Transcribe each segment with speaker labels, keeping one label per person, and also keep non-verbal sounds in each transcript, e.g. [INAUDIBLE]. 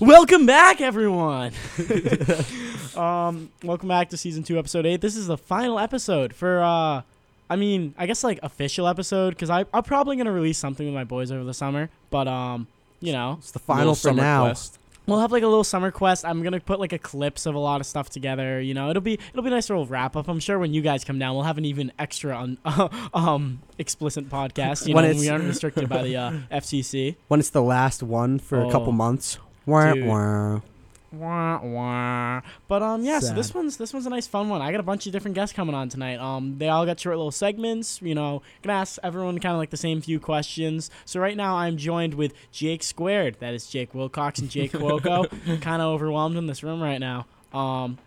Speaker 1: Welcome
Speaker 2: [LAUGHS]
Speaker 1: back, everyone. [LAUGHS] um, welcome back to season two, episode eight. This is the final episode for, uh, I mean, I guess like official episode because I I'm probably gonna release something with my boys over the summer. But um, you know,
Speaker 2: It's the final for now.
Speaker 1: we'll have like a little summer quest. I'm gonna put like a clips of a lot of stuff together. You know, it'll be it'll be a nice little wrap up. I'm sure when you guys come down, we'll have an even extra un, [LAUGHS] um explicit podcast. You
Speaker 2: When
Speaker 1: know, when
Speaker 2: it's-
Speaker 1: we aren't restricted by
Speaker 2: [LAUGHS]
Speaker 1: the uh, [LAUGHS] FCC.
Speaker 2: When it's the last one for a
Speaker 1: Oh.
Speaker 2: couple months. Wah,
Speaker 1: Dude.
Speaker 2: wah.
Speaker 1: Wah, wah. But um, yeah. So this
Speaker 2: Sad.
Speaker 1: one's this one's a nice fun one. I got a bunch of different guests coming on tonight. Um, they all got short little segments. You know, gonna ask everyone kind of like the same few questions. So right now I'm joined with Jake Squared. That is Jake Wilcox and Jake Cuoco. kind of overwhelmed in this room right now. Um,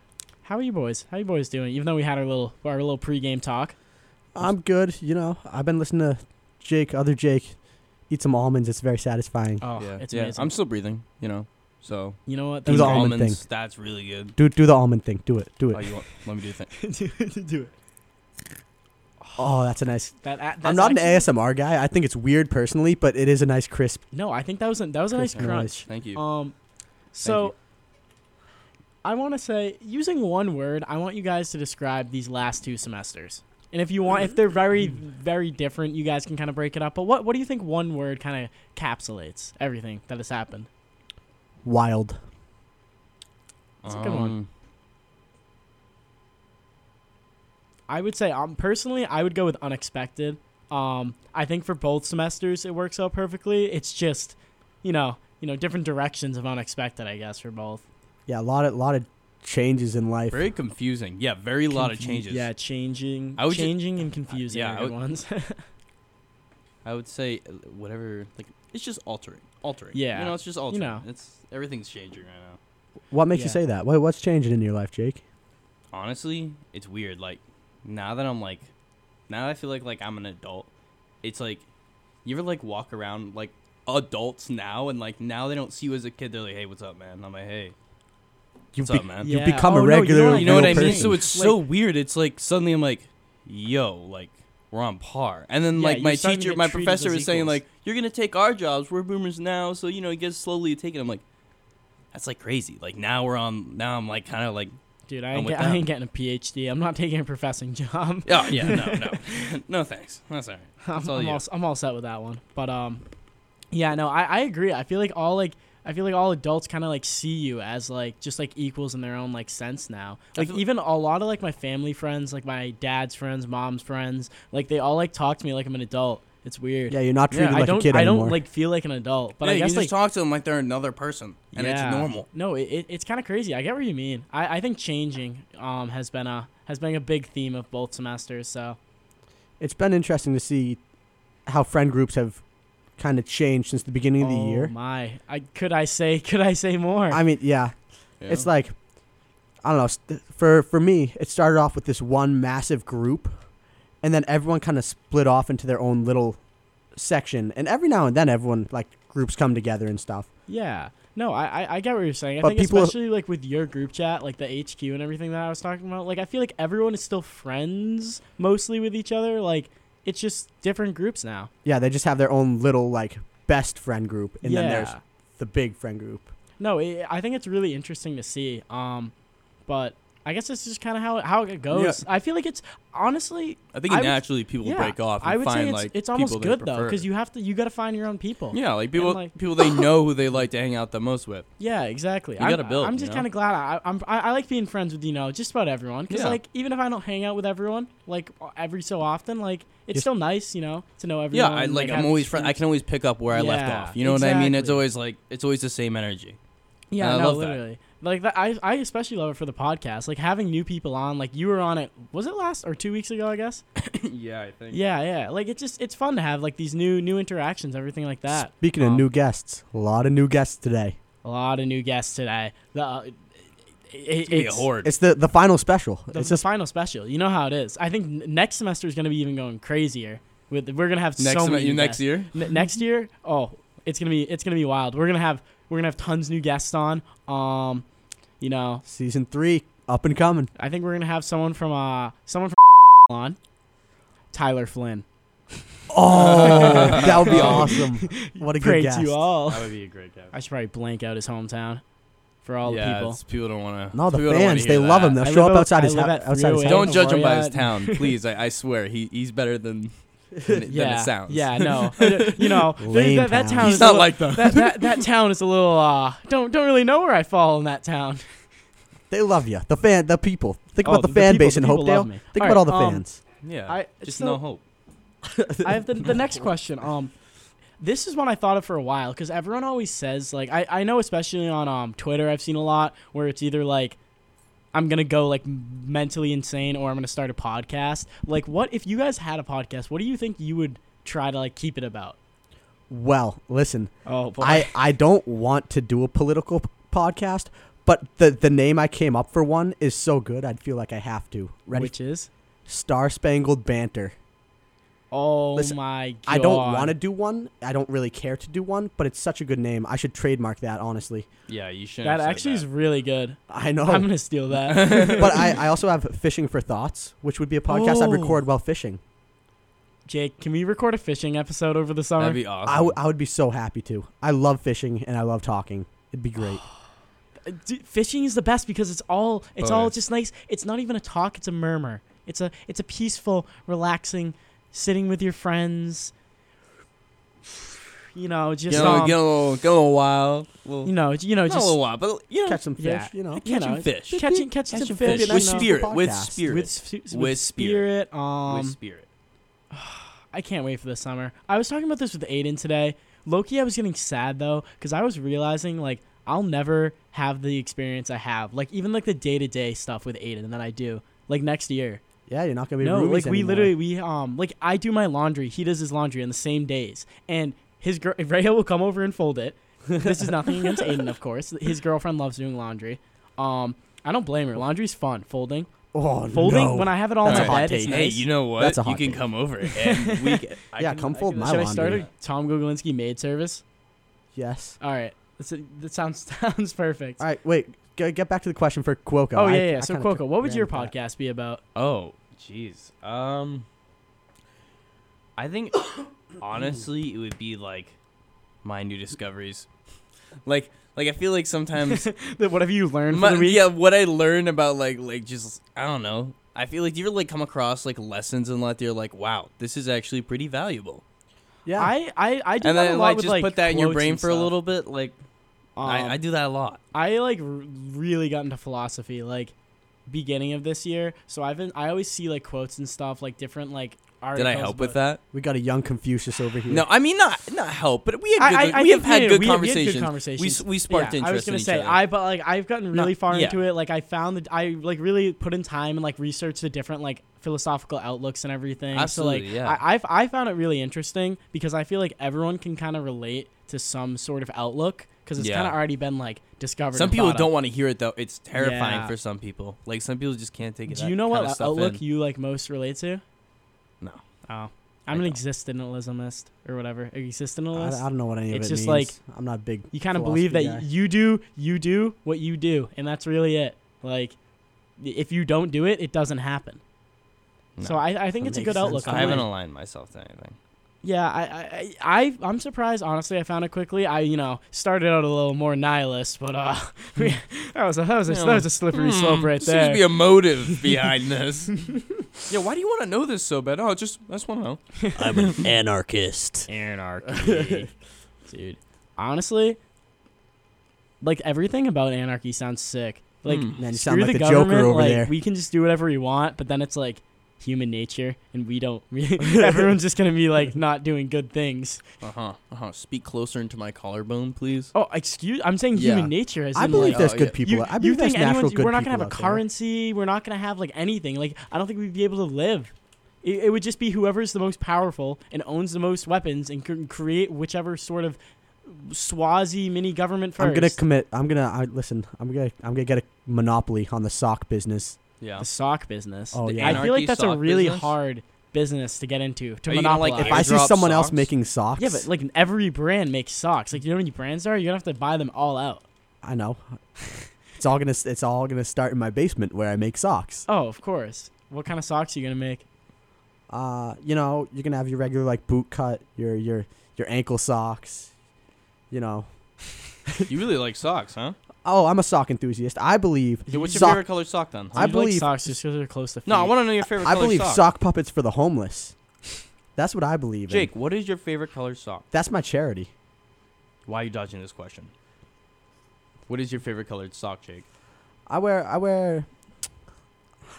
Speaker 1: how are you boys? How you boys doing? Even though we had our little our little pregame talk.
Speaker 2: I'm good. You know, I've been listening to Jake, other Jake, eat some almonds. It's very satisfying.
Speaker 1: Oh,
Speaker 3: yeah,
Speaker 1: it's
Speaker 3: yeah.
Speaker 1: amazing.
Speaker 3: I'm still breathing, you know. So
Speaker 1: you know what?
Speaker 2: Do
Speaker 3: these
Speaker 2: the
Speaker 1: That's-
Speaker 2: almond
Speaker 3: almonds, that's really good.
Speaker 2: Do do the almond thing. Do it. Do
Speaker 3: Oh,
Speaker 2: it.
Speaker 3: you want, let me do the thing.
Speaker 1: [LAUGHS] do it. do it.
Speaker 2: Oh, that's a nice.
Speaker 1: That, that,
Speaker 2: I'm
Speaker 1: that's
Speaker 2: not an
Speaker 1: actually-
Speaker 2: ASMR guy. I think it's weird personally, but it is a nice crisp.
Speaker 1: No, I think that was a, that was a nice
Speaker 2: Christmas.
Speaker 1: crunch.
Speaker 3: Thank you.
Speaker 1: Um, so I want to say, using one word, I want you guys to describe these last two semesters. And if you want, if they're very, very different, you guys can kind of break it up. But what, what do you think one word kind of capsulates everything that has happened?
Speaker 2: Wild.
Speaker 1: it's a good one.
Speaker 3: Um.
Speaker 1: I would say, um, personally, I would go with unexpected. Um, I think for both semesters, it works out perfectly. It's just, you know, you know, different directions of unexpected, I guess, for both.
Speaker 2: Yeah, a lot of lot of changes in life.
Speaker 3: Very confusing. Yeah, very lot of
Speaker 1: Confu-
Speaker 3: changes.
Speaker 1: Yeah, changing,
Speaker 3: I would ju-
Speaker 1: changing and confusing.
Speaker 3: yeah,
Speaker 1: are
Speaker 3: I
Speaker 1: good
Speaker 3: would- [LAUGHS]
Speaker 1: ones.
Speaker 3: I would say uh, whatever. Like it's just altering, altering.
Speaker 1: Yeah,
Speaker 3: you know, it's just altering.
Speaker 1: know.
Speaker 3: it's everything's changing right now.
Speaker 2: What makes
Speaker 1: Yeah.
Speaker 2: you say that? What, what's changing in your life, Jake?
Speaker 3: honestly, it's weird. Like now that I'm like, now that I feel like like I'm an adult, it's like, you ever like walk around like adults now and like now they don't see you as a kid. They're like, hey, what's up, man? I'm like, hey,
Speaker 2: You've
Speaker 3: what's up, man?
Speaker 2: You
Speaker 1: Yeah.
Speaker 2: become
Speaker 1: Oh,
Speaker 2: a
Speaker 1: no, you know
Speaker 2: regular.
Speaker 1: what I-
Speaker 3: You know what I
Speaker 2: real
Speaker 3: mean?
Speaker 2: person.
Speaker 3: So it's so weird. It's like suddenly I'm like, yo, like we're on par. And then
Speaker 1: Yeah,
Speaker 3: like
Speaker 1: you're
Speaker 3: my
Speaker 1: starting to
Speaker 3: teacher,
Speaker 1: get
Speaker 3: my
Speaker 1: treated
Speaker 3: professor
Speaker 1: as
Speaker 3: was saying
Speaker 1: equals.
Speaker 3: like, you're gonna take our jobs. We're boomers now, so you know it gets slowly taken. I'm like, that's like crazy. Like now we're on. Now I'm like kind of like,
Speaker 1: Dude, I
Speaker 3: I'm
Speaker 1: ain't,
Speaker 3: with
Speaker 1: get, I
Speaker 3: that.
Speaker 1: ain't getting a PhD. I'm not taking a professing job.
Speaker 3: oh yeah,
Speaker 1: [LAUGHS]
Speaker 3: no, no, no, thanks. That's all right.
Speaker 1: I'm,
Speaker 3: all
Speaker 1: I'm
Speaker 3: you.
Speaker 1: all, s- I'm all set with that one. But um, yeah, no, I, I agree. I feel like all like I feel like all adults kind of like see you as like just like equals in their own like sense now.
Speaker 3: I
Speaker 1: Like
Speaker 3: feel-
Speaker 1: even a lot of like my family friends, like my dad's friends, mom's friends, like they all like talk to me like I'm an adult. It's weird.
Speaker 2: Yeah, you're not
Speaker 3: Yeah,
Speaker 2: treated
Speaker 1: I
Speaker 2: like
Speaker 1: don't
Speaker 2: a kid
Speaker 1: I
Speaker 2: anymore.
Speaker 1: don't like feel like an adult. But
Speaker 3: yeah,
Speaker 1: I
Speaker 3: you
Speaker 1: guess
Speaker 3: can
Speaker 1: like
Speaker 3: just talk to them like they're another person, and
Speaker 1: Yeah.
Speaker 3: it's normal.
Speaker 1: No, it, it, it's kind of crazy. I get what you mean. I, I think changing um has been a has been a big theme of both semesters. So
Speaker 2: it's been interesting to see how friend groups have kind of changed since the beginning of
Speaker 1: Oh [LAUGHS]
Speaker 2: the year.
Speaker 1: my, I could I say [LAUGHS] could I say more?
Speaker 2: I mean, yeah, it's like I don't know. st- For for me, it started off with this one massive group, and then everyone kind of split off into their own little section. And every now and then, everyone like groups come together and stuff.
Speaker 1: yeah. No, I, I I get what you're saying. I
Speaker 2: But
Speaker 1: think
Speaker 2: people-
Speaker 1: especially like with your group chat, like the HQ and everything that I was talking about. Like I feel like everyone is still friends mostly with each other. Like it's just different groups now.
Speaker 2: Yeah, they just have their own little like best friend group, and then there's
Speaker 1: Yeah.
Speaker 2: the big friend group.
Speaker 1: No, it, I think it's really interesting to see. Um, but I guess this is just kind of how it, how it goes. I feel like it's honestly
Speaker 3: I think
Speaker 1: I would-
Speaker 3: naturally people
Speaker 1: yeah,
Speaker 3: break off. And
Speaker 1: I would
Speaker 3: find,
Speaker 1: say it's,
Speaker 3: like,
Speaker 1: it's almost
Speaker 3: people they
Speaker 1: good though
Speaker 3: prefer.
Speaker 1: because you have to you got to find your own people.
Speaker 3: yeah, like people,
Speaker 1: like- [LAUGHS]
Speaker 3: people they know who they like to hang out the most with.
Speaker 1: Yeah, exactly.
Speaker 3: You
Speaker 1: I'm,
Speaker 3: gotta build,
Speaker 1: I'm
Speaker 3: you
Speaker 1: just
Speaker 3: know?
Speaker 1: kind of glad I, I'm I, I like being friends with you know just about everyone because
Speaker 3: Yeah.
Speaker 1: like even if I don't hang out with everyone like every so often like it's
Speaker 2: Just-
Speaker 1: still nice you know to know everyone.
Speaker 3: Yeah, I
Speaker 1: and,
Speaker 3: like.
Speaker 1: have
Speaker 3: I'm always
Speaker 1: these
Speaker 3: friend. I
Speaker 1: friends.
Speaker 3: can always pick up where I left
Speaker 1: Yeah,
Speaker 3: off. You know what I mean? It's
Speaker 1: exactly.
Speaker 3: always like it's always the same energy.
Speaker 1: Yeah,
Speaker 3: And I
Speaker 1: no,
Speaker 3: love that.
Speaker 1: literally. Like that, I, I especially love it for the podcast. Like having new people on. Like you were on it. Was it last or two weeks ago? I
Speaker 3: [COUGHS]
Speaker 1: guess.
Speaker 3: yeah, I think.
Speaker 1: Yeah, yeah. Like it's just it's fun to have like these new new interactions, everything like that.
Speaker 2: Speaking of
Speaker 1: Um,
Speaker 2: new guests, a lot of new guests today.
Speaker 1: a lot of new guests today. The uh, it,
Speaker 3: It's gonna be a horde.
Speaker 2: It's the the final special.
Speaker 1: The,
Speaker 2: it's
Speaker 1: the
Speaker 2: just
Speaker 1: final special. You know how it is. I think n- next semester is going to be even going crazier. With we're going to have
Speaker 3: next
Speaker 1: so
Speaker 3: sem-
Speaker 1: many new
Speaker 3: next
Speaker 1: guests.
Speaker 3: year.
Speaker 1: N- next year, oh, it's going to be it's going to be wild. We're going to have we're going to have tons new guests on. Um, you know,
Speaker 2: season three up and coming.
Speaker 1: [LAUGHS] I think we're going to have someone from uh someone from on Tyler Flynn.
Speaker 2: Oh,
Speaker 1: [LAUGHS]
Speaker 2: that would be awesome. What a
Speaker 1: Pray
Speaker 2: good guess.
Speaker 1: to you all.
Speaker 3: That would be a great guest.
Speaker 1: I should probably blank out his hometown for all
Speaker 3: yeah,
Speaker 1: the people.
Speaker 3: it's- people don't want to.
Speaker 2: No, the fans, they love him. They'll
Speaker 1: I
Speaker 2: show up
Speaker 1: live out-
Speaker 2: outside
Speaker 1: I
Speaker 2: his,
Speaker 1: live
Speaker 2: hou-
Speaker 1: at
Speaker 2: outside his
Speaker 1: Freeway.
Speaker 2: house.
Speaker 3: Don't judge him by his
Speaker 1: Laureate.
Speaker 3: town,
Speaker 1: [LAUGHS]
Speaker 3: please. I, I swear, he he's better than than, it- than
Speaker 1: yeah,
Speaker 3: it sounds.
Speaker 1: yeah,
Speaker 3: [LAUGHS]
Speaker 1: no, [LAUGHS] Uh, you know
Speaker 2: Lame
Speaker 1: that, that
Speaker 2: town.
Speaker 1: town.
Speaker 2: He's
Speaker 1: is
Speaker 3: he's
Speaker 1: a
Speaker 3: not
Speaker 1: little-
Speaker 3: like them.
Speaker 1: that, that. [LAUGHS] That town is a little. Uh, don't don't really know where I fall in that town.
Speaker 2: They love you. The fan, the people. Think
Speaker 1: Oh,
Speaker 2: about the,
Speaker 1: the
Speaker 2: fan
Speaker 1: people-
Speaker 2: base
Speaker 1: the
Speaker 2: in
Speaker 1: people love
Speaker 2: Hopedale.
Speaker 1: me.
Speaker 2: Think
Speaker 1: All
Speaker 2: about
Speaker 1: right,
Speaker 2: all the
Speaker 1: um,
Speaker 2: fans.
Speaker 3: yeah,
Speaker 1: I-
Speaker 3: just
Speaker 1: so-
Speaker 3: no hope.
Speaker 1: [LAUGHS] I have the, the next question. Um, this is one I thought of for a while because everyone always says like I, I know especially on um Twitter I've seen a lot where it's either like I'm gonna go like m- mentally insane or I'm gonna start a podcast. Like, what if you guys had a podcast? What do you think you would try to like keep it about?
Speaker 2: Well, listen,
Speaker 1: Oh, boy.
Speaker 2: I, I don't want to do a political p- podcast, but the, the name I came up for one is so good, I'd feel like I have to. Ready?
Speaker 1: which is
Speaker 2: Star Spangled Banter.
Speaker 1: oh
Speaker 2: Listen,
Speaker 1: my god.
Speaker 2: I don't want to do one. I don't really care to do one, but it's such a good name. I should trademark that, honestly.
Speaker 3: Yeah, you should.
Speaker 1: That actually is really good.
Speaker 2: I know.
Speaker 1: I'm gonna steal that.
Speaker 2: [LAUGHS] but I, I also have Fishing for Thoughts, which would be a podcast I'd
Speaker 1: Oh.
Speaker 2: record while fishing.
Speaker 1: Jake, can we record a fishing episode over the summer?
Speaker 3: That'd be awesome.
Speaker 2: I, w- I would be so happy to. I love fishing and I love talking. It'd be great.
Speaker 1: Uh, d- fishing is the best because it's all it's all
Speaker 3: Bonus.
Speaker 1: just nice. It's not even a talk; it's a murmur. It's a it's a peaceful, relaxing, sitting with your friends. You know,
Speaker 3: get,
Speaker 1: just
Speaker 3: a little,
Speaker 1: um,
Speaker 3: get a little, get a little wild.
Speaker 1: you know, j- you know,
Speaker 3: not a
Speaker 1: just
Speaker 3: little wild, but you know,
Speaker 2: Catch some fish,
Speaker 1: yeah.
Speaker 2: you know.
Speaker 1: you
Speaker 3: catching
Speaker 1: know,
Speaker 3: fish.
Speaker 1: catching catching
Speaker 2: Catch
Speaker 1: some
Speaker 2: some
Speaker 1: fish,
Speaker 2: fish
Speaker 1: you
Speaker 3: with
Speaker 1: know,
Speaker 3: spirit, with
Speaker 2: podcast.
Speaker 3: spirit,
Speaker 1: with, s- with,
Speaker 3: With
Speaker 1: spirit.
Speaker 3: spirit.
Speaker 1: Um,
Speaker 3: with spirit.
Speaker 1: I can't wait for the summer. I was talking about this with Aiden today. Loki, I was getting sad though, because I was realizing like I'll never have the experience I have, like even like the day to day stuff with Aiden that I do, like next year.
Speaker 2: Yeah, you're not going to be
Speaker 1: No,
Speaker 2: roomies
Speaker 1: like we
Speaker 2: anymore.
Speaker 1: literally we um like I do my laundry, he does his laundry on the same days, and his girl Raya will come over and fold it. This is
Speaker 2: [LAUGHS]
Speaker 1: nothing against Aiden, of course. His girlfriend loves doing laundry. Um, I don't blame her. Laundry's fun. Folding,
Speaker 2: Oh,
Speaker 1: folding.
Speaker 2: no.
Speaker 1: When I have it all
Speaker 2: That's
Speaker 1: in
Speaker 2: a hot
Speaker 1: my bed, it's
Speaker 2: take.
Speaker 1: nice.
Speaker 3: Hey, you know what?
Speaker 2: That's a
Speaker 3: you
Speaker 2: hot
Speaker 3: can
Speaker 2: take.
Speaker 3: come over
Speaker 2: [LAUGHS]
Speaker 3: and we. Can, I
Speaker 2: Yeah,
Speaker 3: can-
Speaker 2: come
Speaker 3: I
Speaker 2: fold
Speaker 3: can-
Speaker 2: my
Speaker 1: Should I
Speaker 2: laundry.
Speaker 1: start a Tom Gogolinski maid service?
Speaker 2: Yes.
Speaker 1: All right. That's a, that sounds [LAUGHS] sounds perfect.
Speaker 2: All right, wait. Go, get back to the question for Cuoco.
Speaker 1: Oh
Speaker 2: I-
Speaker 1: yeah, yeah.
Speaker 2: I
Speaker 1: so
Speaker 2: kinda
Speaker 1: Quoco, what would
Speaker 2: ran
Speaker 1: your
Speaker 2: with that.
Speaker 1: podcast be about?
Speaker 3: Oh, jeez. Um, I think honestly, it would be like my new discoveries. Like, like I feel like sometimes,
Speaker 1: That Whatever you learned
Speaker 3: my,
Speaker 1: from [LAUGHS] the week.
Speaker 3: yeah, what I learned about like, like just I don't know. I feel like you ever like come across like lessons and like you're like, wow, this is actually pretty valuable.
Speaker 2: Yeah.
Speaker 1: I I I do
Speaker 3: and
Speaker 1: that a
Speaker 3: then
Speaker 1: lot
Speaker 3: like
Speaker 1: with,
Speaker 3: just
Speaker 1: like,
Speaker 3: put that in your
Speaker 1: quotes
Speaker 3: brain
Speaker 1: and
Speaker 3: for a
Speaker 1: stuff.
Speaker 3: little bit. Like
Speaker 1: Um,
Speaker 3: I, I do that a lot.
Speaker 1: I like r- really got into philosophy like beginning of this year. So I've been I always see like quotes and stuff like different like
Speaker 3: Did
Speaker 1: articles.
Speaker 3: I help with
Speaker 1: about-
Speaker 3: that?
Speaker 2: we got a young Confucius over here.
Speaker 3: No, I mean not not help, but we had
Speaker 1: I-
Speaker 3: good,
Speaker 1: I- I
Speaker 3: we have
Speaker 1: think
Speaker 3: had
Speaker 1: we-
Speaker 3: good
Speaker 1: we had good
Speaker 3: conversations. We
Speaker 1: conversations.
Speaker 3: s- we sparked
Speaker 1: yeah,
Speaker 3: interest.
Speaker 1: I was
Speaker 3: in
Speaker 1: gonna
Speaker 3: each
Speaker 1: say
Speaker 3: other.
Speaker 1: I but like I've gotten really
Speaker 3: Not-
Speaker 1: far
Speaker 3: yeah.
Speaker 1: into it. Like I found that I like really put in time and like researched the different like philosophical outlooks and everything. so like
Speaker 3: Absolutely, yeah.
Speaker 1: I, I've I found it really interesting because I feel like everyone can kind of relate to some sort of outlook because it's
Speaker 3: Yeah.
Speaker 1: kind of already been like discovered.
Speaker 3: Some
Speaker 1: and
Speaker 3: people
Speaker 1: thought of.
Speaker 3: don't want to hear it though. It's terrifying
Speaker 1: Yeah.
Speaker 3: for some people. Like some people just can't take it.
Speaker 1: Do
Speaker 3: that
Speaker 1: you know
Speaker 3: kinda
Speaker 1: what
Speaker 3: stuff
Speaker 1: outlook
Speaker 3: in.
Speaker 1: you like most relate to?
Speaker 3: No.
Speaker 1: Oh.
Speaker 3: I
Speaker 1: I'm an
Speaker 3: don't.
Speaker 1: existentialism or whatever.
Speaker 2: I, I
Speaker 1: Existentialist.
Speaker 2: don't know what any of
Speaker 1: It's
Speaker 2: it
Speaker 1: just
Speaker 2: means. I'm not a big.
Speaker 1: you kind of believe that
Speaker 2: philosophy guy.
Speaker 1: you do you do what you do, and that's really it. Like, y- if you don't do it, it doesn't happen.
Speaker 3: No.
Speaker 1: So I, I think
Speaker 2: That
Speaker 1: it's a
Speaker 2: makes
Speaker 1: good
Speaker 2: sense.
Speaker 1: outlook.
Speaker 3: I
Speaker 1: on
Speaker 3: haven't
Speaker 1: life.
Speaker 3: aligned myself to anything.
Speaker 1: Yeah, I, I I I'm surprised. Honestly, I found it quickly. I you know started out a little more nihilist, but uh, [LAUGHS] that was a that was a,
Speaker 3: Yeah, Hmm.
Speaker 1: that was a slippery slope right
Speaker 3: There seems to be
Speaker 1: there. [LAUGHS]
Speaker 3: a motive behind this. yeah, why do you want to know this so bad? Oh, just I just want to know.
Speaker 2: I'm an anarchist.
Speaker 3: [LAUGHS] Anarchy.
Speaker 1: [LAUGHS] Dude, honestly, like everything about anarchy sounds sick. Like
Speaker 3: Mm.
Speaker 2: Man, Hmm. you
Speaker 1: screw
Speaker 2: sound like
Speaker 1: the,
Speaker 2: the,
Speaker 1: government.
Speaker 2: Joker over
Speaker 1: like
Speaker 2: there.
Speaker 1: we can just do whatever we want, but then it's like human nature, and we don't.
Speaker 2: [LAUGHS]
Speaker 1: [LAUGHS] everyone's just gonna be like not doing good things.
Speaker 3: Uh huh. Uh huh. Speak closer into my collarbone, please.
Speaker 1: Oh, excuse. I'm saying human
Speaker 2: Yeah.
Speaker 1: nature. [LAUGHS] As
Speaker 2: I
Speaker 1: in,
Speaker 2: believe
Speaker 1: like,
Speaker 2: there's
Speaker 3: Oh,
Speaker 2: good
Speaker 3: yeah.
Speaker 2: people.
Speaker 1: You,
Speaker 2: I
Speaker 1: you
Speaker 2: believe there's
Speaker 1: think
Speaker 2: natural
Speaker 1: anyone's?
Speaker 2: good
Speaker 1: We're not
Speaker 2: people
Speaker 1: gonna have
Speaker 2: out
Speaker 1: a
Speaker 2: there.
Speaker 1: currency. We're not gonna have like anything. Like I don't think we'd be able to live. It, it would just be whoever's the most powerful and owns the most weapons and can create whichever sort of swazi mini government first.
Speaker 2: I'm gonna commit. I'm gonna I, listen. I'm gonna. I'm gonna get a monopoly on the sock business.
Speaker 3: Yeah.
Speaker 1: the sock business.
Speaker 2: Oh
Speaker 3: The
Speaker 2: yeah.
Speaker 1: I feel
Speaker 3: Anarchy
Speaker 1: like that's a
Speaker 3: sock
Speaker 1: really
Speaker 3: business?
Speaker 1: hard business to get into to
Speaker 3: Are you gonna,
Speaker 1: monopolize.
Speaker 3: like,
Speaker 2: if I see
Speaker 3: Airdrop
Speaker 2: someone else
Speaker 3: socks?
Speaker 2: making socks,
Speaker 1: yeah, but like every brand makes socks. Like you know how many brands are? You're gonna have to buy them all out.
Speaker 2: I know. [LAUGHS] It's all gonna. It's all gonna start in my basement where I make socks.
Speaker 1: Oh, of course. What kind of socks are you gonna make?
Speaker 2: Uh, you know, you're gonna have your regular like boot cut, your your your ankle socks. You know,
Speaker 3: [LAUGHS] You really like socks, huh?
Speaker 2: oh, I'm a sock enthusiast. I believe.
Speaker 3: Yeah, what's your
Speaker 2: sock-
Speaker 3: favorite color sock then?
Speaker 2: I
Speaker 1: I
Speaker 2: believe-
Speaker 1: like socks just because they're close to feet.
Speaker 3: No, I want to know your favorite
Speaker 2: I
Speaker 3: color
Speaker 2: believe
Speaker 3: sock.
Speaker 2: sock puppets for the homeless. That's what I believe. in.
Speaker 3: Jake, what is your favorite color sock?
Speaker 2: that's my charity.
Speaker 3: Why are you dodging this question? What is your favorite colored sock, Jake?
Speaker 2: I wear I wear.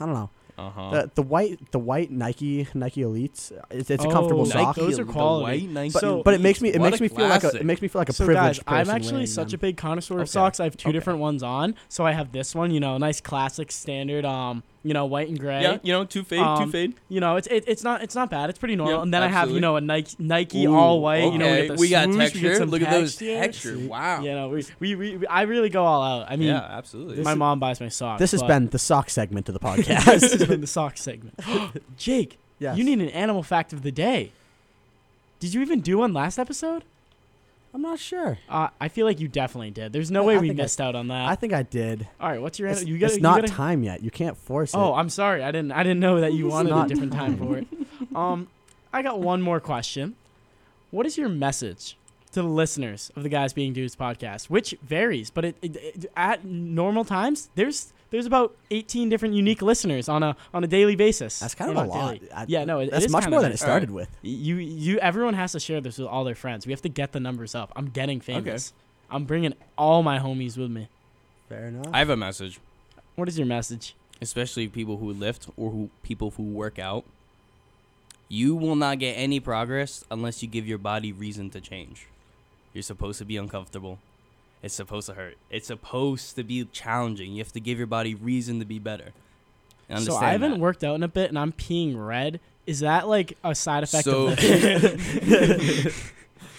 Speaker 2: I don't know
Speaker 3: Uh huh.
Speaker 2: the the white the white Nike Nike Elites. It's, it's a comfortable
Speaker 1: Oh,
Speaker 2: sock,
Speaker 1: Nike. Those are quality.
Speaker 3: Nike
Speaker 2: but,
Speaker 1: So-
Speaker 2: but it makes me it
Speaker 3: What
Speaker 2: makes
Speaker 3: a
Speaker 2: me feel like a,
Speaker 3: classic.
Speaker 2: it makes me feel like a
Speaker 1: so guys,
Speaker 2: privileged
Speaker 1: I'm
Speaker 2: person
Speaker 1: actually
Speaker 2: wearing
Speaker 1: such a
Speaker 2: them.
Speaker 1: big connoisseur
Speaker 3: Okay.
Speaker 1: of socks. I have two
Speaker 2: Okay.
Speaker 1: different ones on. So I have this one, you know, nice classic standard, um, you know, white and gray.
Speaker 3: Yeah, you know, two fade, two
Speaker 1: Um,
Speaker 3: fade.
Speaker 1: You know, it's it, it's not it's not bad. It's pretty normal.
Speaker 3: Yeah,
Speaker 1: and then I have
Speaker 3: absolutely.
Speaker 1: you know a Nike Nike
Speaker 3: Ooh,
Speaker 1: all white. You know, we
Speaker 3: okay.
Speaker 1: get the
Speaker 3: We got
Speaker 1: swoosh,
Speaker 3: texture.
Speaker 1: some
Speaker 3: Look at those
Speaker 1: texture.
Speaker 3: texture. Wow.
Speaker 1: You know, we, we, we, we- I really go all out. I mean,
Speaker 3: yeah, absolutely.
Speaker 1: my mom buys my socks.
Speaker 2: This has
Speaker 1: but- [LAUGHS]
Speaker 2: been the sock segment of the
Speaker 1: this has [LAUGHS]
Speaker 2: podcast.
Speaker 1: been the sock
Speaker 3: [GASPS]
Speaker 1: segment. [GASPS] Jake,
Speaker 2: yes.
Speaker 1: you need an animal fact of the day. Did you even do one last episode?
Speaker 2: I'm not sure.
Speaker 1: Uh, I feel like you definitely did. There's no
Speaker 2: I-
Speaker 1: way
Speaker 2: I
Speaker 1: we
Speaker 2: think I-
Speaker 1: missed out on that.
Speaker 2: I think I did.
Speaker 1: All right, what's your
Speaker 2: It's,
Speaker 1: animal? You got
Speaker 2: it's not time yet. You can't force it.
Speaker 1: Oh, I'm sorry. I didn't. I didn't
Speaker 2: [LAUGHS]
Speaker 1: know that you
Speaker 2: It's
Speaker 1: wanted a
Speaker 2: not
Speaker 1: different
Speaker 2: [LAUGHS]
Speaker 1: time for it. Um, I got one more question. What is your message to the listeners of the Guys Being Dudes podcast, which varies, but it, it, it- at normal times there's there's about 18 different unique listeners on a on a daily basis.
Speaker 2: that's kind
Speaker 1: Or
Speaker 2: of a
Speaker 1: not
Speaker 2: lot.
Speaker 1: daily.
Speaker 2: I-
Speaker 1: yeah, no, it, it
Speaker 2: that's
Speaker 1: is
Speaker 2: much
Speaker 1: kind
Speaker 2: more
Speaker 1: of
Speaker 2: than
Speaker 1: a- uh,
Speaker 2: it started with.
Speaker 1: You you everyone has to share this with all their friends. We have to get the numbers up. I'm getting famous. I'm bringing all my homies with me.
Speaker 2: Fair enough.
Speaker 3: I have a message,
Speaker 1: What is your message?
Speaker 3: especially people who lift or who people who work out. You will not get any progress unless you give your body reason to change. You're supposed to be uncomfortable. It's supposed to hurt. It's supposed to be challenging. You have to give your body reason to be better. And
Speaker 1: So
Speaker 3: understand
Speaker 1: I haven't
Speaker 3: that.
Speaker 1: worked out in a bit, and I'm peeing red. Is that like a side effect
Speaker 3: So- [LAUGHS]
Speaker 1: of this? [LAUGHS]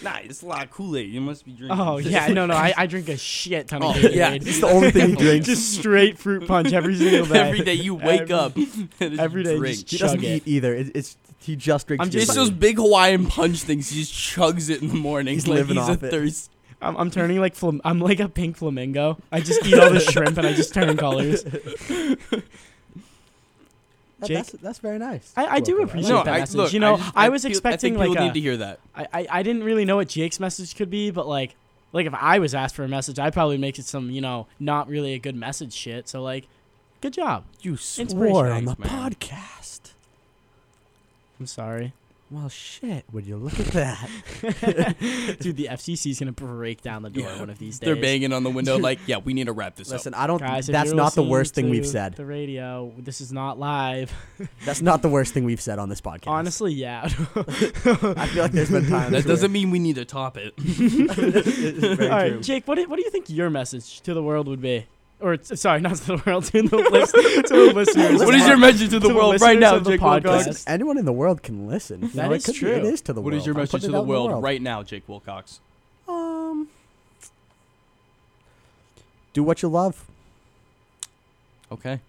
Speaker 3: nah, it's a lot of Kool Aid. You must be drinking.
Speaker 1: oh yeah, no, no, I, I drink
Speaker 3: [LAUGHS]
Speaker 1: a shit ton of
Speaker 3: Oh,
Speaker 1: Gatorade.
Speaker 3: yeah.
Speaker 2: it's the only thing he drinks.
Speaker 1: Just [LAUGHS] straight fruit punch every single day.
Speaker 3: every day you wake
Speaker 1: Every-
Speaker 3: up. and
Speaker 1: [LAUGHS]
Speaker 3: it's
Speaker 1: every day
Speaker 3: drink.
Speaker 1: just
Speaker 2: he
Speaker 1: chug
Speaker 2: doesn't
Speaker 1: it.
Speaker 2: eat either. It, it's he just drinks.
Speaker 1: I'm
Speaker 2: Gatorade.
Speaker 1: just-
Speaker 3: It's those big Hawaiian punch things. He just chugs it in the morning.
Speaker 2: He's
Speaker 3: like
Speaker 2: living
Speaker 3: he's
Speaker 2: off
Speaker 3: a
Speaker 2: it.
Speaker 3: thirst.
Speaker 1: I'm, I'm turning like flam- I'm like a pink flamingo. I just eat
Speaker 3: [LAUGHS]
Speaker 1: all the shrimp and I just turn colors.
Speaker 2: That-
Speaker 1: Jake?
Speaker 2: that's, that's very nice.
Speaker 1: I- I do
Speaker 2: Welcome.
Speaker 1: appreciate No, that message. You know, I was
Speaker 3: feel-
Speaker 1: expecting,
Speaker 3: I
Speaker 1: like,
Speaker 3: think people
Speaker 1: a-
Speaker 3: need to hear that.
Speaker 1: I, I I didn't really know what Jake's message could be, but like like if I was asked for a message, I'd probably make it some you know not really a good message shit. So like, good job.
Speaker 2: You
Speaker 1: Inspiration.
Speaker 2: swore on the
Speaker 3: Thanks, man.
Speaker 2: podcast.
Speaker 1: I'm sorry,
Speaker 2: Well, shit. Would you look at that?
Speaker 1: [LAUGHS]
Speaker 2: [LAUGHS]
Speaker 1: dude. The FCC is gonna break down the door
Speaker 3: Yeah.
Speaker 1: one of these days.
Speaker 3: They're banging on
Speaker 1: [LAUGHS]
Speaker 3: the window like, yeah, we need to wrap this
Speaker 2: Listen, I don't.
Speaker 1: Guys, if
Speaker 2: that's
Speaker 1: you're
Speaker 2: not the
Speaker 1: listening
Speaker 2: worst thing
Speaker 1: to
Speaker 2: we've said.
Speaker 1: The radio. This is not live.
Speaker 2: That's not the worst thing we've said on this
Speaker 1: [LAUGHS]
Speaker 2: podcast. [LAUGHS]
Speaker 1: Honestly, yeah.
Speaker 2: I feel like there's been
Speaker 3: up.
Speaker 2: times
Speaker 3: That
Speaker 2: where-
Speaker 3: doesn't mean we need to top
Speaker 1: [LAUGHS]
Speaker 3: it. [LAUGHS]
Speaker 2: It's very
Speaker 1: All right,
Speaker 2: true.
Speaker 1: Jake. What do, what do you think your message to the world would be? Or t- sorry, not to the world, to the, [LAUGHS] list, to
Speaker 2: [LAUGHS]
Speaker 1: the listeners.
Speaker 3: what is your message to
Speaker 1: to
Speaker 3: the
Speaker 1: the
Speaker 3: world
Speaker 1: listeners
Speaker 3: right now,
Speaker 1: of the
Speaker 3: Jake
Speaker 1: podcast.
Speaker 3: Wilcox?
Speaker 2: Listen, anyone in the world can listen. You
Speaker 1: That
Speaker 2: know, it
Speaker 1: is
Speaker 2: could be-
Speaker 1: true.
Speaker 2: it is to the
Speaker 3: What
Speaker 2: world.
Speaker 3: is your
Speaker 2: I'm
Speaker 3: message
Speaker 2: putting
Speaker 3: to
Speaker 2: it
Speaker 3: the
Speaker 2: out in
Speaker 3: world, right now, Jake Wilcox?
Speaker 2: Um, do what you love.
Speaker 3: Okay.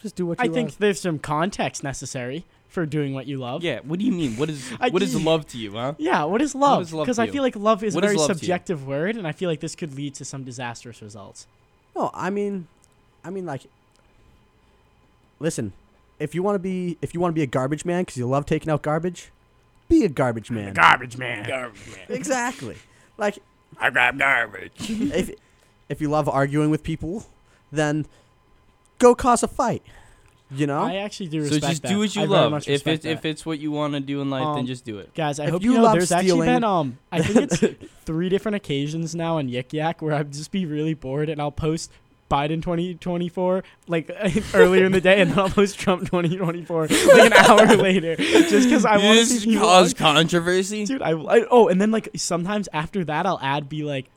Speaker 2: Just do what you
Speaker 1: I
Speaker 2: love.
Speaker 1: think there's some context necessary for doing what you love.
Speaker 3: Yeah. What do you mean? What is
Speaker 1: [LAUGHS] I
Speaker 3: what is
Speaker 1: just-
Speaker 3: love to you, huh?
Speaker 1: Yeah, what is
Speaker 3: What
Speaker 1: love?
Speaker 3: is love
Speaker 1: Because
Speaker 3: to
Speaker 1: I
Speaker 3: you?
Speaker 1: feel like love is
Speaker 3: What
Speaker 1: a
Speaker 3: is
Speaker 1: very
Speaker 3: love to you?
Speaker 1: subjective word, and I feel like this could lead to some disastrous results.
Speaker 2: No, I mean, I mean, like, listen, if you want to be, if you want to be a garbage man because you love taking out garbage, be a garbage man.
Speaker 1: Garbage man.
Speaker 2: exactly. Like,
Speaker 3: I
Speaker 2: [LAUGHS]
Speaker 3: grab garbage.
Speaker 2: [LAUGHS] if if you love arguing with people, then go cause a fight. You know,
Speaker 1: I actually do
Speaker 3: So
Speaker 1: respect
Speaker 3: just
Speaker 1: that.
Speaker 3: do what you
Speaker 1: I very
Speaker 3: love.
Speaker 1: much
Speaker 3: If
Speaker 1: respect
Speaker 3: it's
Speaker 1: that.
Speaker 3: if it's what you want to do in life, then
Speaker 1: Um,
Speaker 3: just do it.
Speaker 1: Guys, I
Speaker 2: If
Speaker 1: hope you,
Speaker 2: you
Speaker 1: know
Speaker 2: love
Speaker 1: there's actually
Speaker 2: stealing-
Speaker 1: been um I think
Speaker 2: [LAUGHS]
Speaker 1: it's three different occasions now on Yik Yak where I'd just be really bored and I'll post Biden 2024 like [LAUGHS] earlier in the day and then I'll post Trump 2024 like an hour [LAUGHS] later just cuz I want to
Speaker 3: This
Speaker 1: see people
Speaker 3: cause controversy.
Speaker 1: Dude, I, I oh and then like sometimes after that I'll add be like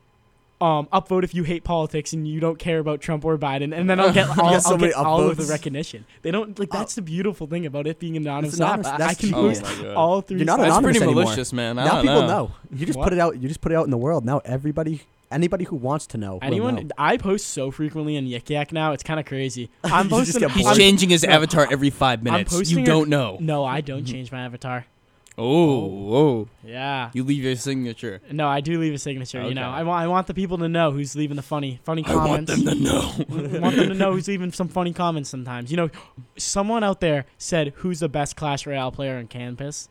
Speaker 1: um upvote if you hate politics and you don't care about Trump or Biden and then I'll
Speaker 2: [LAUGHS]
Speaker 1: get all,
Speaker 2: got so
Speaker 1: I'll
Speaker 2: many
Speaker 1: get all of the
Speaker 2: upvotes.
Speaker 1: recognition. They don't like
Speaker 2: Oh.
Speaker 1: that's the beautiful thing about it being an anonymous. app.
Speaker 2: anonymous.
Speaker 1: I- I
Speaker 2: That's
Speaker 1: can
Speaker 2: genius. Oh
Speaker 1: post
Speaker 3: Oh my God.
Speaker 1: all three.
Speaker 2: You're not
Speaker 1: sides.
Speaker 3: That's pretty
Speaker 2: anonymous anymore.
Speaker 3: malicious, man. I
Speaker 2: now
Speaker 3: don't
Speaker 2: people know.
Speaker 3: know.
Speaker 2: You just
Speaker 1: What?
Speaker 2: put it out. You just put it out in the world. Now everybody, anybody who wants to know, will know.
Speaker 1: Anyone, I post so frequently on Yik Yak now. It's kind
Speaker 2: [LAUGHS]
Speaker 1: of crazy. I'm
Speaker 2: You just
Speaker 1: posting.
Speaker 2: get
Speaker 1: I'm-
Speaker 3: He's
Speaker 2: bored.
Speaker 3: changing his
Speaker 1: no,
Speaker 3: avatar every five
Speaker 1: I'm
Speaker 3: minutes. You
Speaker 1: posting a-
Speaker 2: Mm-hmm.
Speaker 3: don't know.
Speaker 1: no, I don't change my avatar.
Speaker 3: Oh, whoa.
Speaker 1: Yeah.
Speaker 3: You leave your signature.
Speaker 1: No, I do leave a signature. You know,
Speaker 3: Okay.
Speaker 1: I want I want the people to know who's leaving the funny funny
Speaker 3: I want
Speaker 1: comments.
Speaker 3: them to know.
Speaker 1: [LAUGHS] I want them to know who's leaving some funny comments sometimes. You know, someone out there said who's the best Clash Royale player on campus.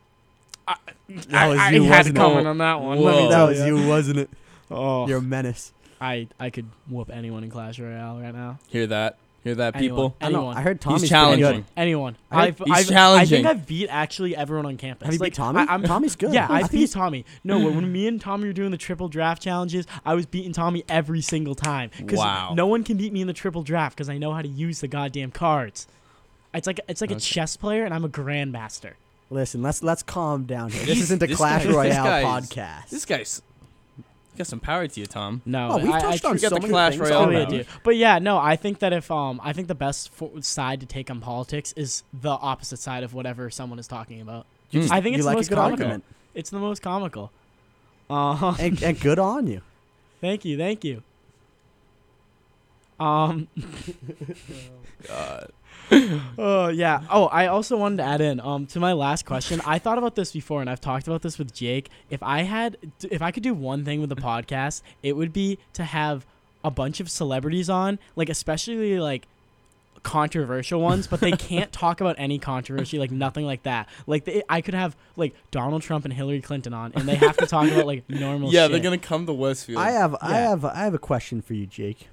Speaker 2: That was
Speaker 1: I,
Speaker 2: you,
Speaker 1: I had to
Speaker 2: wasn't it?
Speaker 1: comment on that one. Let me
Speaker 3: Whoa.
Speaker 2: that
Speaker 1: tell
Speaker 2: was
Speaker 1: ya.
Speaker 2: you, wasn't it?
Speaker 1: Oh,
Speaker 2: You're a menace.
Speaker 1: I I could whoop anyone in Clash Royale right now.
Speaker 3: Hear that? Hear that,
Speaker 1: Anyone.
Speaker 3: people?
Speaker 2: I know.
Speaker 1: Anyone.
Speaker 2: I heard Tommy's
Speaker 3: He's
Speaker 2: pretty good.
Speaker 3: challenging.
Speaker 1: Anyone.
Speaker 2: I heard
Speaker 1: I've,
Speaker 3: he's
Speaker 1: I've,
Speaker 3: challenging.
Speaker 1: I think I've beat actually everyone on campus.
Speaker 2: Have you beat
Speaker 1: Like,
Speaker 2: Tommy?
Speaker 1: I, I'm
Speaker 2: Tommy's good.
Speaker 1: Yeah,
Speaker 2: I
Speaker 1: I
Speaker 2: think
Speaker 1: beat
Speaker 2: he's-
Speaker 1: Tommy. No,
Speaker 2: [SIGHS]
Speaker 1: when, when me and Tommy were doing the triple draft challenges, I was beating Tommy every single time. Because
Speaker 3: Wow.
Speaker 1: no one can beat me in the triple draft because I know how to use the goddamn cards. It's like it's like a chess player, and I'm a grandmaster.
Speaker 2: Listen, let's let's calm down here. [LAUGHS]
Speaker 1: [LAUGHS]
Speaker 2: This
Speaker 3: This-
Speaker 2: isn't a
Speaker 3: this
Speaker 2: Clash
Speaker 3: guy- this
Speaker 2: Royale
Speaker 3: guy is-
Speaker 2: podcast.
Speaker 3: This guy's you got some power to you, Tom.
Speaker 1: No,
Speaker 2: oh, we've
Speaker 1: I- I
Speaker 2: touched on
Speaker 3: we got
Speaker 2: so
Speaker 3: the
Speaker 2: many
Speaker 3: Clash
Speaker 2: things.
Speaker 3: Royale
Speaker 1: truly
Speaker 3: now.
Speaker 2: already.
Speaker 1: do. But yeah, no, I think that if um, I think the best fo- side to take on politics is the opposite side of whatever someone is talking about.
Speaker 2: You
Speaker 1: I
Speaker 2: you
Speaker 1: think it's the
Speaker 2: like
Speaker 1: most
Speaker 2: a good
Speaker 1: comical.
Speaker 2: argument.
Speaker 1: It's the most comical. Uh,
Speaker 2: and, and good on you.
Speaker 1: thank you, thank you. Um, [LAUGHS]
Speaker 3: God.
Speaker 1: Oh yeah. Oh, I also wanted to add in um to my last question. I thought about this before, and I've talked about this with Jake. If I had, if I could do one thing with the podcast, it would be to have a bunch of celebrities on, like especially like controversial ones,
Speaker 3: [LAUGHS]
Speaker 1: but they can't talk about any controversy, like nothing like that. Like they, I could have like Donald Trump and Hillary Clinton on, and they have to talk about like normal.
Speaker 3: [LAUGHS] yeah,
Speaker 1: shit.
Speaker 3: they're gonna come to Westfield.
Speaker 2: I have I
Speaker 1: Yeah.
Speaker 2: have I have a question for you, Jake.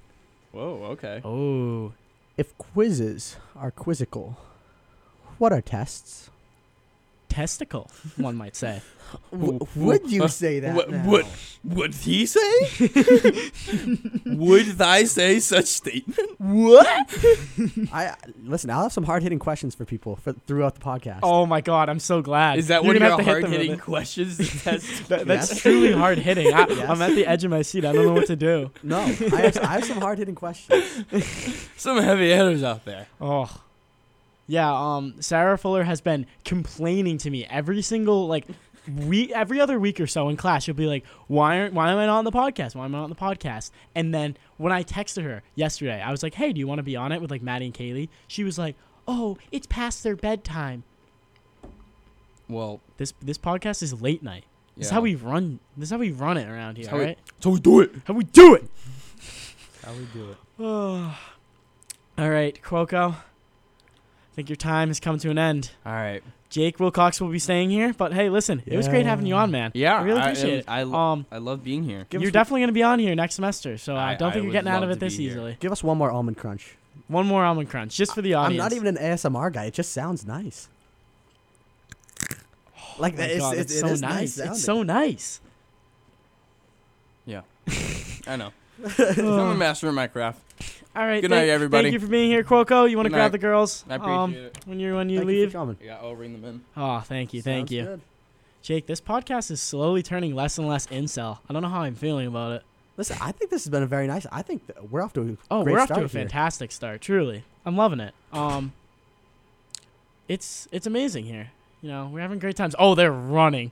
Speaker 3: Whoa, okay.
Speaker 1: Oh,
Speaker 2: If quizzes are quizzical, what are tests?
Speaker 1: testicle. One might [LAUGHS] say.
Speaker 2: W-
Speaker 3: Ooh,
Speaker 2: would
Speaker 3: ooh,
Speaker 2: you
Speaker 3: uh,
Speaker 2: say that?
Speaker 3: What
Speaker 2: now?
Speaker 3: would would he say?
Speaker 1: [LAUGHS]
Speaker 3: would thy say such statement?
Speaker 2: [LAUGHS] I listen. I'll have some hard hitting questions for people for, throughout the podcast.
Speaker 1: Oh my god, I'm so glad.
Speaker 3: Is that
Speaker 1: You're
Speaker 3: one of
Speaker 1: gonna
Speaker 3: your
Speaker 1: have to hit
Speaker 3: hard
Speaker 1: them with it.
Speaker 3: [LAUGHS] hitting questions
Speaker 2: [LAUGHS]
Speaker 3: to test?
Speaker 1: That, that's
Speaker 2: Yes.
Speaker 1: truly hard hitting.
Speaker 3: [LAUGHS]
Speaker 1: I,
Speaker 2: Yes.
Speaker 1: I'm at the edge of my seat. I don't know what to do.
Speaker 2: No, I have, I have some hard hitting questions.
Speaker 3: Some heavy hitters out there.
Speaker 1: Oh, yeah. Um, Sarah Fuller has been complaining to me every single like week, every other week or so in class. She'll be like, "Why aren't? Why am I not on the podcast? Why am I not on the podcast?" And then when I texted her yesterday, I was like, "Hey, do you want to be on it with like Maddie and Kaylee?" She was like, "Oh, it's past their bedtime.
Speaker 3: Well,
Speaker 1: This this podcast is late night. This is
Speaker 3: yeah.
Speaker 1: how we run. This is how we run it around here.
Speaker 3: It's
Speaker 1: All
Speaker 3: how we-
Speaker 1: right,
Speaker 3: So we do it.
Speaker 1: how we do it."
Speaker 3: How we do it.
Speaker 1: [SIGHS] all right, Cuoco. I think your time has come to an end.
Speaker 3: All right.
Speaker 1: Jake Wilcox will be staying here, but hey, listen, it was great having you on, man.
Speaker 3: Yeah,
Speaker 1: I really appreciate it.
Speaker 3: I, I,
Speaker 1: Um,
Speaker 3: I love being here.
Speaker 2: Give
Speaker 1: you're
Speaker 2: us-
Speaker 1: definitely going to be on here next semester, so I,
Speaker 3: I-
Speaker 1: don't
Speaker 3: I
Speaker 1: think you're
Speaker 3: would
Speaker 1: getting out of
Speaker 3: love
Speaker 1: it
Speaker 3: to
Speaker 1: this
Speaker 3: be here.
Speaker 1: easily.
Speaker 2: Give us one more almond crunch.
Speaker 1: One more almond crunch, just for the audience.
Speaker 2: I'm not even an ASMR guy. It just sounds nice. Like
Speaker 1: Oh my
Speaker 2: that, it's,
Speaker 1: God,
Speaker 2: it's,
Speaker 1: it's
Speaker 2: it
Speaker 1: so
Speaker 2: is
Speaker 1: nice.
Speaker 2: sounding.
Speaker 1: it's so nice. [LAUGHS]
Speaker 2: [LAUGHS]
Speaker 3: I know. I'm a master of my craft.
Speaker 1: All right.
Speaker 3: Good
Speaker 1: thank-
Speaker 3: night, everybody.
Speaker 1: Thank you for being here, Cuoco. You want to
Speaker 3: Good
Speaker 1: grab
Speaker 3: night.
Speaker 1: the girls
Speaker 3: I appreciate
Speaker 1: um,
Speaker 3: it.
Speaker 1: when you when you
Speaker 2: Thank you for
Speaker 1: leave?
Speaker 2: coming.
Speaker 3: Yeah, I'll ring them in.
Speaker 1: oh, thank you, thank
Speaker 2: Sounds
Speaker 1: you,
Speaker 2: good.
Speaker 1: Jake. This podcast is slowly turning less and less incel. I don't know how I'm feeling about it.
Speaker 2: Listen, I think this has been a very nice. I think th- we're off to a
Speaker 1: Oh,
Speaker 2: great
Speaker 1: we're off
Speaker 2: start
Speaker 1: to a
Speaker 2: here.
Speaker 1: fantastic start. Truly, I'm loving it. Um, it's it's amazing here. You know, we're having great times. Oh, they're [LAUGHS] running.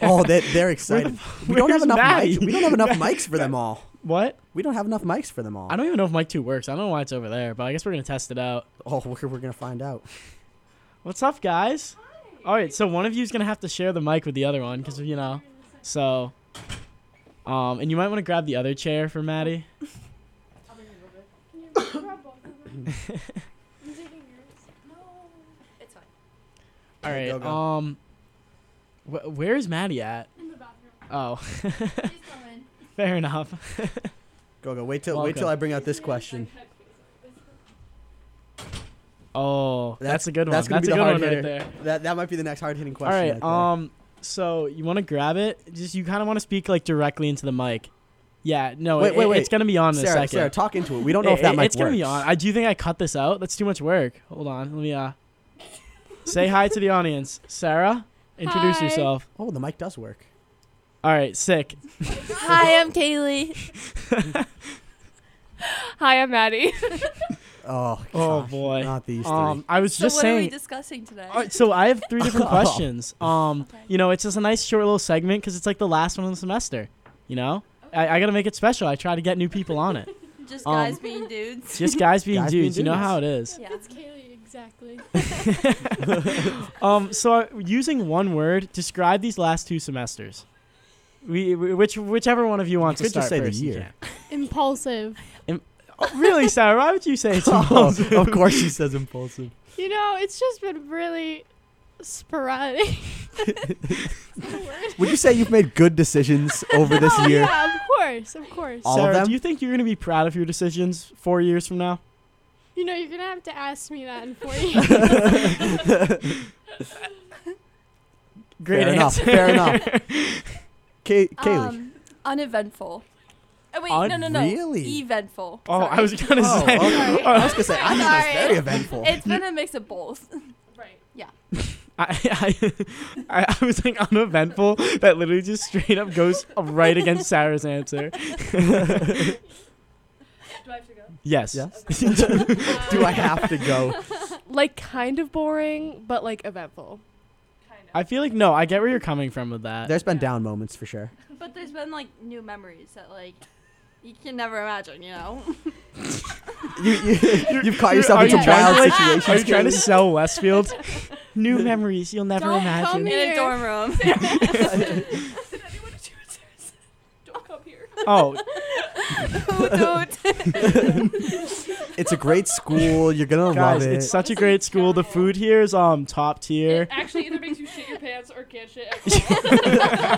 Speaker 2: Oh, they, they're
Speaker 1: [LAUGHS]
Speaker 2: excited. we don't have
Speaker 1: where's
Speaker 2: enough
Speaker 1: Maddie?
Speaker 2: mics. We don't have
Speaker 1: [LAUGHS]
Speaker 2: enough mics for them all.
Speaker 1: What?
Speaker 2: We don't have enough mics for them all.
Speaker 1: I don't even know if mic two works. I don't know why it's over there, but I guess we're gonna test it out.
Speaker 2: oh, [LAUGHS] we're, we're gonna find out.
Speaker 1: What's up, guys? All right, so one of you is gonna have to share the mic with the other one because you know. So, um, and you might want to grab the other chair
Speaker 4: [LAUGHS]
Speaker 1: for Maddie.
Speaker 4: Can you grab both of them? I'm taking yours. No. It's fine.
Speaker 1: All right.
Speaker 2: go, go.
Speaker 1: Um, wh- where is Maddie at?
Speaker 4: In the bathroom.
Speaker 1: Oh, [LAUGHS]
Speaker 4: Please come in.
Speaker 1: fair enough. [LAUGHS]
Speaker 2: Go go. Wait till wait
Speaker 1: Welcome.
Speaker 2: till I bring out this question.
Speaker 1: Oh, that's,
Speaker 2: That's-
Speaker 1: a good one.
Speaker 2: that's gonna be
Speaker 1: That's, a
Speaker 2: the
Speaker 1: good
Speaker 2: hard
Speaker 1: one
Speaker 2: hitter.
Speaker 1: right there.
Speaker 2: That that might be the next hard hitting
Speaker 1: All
Speaker 2: question.
Speaker 1: right.
Speaker 2: right there.
Speaker 1: um. So you want to grab it? Just you kind of want to speak like directly into the mic. Yeah. No.
Speaker 2: Wait,
Speaker 1: it-
Speaker 2: wait,
Speaker 1: it-
Speaker 2: wait.
Speaker 1: It's gonna be on in a
Speaker 2: Sarah,
Speaker 1: second.
Speaker 2: Sarah, talk into it. We don't know
Speaker 1: It-
Speaker 2: if that
Speaker 1: it-
Speaker 2: might
Speaker 1: it's gonna be on. I do you think I cut this out. That's too much work. Hold on. Let me uh. Say hi to the audience, Sarah. Introduce
Speaker 4: Hi.
Speaker 1: yourself.
Speaker 2: Oh, the mic does work.
Speaker 1: All right. Sick.
Speaker 4: Hi, I'm Kaylee. Hi, I'm
Speaker 5: [LAUGHS]
Speaker 4: Maddie.
Speaker 2: Oh,
Speaker 1: Oh,
Speaker 2: gosh,
Speaker 1: boy.
Speaker 2: Not these
Speaker 1: Um. I was
Speaker 4: So
Speaker 1: just
Speaker 4: what are we
Speaker 1: saying.
Speaker 4: discussing today?
Speaker 1: All right, so I have three
Speaker 2: [LAUGHS]
Speaker 1: different questions. Um,
Speaker 4: Okay.
Speaker 1: you know, it's just a nice short little segment because it's like the last one of the semester. You know, I, I gotta make it special. I try to get new people on it.
Speaker 5: [LAUGHS] Just
Speaker 1: Um,
Speaker 5: guys being dudes.
Speaker 1: Just guys being
Speaker 2: Guys being
Speaker 1: dudes. you know
Speaker 2: dudes.
Speaker 5: [LAUGHS]
Speaker 1: how it is.
Speaker 5: yeah.
Speaker 4: That's Kaylee. Exactly.
Speaker 1: Um, so uh, using one word, describe these last two semesters. We, we- which whichever one of you wants
Speaker 2: could
Speaker 1: to start
Speaker 2: just say the
Speaker 1: first, you
Speaker 2: year.
Speaker 1: can.
Speaker 4: Impulsive.
Speaker 1: Oh, really, Sarah? Why would you say it's
Speaker 2: [LAUGHS]
Speaker 1: impulsive?
Speaker 2: of course she says impulsive.
Speaker 1: [LAUGHS]
Speaker 4: You know, it's just been really sporadic. That's the
Speaker 1: uh,
Speaker 4: word.
Speaker 2: Would you say you've made good
Speaker 1: [LAUGHS]
Speaker 2: decisions over this
Speaker 4: [LAUGHS] Oh,
Speaker 2: year?
Speaker 4: Yeah, of course, of course.
Speaker 2: All of
Speaker 1: Sarah,
Speaker 2: them?
Speaker 1: do you think you're going to be proud of your decisions four years from now?
Speaker 4: You know, you're gonna have to ask me that
Speaker 2: [LAUGHS]
Speaker 4: in four years.
Speaker 1: Great
Speaker 2: fair enough.
Speaker 1: answer. [LAUGHS]
Speaker 2: Fair enough. Kay- Kaylee.
Speaker 5: Um, uneventful. Oh, wait,
Speaker 2: Un-
Speaker 5: no, no, no.
Speaker 2: really?
Speaker 5: Eventful.
Speaker 1: Oh, I
Speaker 5: Sorry.
Speaker 1: was going to
Speaker 2: Oh,
Speaker 1: say.
Speaker 2: okay. [LAUGHS] I was gonna say I thought
Speaker 5: Sorry.
Speaker 2: it was very eventful.
Speaker 5: It's been a mix of both.
Speaker 4: right.
Speaker 2: [LAUGHS]
Speaker 1: I, I, I, I was saying uneventful. That literally just straight up goes right against Sarah's
Speaker 5: [LAUGHS]
Speaker 1: answer. [LAUGHS]
Speaker 4: Do I have to go?
Speaker 1: [LAUGHS] Yes. [LAUGHS]
Speaker 2: Yes. Do I have to go?
Speaker 6: like kind of boring, but like eventful.
Speaker 1: I feel like no. I get where you're coming from with that.
Speaker 2: There's been down moments for sure.
Speaker 5: But there's been like new memories that like you can never imagine, you know.
Speaker 2: [LAUGHS] You, you you've caught
Speaker 1: [LAUGHS] You're-
Speaker 2: yourself
Speaker 1: are
Speaker 2: into
Speaker 1: you trying
Speaker 2: wild
Speaker 1: to, like-
Speaker 2: situations.
Speaker 1: Are you trying to
Speaker 2: Kaylee. [LAUGHS]
Speaker 1: sell Westfield?
Speaker 5: [LAUGHS]
Speaker 1: New memories you'll never
Speaker 4: Don't
Speaker 1: imagine.
Speaker 4: come
Speaker 5: In a
Speaker 4: Here.
Speaker 5: dorm [LAUGHS] room. [LAUGHS]
Speaker 1: [LAUGHS]
Speaker 2: [LAUGHS]
Speaker 4: Don't come here.
Speaker 1: Oh,
Speaker 2: It's a great school. You're gonna
Speaker 1: guys,
Speaker 2: love it.
Speaker 1: it's such a great school. The food here is um top tier.
Speaker 6: actually either makes you shit your pants or can't shit.
Speaker 1: [LAUGHS]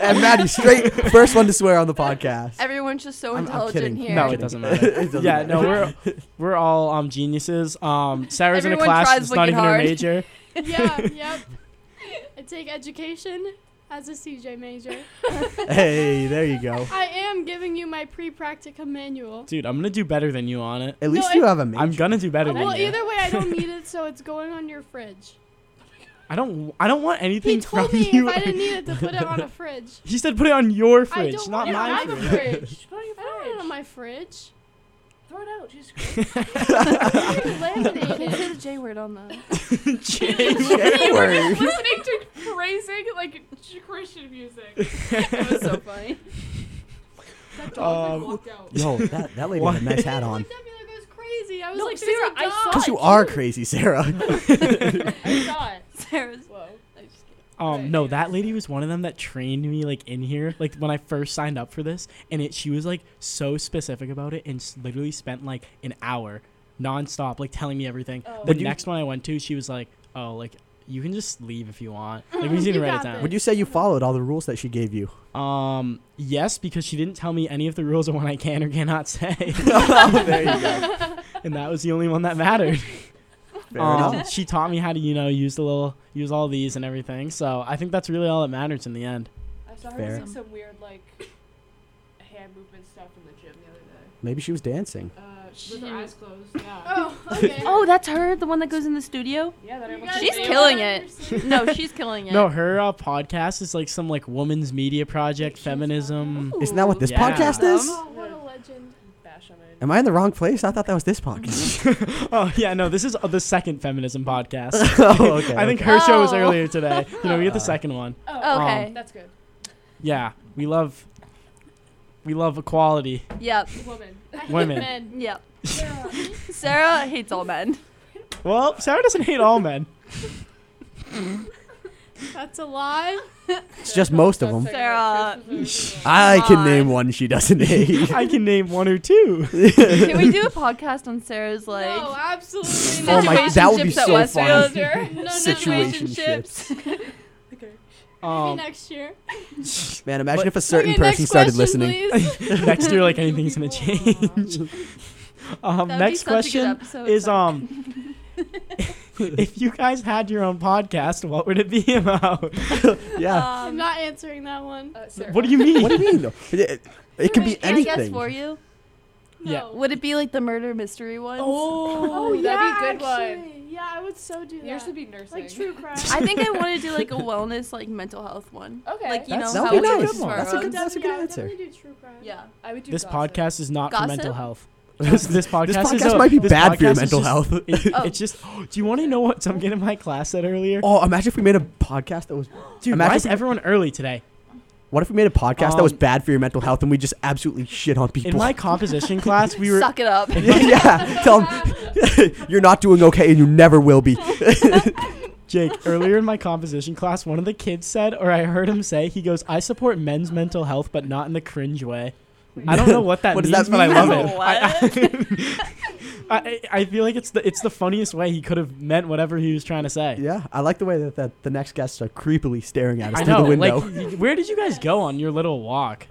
Speaker 2: and Maddie, straight first one to swear on the podcast.
Speaker 5: Everyone's just so
Speaker 2: I'm- I'm
Speaker 5: intelligent
Speaker 2: kidding.
Speaker 5: here.
Speaker 1: No, it
Speaker 2: kidding.
Speaker 1: doesn't
Speaker 2: [LAUGHS]
Speaker 1: matter.
Speaker 2: It doesn't
Speaker 1: yeah,
Speaker 2: matter.
Speaker 1: no, we're
Speaker 2: [LAUGHS]
Speaker 1: we're all um geniuses. Um, Sarah's in a
Speaker 5: Everyone
Speaker 1: class
Speaker 5: tries
Speaker 1: that's not
Speaker 5: wicked
Speaker 1: even her
Speaker 5: hard.
Speaker 1: major.
Speaker 4: [LAUGHS]
Speaker 1: [LAUGHS]
Speaker 4: yeah, yep. I take education as a CJ major.
Speaker 2: [LAUGHS]
Speaker 4: [LAUGHS]
Speaker 2: hey, there you go.
Speaker 4: I am giving you my pre-practicum manual.
Speaker 1: Dude, I'm gonna do better than you on it.
Speaker 2: At least
Speaker 4: No,
Speaker 2: you
Speaker 4: I-
Speaker 2: have a major.
Speaker 1: I'm gonna do better
Speaker 4: Oh,
Speaker 1: than
Speaker 4: well,
Speaker 1: you.
Speaker 4: either way, I don't need it, so it's going on your fridge.
Speaker 1: [LAUGHS] I don't. I don't want anything
Speaker 4: He told
Speaker 1: from
Speaker 4: me
Speaker 1: you.
Speaker 4: if I didn't need it to put it
Speaker 1: [LAUGHS]
Speaker 4: on a fridge.
Speaker 1: he said, "Put it on your
Speaker 4: I
Speaker 1: fridge,
Speaker 4: don't
Speaker 1: not
Speaker 4: want it
Speaker 1: my
Speaker 4: on my
Speaker 1: fridge."
Speaker 4: fridge. I don't want it on my fridge.
Speaker 6: Throw it
Speaker 1: [LAUGHS]
Speaker 6: out. Jesus
Speaker 4: You're
Speaker 5: Can
Speaker 4: laminated.
Speaker 5: say the J word on that?
Speaker 1: [LAUGHS]
Speaker 4: [LAUGHS]
Speaker 2: Shit, word.
Speaker 6: listening to praising like Christian music.
Speaker 5: That was so funny.
Speaker 6: That
Speaker 1: dog, like, Um,
Speaker 6: walked out.
Speaker 2: Yo, that, that lady had a nice hat
Speaker 4: He
Speaker 2: on.
Speaker 4: looked at me like I was crazy. I was
Speaker 6: No,
Speaker 4: like,
Speaker 6: Sarah,
Speaker 4: Sarah,
Speaker 6: I saw
Speaker 2: Cause you are crazy,
Speaker 6: [LAUGHS]
Speaker 2: Sarah.
Speaker 6: I saw
Speaker 2: [LAUGHS]
Speaker 6: it.
Speaker 5: Sarah's.
Speaker 6: Whoa.
Speaker 5: I just kidding.
Speaker 1: Um, no, that lady was one of them that trained me like in here, like when I first signed up for this, and it she was like so specific about it and s- literally spent like an hour nonstop like telling me everything.
Speaker 6: Oh.
Speaker 1: The
Speaker 2: Would you-
Speaker 1: next one I went to, she was like, "Oh, like you can just leave if you want. Like
Speaker 4: [LAUGHS]
Speaker 1: we just need to
Speaker 4: You got
Speaker 1: write it [LAUGHS] down."
Speaker 2: Would you say you followed all the rules that she gave you?
Speaker 1: Um, yes, because she didn't tell me any of the rules of what I can or cannot say,
Speaker 2: oh, [LAUGHS] there you go.
Speaker 1: [LAUGHS] and that was the only one that mattered.
Speaker 2: Fair
Speaker 1: um,
Speaker 2: enough.
Speaker 1: she taught me how to you know use the little use all these and everything. So I think that's really all that matters in the end.
Speaker 6: I saw her
Speaker 2: Fair.
Speaker 6: doing some weird like hand movement stuff in the gym the other day.
Speaker 2: Maybe she was dancing.
Speaker 6: Uh,
Speaker 4: She-
Speaker 6: with her eyes closed. Yeah.
Speaker 4: [LAUGHS] Oh, okay.
Speaker 5: [LAUGHS]
Speaker 6: [LAUGHS]
Speaker 5: Oh, that's her, the one that goes in the studio.
Speaker 6: Yeah. That I
Speaker 4: You
Speaker 6: watched
Speaker 4: guys
Speaker 6: the
Speaker 5: She's
Speaker 4: don't
Speaker 6: video.
Speaker 5: killing
Speaker 4: [LAUGHS] understand.
Speaker 5: it. No, she's killing it.
Speaker 1: No, her uh, podcast is like some like woman's media project, feminism.
Speaker 2: Isn't that what this
Speaker 1: Yeah.
Speaker 2: podcast is?
Speaker 4: Oh, what a legend.
Speaker 6: Bash on it.
Speaker 2: Am I in the wrong place? I thought that was this podcast.
Speaker 1: oh yeah, no, this is uh, the second
Speaker 2: [LAUGHS]
Speaker 1: feminism podcast.
Speaker 2: oh, okay.
Speaker 1: [LAUGHS] I think her show was
Speaker 5: Oh.
Speaker 1: earlier today. You know, we get
Speaker 2: [LAUGHS]
Speaker 1: the
Speaker 2: Uh.
Speaker 1: second one. Um,
Speaker 6: Oh,
Speaker 5: Okay.
Speaker 6: that's good.
Speaker 1: Yeah, we love, we love equality.
Speaker 5: Yep.
Speaker 4: [LAUGHS]
Speaker 6: Woman.
Speaker 4: I hate
Speaker 1: Women.
Speaker 4: men.
Speaker 5: Yep.
Speaker 4: Sarah.
Speaker 5: [LAUGHS] Sarah hates all men.
Speaker 1: Well, Sarah doesn't hate all men.
Speaker 4: [LAUGHS] That's a lie.
Speaker 2: it's just most of them.
Speaker 5: Sarah.
Speaker 2: I
Speaker 5: Come
Speaker 2: can [LAUGHS]
Speaker 5: on.
Speaker 2: name one she doesn't hate.
Speaker 1: [LAUGHS] I can name one
Speaker 2: [LAUGHS]
Speaker 1: or two.
Speaker 5: Can we do a podcast on Sarah's like
Speaker 4: no, absolutely
Speaker 2: Oh
Speaker 4: not.
Speaker 2: my- that would be
Speaker 5: situationships at
Speaker 2: so fun.
Speaker 5: Westfield?
Speaker 4: No, no,
Speaker 2: Situationships.
Speaker 4: [LAUGHS] Maybe
Speaker 1: Um,
Speaker 4: next year.
Speaker 1: [LAUGHS]
Speaker 2: Man, imagine
Speaker 1: But-
Speaker 2: if a certain
Speaker 4: okay,
Speaker 2: person
Speaker 4: next
Speaker 2: started
Speaker 4: question,
Speaker 2: listening.
Speaker 4: Please.
Speaker 2: [LAUGHS]
Speaker 1: next year, like anything's
Speaker 5: [LAUGHS]
Speaker 1: gonna change. [LAUGHS] Um,
Speaker 5: That would be
Speaker 1: next
Speaker 5: such a good
Speaker 1: question
Speaker 5: episode
Speaker 1: is
Speaker 5: title.
Speaker 1: um, [LAUGHS] if you guys had your own podcast, what would it be about?
Speaker 2: [LAUGHS] Yeah.
Speaker 5: Um,
Speaker 4: I'm not answering that one.
Speaker 6: Uh, Sarah.
Speaker 1: What do you mean?
Speaker 2: what do you mean though? It, it- it could be
Speaker 5: Can I guess
Speaker 2: anything.
Speaker 5: for you?
Speaker 4: No.
Speaker 1: Yeah.
Speaker 5: Would it be like the murder mystery ones?
Speaker 6: Oh,
Speaker 4: yeah,
Speaker 6: that'd be a good one.
Speaker 4: actually. Yeah, I would so do that.
Speaker 6: Yours would be nursing.
Speaker 4: like
Speaker 6: [LAUGHS]
Speaker 4: true crime.
Speaker 5: I think I want to do like
Speaker 4: [LAUGHS]
Speaker 5: a wellness, like mental health one.
Speaker 6: Okay.
Speaker 5: Like you
Speaker 2: That's-
Speaker 5: know
Speaker 2: that
Speaker 5: how
Speaker 2: would
Speaker 5: we
Speaker 2: be
Speaker 5: do
Speaker 2: nice.
Speaker 5: tomorrow.
Speaker 7: Oh,
Speaker 2: That's a good-
Speaker 4: Yeah,
Speaker 2: that's a
Speaker 4: I would
Speaker 2: answer.
Speaker 4: definitely do true crime.
Speaker 5: Yeah.
Speaker 6: I would do
Speaker 1: This
Speaker 6: gossip.
Speaker 1: podcast is not for
Speaker 5: Gossip?
Speaker 1: mental health.
Speaker 2: [LAUGHS] This-
Speaker 1: This, this podcast,
Speaker 2: this
Speaker 1: is
Speaker 2: podcast
Speaker 1: a-
Speaker 2: might be
Speaker 1: this
Speaker 2: bad for your
Speaker 1: podcast is
Speaker 2: mental
Speaker 1: just-
Speaker 2: health.
Speaker 1: it-
Speaker 2: [LAUGHS]
Speaker 5: Oh.
Speaker 1: It's just. do you want to know what Duncan in my class said earlier?
Speaker 2: oh, imagine if we made a podcast that was.
Speaker 1: Dude, why
Speaker 2: imagine
Speaker 1: is
Speaker 2: if-
Speaker 1: everyone early today?
Speaker 2: What if we made a podcast that was
Speaker 1: Um,
Speaker 2: bad for your mental health and we just absolutely shit on people?
Speaker 1: [LAUGHS] In my composition class, we were.
Speaker 5: Suck it up.
Speaker 2: yeah, [LAUGHS] tell 'em, [LAUGHS] You're not doing okay, and you never will
Speaker 1: [LAUGHS]
Speaker 2: be.
Speaker 1: Jake, earlier in my composition class, one of the kids said, or I heard him say, he goes, I support men's mental health, but not in the cringe way. I don't know what
Speaker 2: [LAUGHS]
Speaker 1: that
Speaker 2: What does
Speaker 1: means,
Speaker 2: that
Speaker 1: but I
Speaker 2: mean?
Speaker 1: love it.
Speaker 5: Oh,
Speaker 1: I, [LAUGHS] I, I feel like it's the it's the funniest way he could have meant whatever he was trying to say.
Speaker 2: [LAUGHS] yeah, I like the way that, that the next guests are creepily staring at us
Speaker 1: I
Speaker 2: through
Speaker 1: know.
Speaker 2: the window.
Speaker 1: Like, y- where did you guys go on your
Speaker 4: [LAUGHS]
Speaker 1: little walk?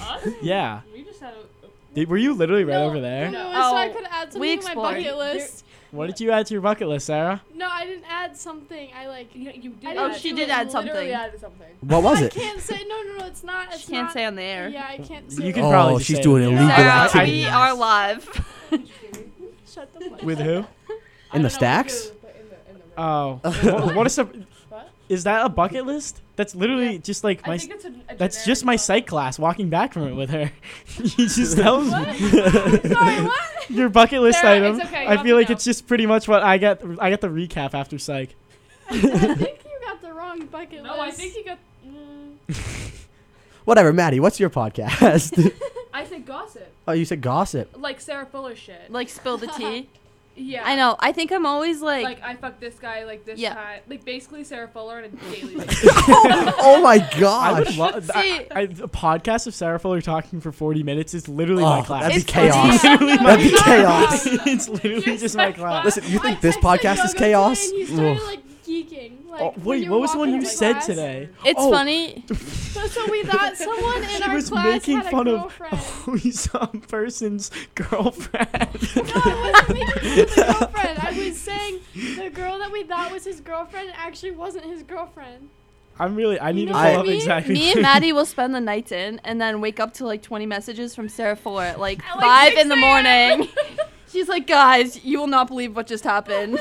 Speaker 6: Us?
Speaker 1: Yeah.
Speaker 6: We just had a.
Speaker 1: Did, were you literally right
Speaker 4: No,
Speaker 1: over there?
Speaker 4: No, it was so I
Speaker 5: Oh,
Speaker 4: could add
Speaker 5: we
Speaker 4: something to my
Speaker 5: explored.
Speaker 4: bucket list.
Speaker 1: What did you add to your bucket list, Sarah?
Speaker 4: No, I didn't add something. I like.
Speaker 6: You, you did.
Speaker 4: I
Speaker 5: Oh,
Speaker 4: didn't
Speaker 5: she
Speaker 4: do
Speaker 5: did
Speaker 4: it.
Speaker 5: add
Speaker 6: literally
Speaker 5: something.
Speaker 6: added something.
Speaker 2: what was
Speaker 4: I
Speaker 2: it?
Speaker 4: can't say. No, no, no. It's not. It's
Speaker 5: She can't
Speaker 4: not,
Speaker 5: say on the air.
Speaker 4: Yeah, I can't say.
Speaker 1: You
Speaker 4: it.
Speaker 1: can
Speaker 2: Oh,
Speaker 1: probably.
Speaker 2: she's
Speaker 1: just say
Speaker 2: doing
Speaker 1: it.
Speaker 2: illegal
Speaker 5: Sarah,
Speaker 2: activity.
Speaker 5: we are live.
Speaker 4: Shut
Speaker 5: [LAUGHS]
Speaker 4: the fuck
Speaker 1: With
Speaker 4: up.
Speaker 1: who?
Speaker 6: I
Speaker 2: In the
Speaker 6: don't know what to
Speaker 2: stacks?
Speaker 6: do, but in the- in the room.
Speaker 2: [LAUGHS]
Speaker 1: Oh, what, what a sur-
Speaker 6: What?
Speaker 1: is that a bucket list? That's literally just like my.
Speaker 6: I
Speaker 1: s-
Speaker 6: think it's a, a
Speaker 1: That's
Speaker 6: generic
Speaker 1: just my
Speaker 6: bucket.
Speaker 1: psych class. Walking back from it with her, [LAUGHS] you
Speaker 2: [LAUGHS]
Speaker 1: just tells me
Speaker 4: Sorry, what?
Speaker 1: [LAUGHS] your bucket list
Speaker 6: Sarah,
Speaker 1: item.
Speaker 6: it's okay, you
Speaker 1: I
Speaker 6: have
Speaker 1: feel
Speaker 6: to
Speaker 1: like
Speaker 6: know.
Speaker 1: it's just pretty much what I got. I got the recap after
Speaker 6: [LAUGHS]
Speaker 1: psych. [LAUGHS]
Speaker 4: I think you got the wrong bucket list.
Speaker 6: No, I think you got. Mm,
Speaker 2: Whatever, Maddie. What's your podcast? [LAUGHS]
Speaker 6: I said gossip,
Speaker 2: oh, you said gossip.
Speaker 6: like Sarah Fuller shit.
Speaker 5: Like
Speaker 4: [LAUGHS]
Speaker 5: spill the tea.
Speaker 6: yeah,
Speaker 5: I know. I think I'm always like,
Speaker 6: Like I fucked this guy like this
Speaker 5: Yeah.
Speaker 6: time, like basically Sarah
Speaker 4: [LAUGHS]
Speaker 6: Fuller on a
Speaker 5: [LAUGHS]
Speaker 6: daily basis.
Speaker 2: [LAUGHS] oh my
Speaker 1: I would
Speaker 2: gosh.
Speaker 1: lo- I,
Speaker 5: See-
Speaker 1: I, a podcast of Sarah Fuller talking for 40 minutes is literally my
Speaker 2: Oh,
Speaker 1: class.
Speaker 2: that'd be
Speaker 5: It's funny.
Speaker 2: chaos.
Speaker 1: literally my
Speaker 2: That'd be
Speaker 4: [LAUGHS]
Speaker 2: chaos.
Speaker 1: it's literally just my class.
Speaker 2: Listen, you think this
Speaker 4: texted
Speaker 2: podcast is
Speaker 4: Yoga today
Speaker 2: chaos?
Speaker 4: And you
Speaker 2: Ugh.
Speaker 4: started like geeking. Like,
Speaker 1: Oh,
Speaker 4: when
Speaker 1: wait,
Speaker 4: you
Speaker 1: what
Speaker 4: were
Speaker 1: was the one
Speaker 4: walking
Speaker 1: you
Speaker 4: to
Speaker 1: said
Speaker 4: class.
Speaker 1: today?
Speaker 5: it's
Speaker 1: oh, [LAUGHS]
Speaker 5: funny.
Speaker 4: So, so we thought someone in
Speaker 1: She
Speaker 4: our
Speaker 1: was
Speaker 4: class
Speaker 1: making
Speaker 4: had a
Speaker 1: fun of-
Speaker 4: girlfriend. [LAUGHS]
Speaker 1: Oh, some person's girlfriend.
Speaker 4: [LAUGHS] No, I wasn't making fun of the girlfriend. I was saying the girl that we thought was his girlfriend actually wasn't his girlfriend.
Speaker 1: [LAUGHS] I'm really. I need to
Speaker 4: know
Speaker 1: follow
Speaker 4: what
Speaker 1: up
Speaker 4: I mean?
Speaker 1: exactly.
Speaker 5: Me and Maddie will spend the nights in and then wake up to like 20 messages from Sarah
Speaker 4: [LAUGHS]
Speaker 5: Fuller at like
Speaker 4: At, like,
Speaker 5: 5 in
Speaker 4: 6
Speaker 5: the
Speaker 4: a.m.
Speaker 5: morning. [LAUGHS] She's like, guys, you will not believe what
Speaker 4: [LAUGHS]
Speaker 5: just happened.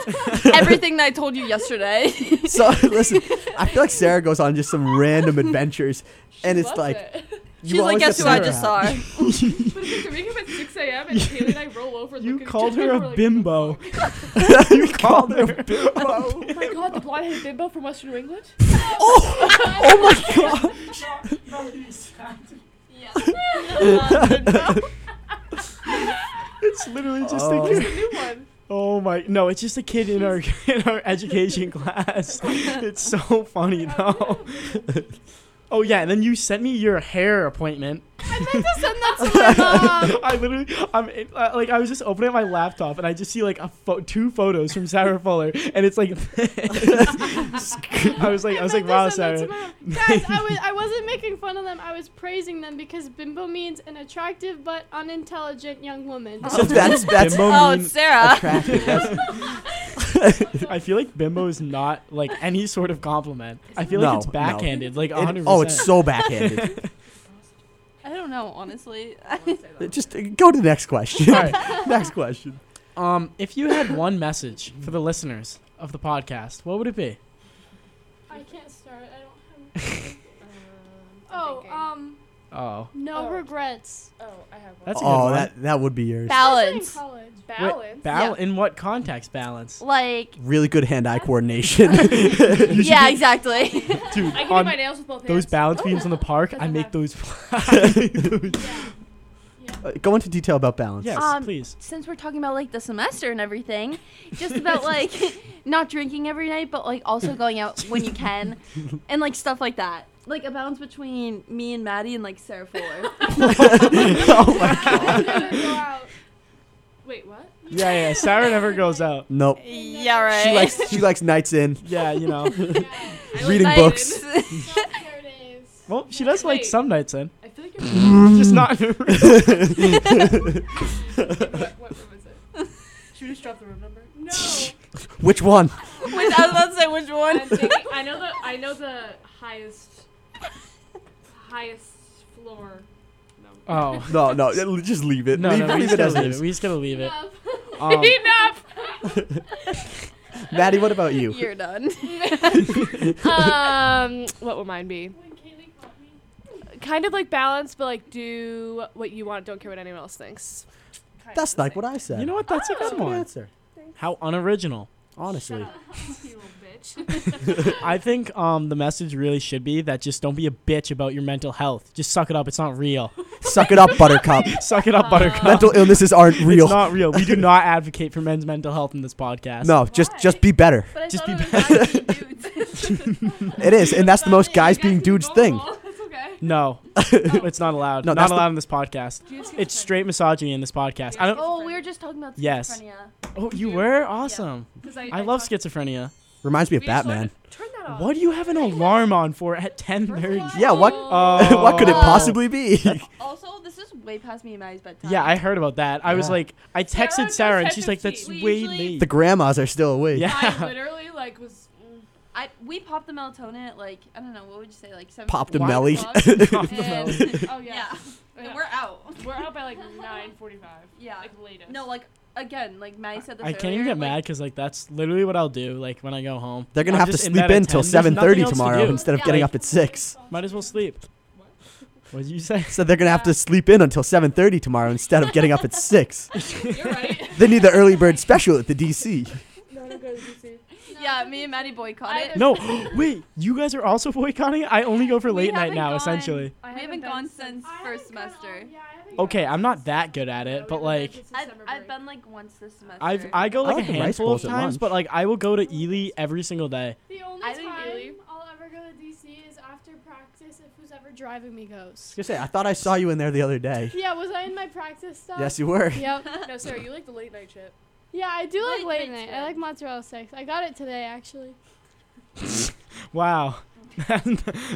Speaker 5: Everything that I told you yesterday. [LAUGHS]
Speaker 2: So [LAUGHS] listen, I feel like Sarah goes on just some random adventures,
Speaker 6: She
Speaker 2: and it's
Speaker 6: loves
Speaker 2: like [LAUGHS]
Speaker 6: it.
Speaker 2: you
Speaker 5: She's like,
Speaker 2: always
Speaker 5: guess
Speaker 2: get
Speaker 5: who I
Speaker 2: Sarah
Speaker 5: just
Speaker 2: out.
Speaker 5: saw? [LAUGHS]
Speaker 6: But it's like the wake up at 6 a.m. and Kaylee and I roll over. and
Speaker 1: You
Speaker 6: look at each
Speaker 1: [LAUGHS] called
Speaker 6: other,
Speaker 1: her a
Speaker 6: we're like,
Speaker 1: bimbo. [LAUGHS]
Speaker 2: [LAUGHS] you called her
Speaker 5: [LAUGHS]
Speaker 2: bimbo.
Speaker 6: Oh my god, the blonde-headed bimbo from Western New England.
Speaker 2: oh my god.
Speaker 6: [LAUGHS]
Speaker 5: [LAUGHS]
Speaker 1: It's literally just
Speaker 2: Oh.
Speaker 1: a
Speaker 6: There's
Speaker 1: kid.
Speaker 6: the new one.
Speaker 1: Oh my! No, it's just a kid in our in our education class. It's so funny though. [LAUGHS] Oh yeah, and then you sent me your hair appointment.
Speaker 5: I meant to send that to
Speaker 1: [LAUGHS]
Speaker 5: my mom.
Speaker 1: I literally, I'm it- uh, like, I was just opening up my laptop and I just see like a pho- two photos from Sarah Fuller, and it's like, [LAUGHS] I was like, I
Speaker 4: meant
Speaker 1: was like,
Speaker 4: to
Speaker 1: wow,
Speaker 4: send that to
Speaker 1: Sarah.
Speaker 4: my- Guys, I, was, I wasn't making fun of them. I was praising them because bimbo means an attractive but unintelligent young woman. [LAUGHS]
Speaker 2: So that's that's
Speaker 1: Bimbo
Speaker 5: Oh, it's
Speaker 1: means-
Speaker 5: Sarah.
Speaker 2: attractive.
Speaker 1: [LAUGHS]
Speaker 2: That's, [LAUGHS]
Speaker 1: I feel like bimbo is not like any sort of compliment. I feel
Speaker 2: No,
Speaker 1: like it's
Speaker 2: no.
Speaker 1: backhanded, like
Speaker 2: it-
Speaker 1: 100.
Speaker 2: oh, it's so backhanded.
Speaker 1: [LAUGHS]
Speaker 5: I don't know, honestly.
Speaker 2: Just uh, go to the next question.
Speaker 1: All
Speaker 2: next question.
Speaker 1: Um, if you had one message for the listeners of the podcast, what would it be?
Speaker 4: I can't start. I don't have. Oh, um,
Speaker 1: Oh,
Speaker 4: no
Speaker 6: Oh.
Speaker 4: regrets.
Speaker 6: Oh, I have one.
Speaker 1: That's a good
Speaker 2: oh,
Speaker 1: one.
Speaker 2: that that would be yours.
Speaker 5: [LAUGHS] Balance.
Speaker 4: Especially in college.
Speaker 6: balance.
Speaker 1: bal- in what context balance?
Speaker 5: Like,
Speaker 2: Really good hand-eye
Speaker 1: [LAUGHS]
Speaker 2: coordination. [LAUGHS]
Speaker 5: yeah, exactly. [LAUGHS]
Speaker 1: Dude,
Speaker 6: I can
Speaker 1: on
Speaker 6: do my nails with both
Speaker 1: those
Speaker 6: hands.
Speaker 1: balance beams in the park, I
Speaker 6: Doesn't
Speaker 1: make
Speaker 6: matter.
Speaker 1: those. I make [LAUGHS] those-
Speaker 2: Uh, go into detail about balance.
Speaker 1: yes,
Speaker 5: Um,
Speaker 1: please.
Speaker 5: Since we're talking about like the semester and everything, just about [LAUGHS] like not drinking every night, but like also going out when you
Speaker 1: [LAUGHS]
Speaker 5: can and like stuff like that. Like a balance between me and Maddie and like Sarah Fuller.
Speaker 1: [LAUGHS]
Speaker 2: oh my god.
Speaker 6: Wait, what?
Speaker 1: Yeah, yeah. Sarah never goes out.
Speaker 2: Nope.
Speaker 5: yeah, right.
Speaker 2: She likes she likes nights in.
Speaker 1: Yeah,
Speaker 2: [LAUGHS]
Speaker 1: you know.
Speaker 6: I like
Speaker 2: Reading
Speaker 6: that. [LAUGHS]
Speaker 2: books.
Speaker 1: Well, she does like
Speaker 6: Wait.
Speaker 1: some nights in,
Speaker 6: I feel like you're.
Speaker 2: [LAUGHS]
Speaker 1: [LAUGHS] just not.
Speaker 6: what, what room is it? [LAUGHS] Should we just drop the room number? [LAUGHS] No.
Speaker 2: [LAUGHS] Which one?
Speaker 5: Which, I was about to say which one.
Speaker 6: I'm thinking, I know the I know the highest highest floor. No.
Speaker 1: oh
Speaker 2: No, no, it'll- just leave it.
Speaker 1: no,
Speaker 2: leave
Speaker 1: no, we
Speaker 2: leave
Speaker 1: just
Speaker 2: it
Speaker 1: gotta
Speaker 2: as
Speaker 1: leave it.
Speaker 2: is.
Speaker 1: We just gotta leave it.
Speaker 6: Enough.
Speaker 1: Um,
Speaker 6: [LAUGHS] Enough.
Speaker 2: [LAUGHS] Maddie, what about you?
Speaker 1: [LAUGHS]
Speaker 5: You're done.
Speaker 6: um, what would mine be? Kind of like balance, but like do what you want. Don't care what anyone else thinks. Kind
Speaker 2: That's
Speaker 6: of the
Speaker 2: like [LAUGHS]
Speaker 6: same.
Speaker 2: what I said.
Speaker 1: you know what? That's a
Speaker 2: That's a
Speaker 1: good
Speaker 2: good
Speaker 1: one.
Speaker 2: answer.
Speaker 1: How unoriginal.
Speaker 2: Honestly.
Speaker 6: [LAUGHS] You little bitch. [LAUGHS]
Speaker 1: I think um the message really should be that just don't be a bitch about your mental health. Just suck it up. It's not real.
Speaker 2: Suck it up, Buttercup.
Speaker 1: [LAUGHS] Suck it up, Buttercup.
Speaker 2: Mental illnesses aren't real.
Speaker 1: It's not real. We do not advocate for men's mental health in this podcast.
Speaker 2: no, just just be better.
Speaker 5: But I
Speaker 1: Just
Speaker 5: thought
Speaker 1: be
Speaker 5: it was actually dudes.
Speaker 2: It is, and that's the most guys being dudes thing.
Speaker 6: That's okay.
Speaker 1: [LAUGHS] No, it's not allowed.
Speaker 2: No,
Speaker 1: not
Speaker 2: that's the-
Speaker 1: allowed in this podcast. It's straight misogyny in this podcast. I don't.
Speaker 5: oh, we were just talking about schizophrenia.
Speaker 1: Yes. Oh, you were awesome. I love
Speaker 6: skip.
Speaker 1: schizophrenia.
Speaker 2: Reminds me of Batman.
Speaker 6: Turn that off.
Speaker 1: What do you have an alarm on for at 10:30?
Speaker 2: Yeah, what-
Speaker 1: Oh.
Speaker 2: [LAUGHS] what could it
Speaker 5: Oh.
Speaker 2: possibly be? [LAUGHS]
Speaker 5: Also, this is way past me and Maddie's bedtime.
Speaker 1: Yeah, I heard about that. I was
Speaker 2: Yeah.
Speaker 1: like, I
Speaker 6: Sarah
Speaker 1: texted Sarah,
Speaker 6: goes
Speaker 1: and
Speaker 6: head
Speaker 1: she's
Speaker 6: to
Speaker 1: like, that's
Speaker 5: feet.
Speaker 1: way
Speaker 5: Usually-
Speaker 1: late.
Speaker 2: the grandmas are still awake.
Speaker 1: [LAUGHS] Yeah.
Speaker 6: I literally like was. mm.
Speaker 5: I we popped the melatonin at like I don't know what would you say like seven.
Speaker 2: Popped a
Speaker 5: o'clock?
Speaker 2: melly.
Speaker 1: [LAUGHS] Pop the
Speaker 5: And-
Speaker 1: melon.
Speaker 5: [LAUGHS]
Speaker 6: Oh
Speaker 5: Yeah,
Speaker 6: yeah. Yeah.
Speaker 5: and [LAUGHS] we're out.
Speaker 6: We're out by like 9:45.
Speaker 5: [LAUGHS] Yeah.
Speaker 6: Like latest.
Speaker 5: No, like again, like Maddie said this.
Speaker 1: I can't even
Speaker 5: earlier,
Speaker 1: get
Speaker 5: like,
Speaker 1: mad because like that's literally what I'll do. Like when I go home,
Speaker 2: They're gonna
Speaker 1: I'm
Speaker 2: have to
Speaker 1: just
Speaker 2: sleep
Speaker 1: bed
Speaker 2: in
Speaker 1: at
Speaker 2: till
Speaker 1: 10. There's nothing
Speaker 2: 7:30
Speaker 1: else to
Speaker 2: tomorrow
Speaker 1: do.
Speaker 2: instead of
Speaker 5: Yeah.
Speaker 2: getting
Speaker 1: Like-
Speaker 2: up at six.
Speaker 1: Might as well sleep. What did you say?
Speaker 2: So they're gonna have to sleep in until 7:30 tomorrow instead of getting up at six.
Speaker 6: You're right.
Speaker 2: They need the early bird special at the DC.
Speaker 5: Yeah, me and Maddie boycott
Speaker 6: I
Speaker 5: it. [LAUGHS]
Speaker 1: No, wait. You guys are also [LAUGHS] boycotting it. I only go for
Speaker 5: We
Speaker 1: late [LAUGHS] night
Speaker 5: haven't
Speaker 1: now,
Speaker 5: gone.
Speaker 1: essentially.
Speaker 6: I
Speaker 5: we haven't
Speaker 6: been
Speaker 5: gone oh,
Speaker 6: since-
Speaker 5: since
Speaker 4: I
Speaker 5: first
Speaker 4: haven't gone all-
Speaker 5: semester.
Speaker 4: yeah, I haven't
Speaker 1: Okay,
Speaker 4: gone
Speaker 1: I'm
Speaker 4: since-
Speaker 1: not that good at
Speaker 6: Yeah,
Speaker 1: it, but
Speaker 6: we haven't been
Speaker 1: like.
Speaker 6: since
Speaker 5: I've,
Speaker 6: December
Speaker 5: I've
Speaker 6: break.
Speaker 5: been like once this semester.
Speaker 1: I've I go
Speaker 2: I
Speaker 1: like,
Speaker 2: like
Speaker 1: a
Speaker 2: the rice
Speaker 1: handful of
Speaker 2: bowls at
Speaker 1: times,
Speaker 2: lunch.
Speaker 1: but like I will go to Ely every single day. [LAUGHS]
Speaker 4: The only
Speaker 5: I didn't
Speaker 4: time
Speaker 6: really-
Speaker 4: I'll ever go to DC is after practice if who's ever driving me goes.
Speaker 2: Just say, I thought I saw you in there the other day.
Speaker 4: Yeah, was I in my practice stuff?
Speaker 2: Yes, you were.
Speaker 4: Yep.
Speaker 6: [LAUGHS] No, Sarah, you like the late night shit.
Speaker 4: Yeah, I do like
Speaker 5: Late
Speaker 4: late,
Speaker 5: night
Speaker 4: night.
Speaker 5: too.
Speaker 4: I like mozzarella sticks. I got it today actually.
Speaker 1: Wow, [LAUGHS]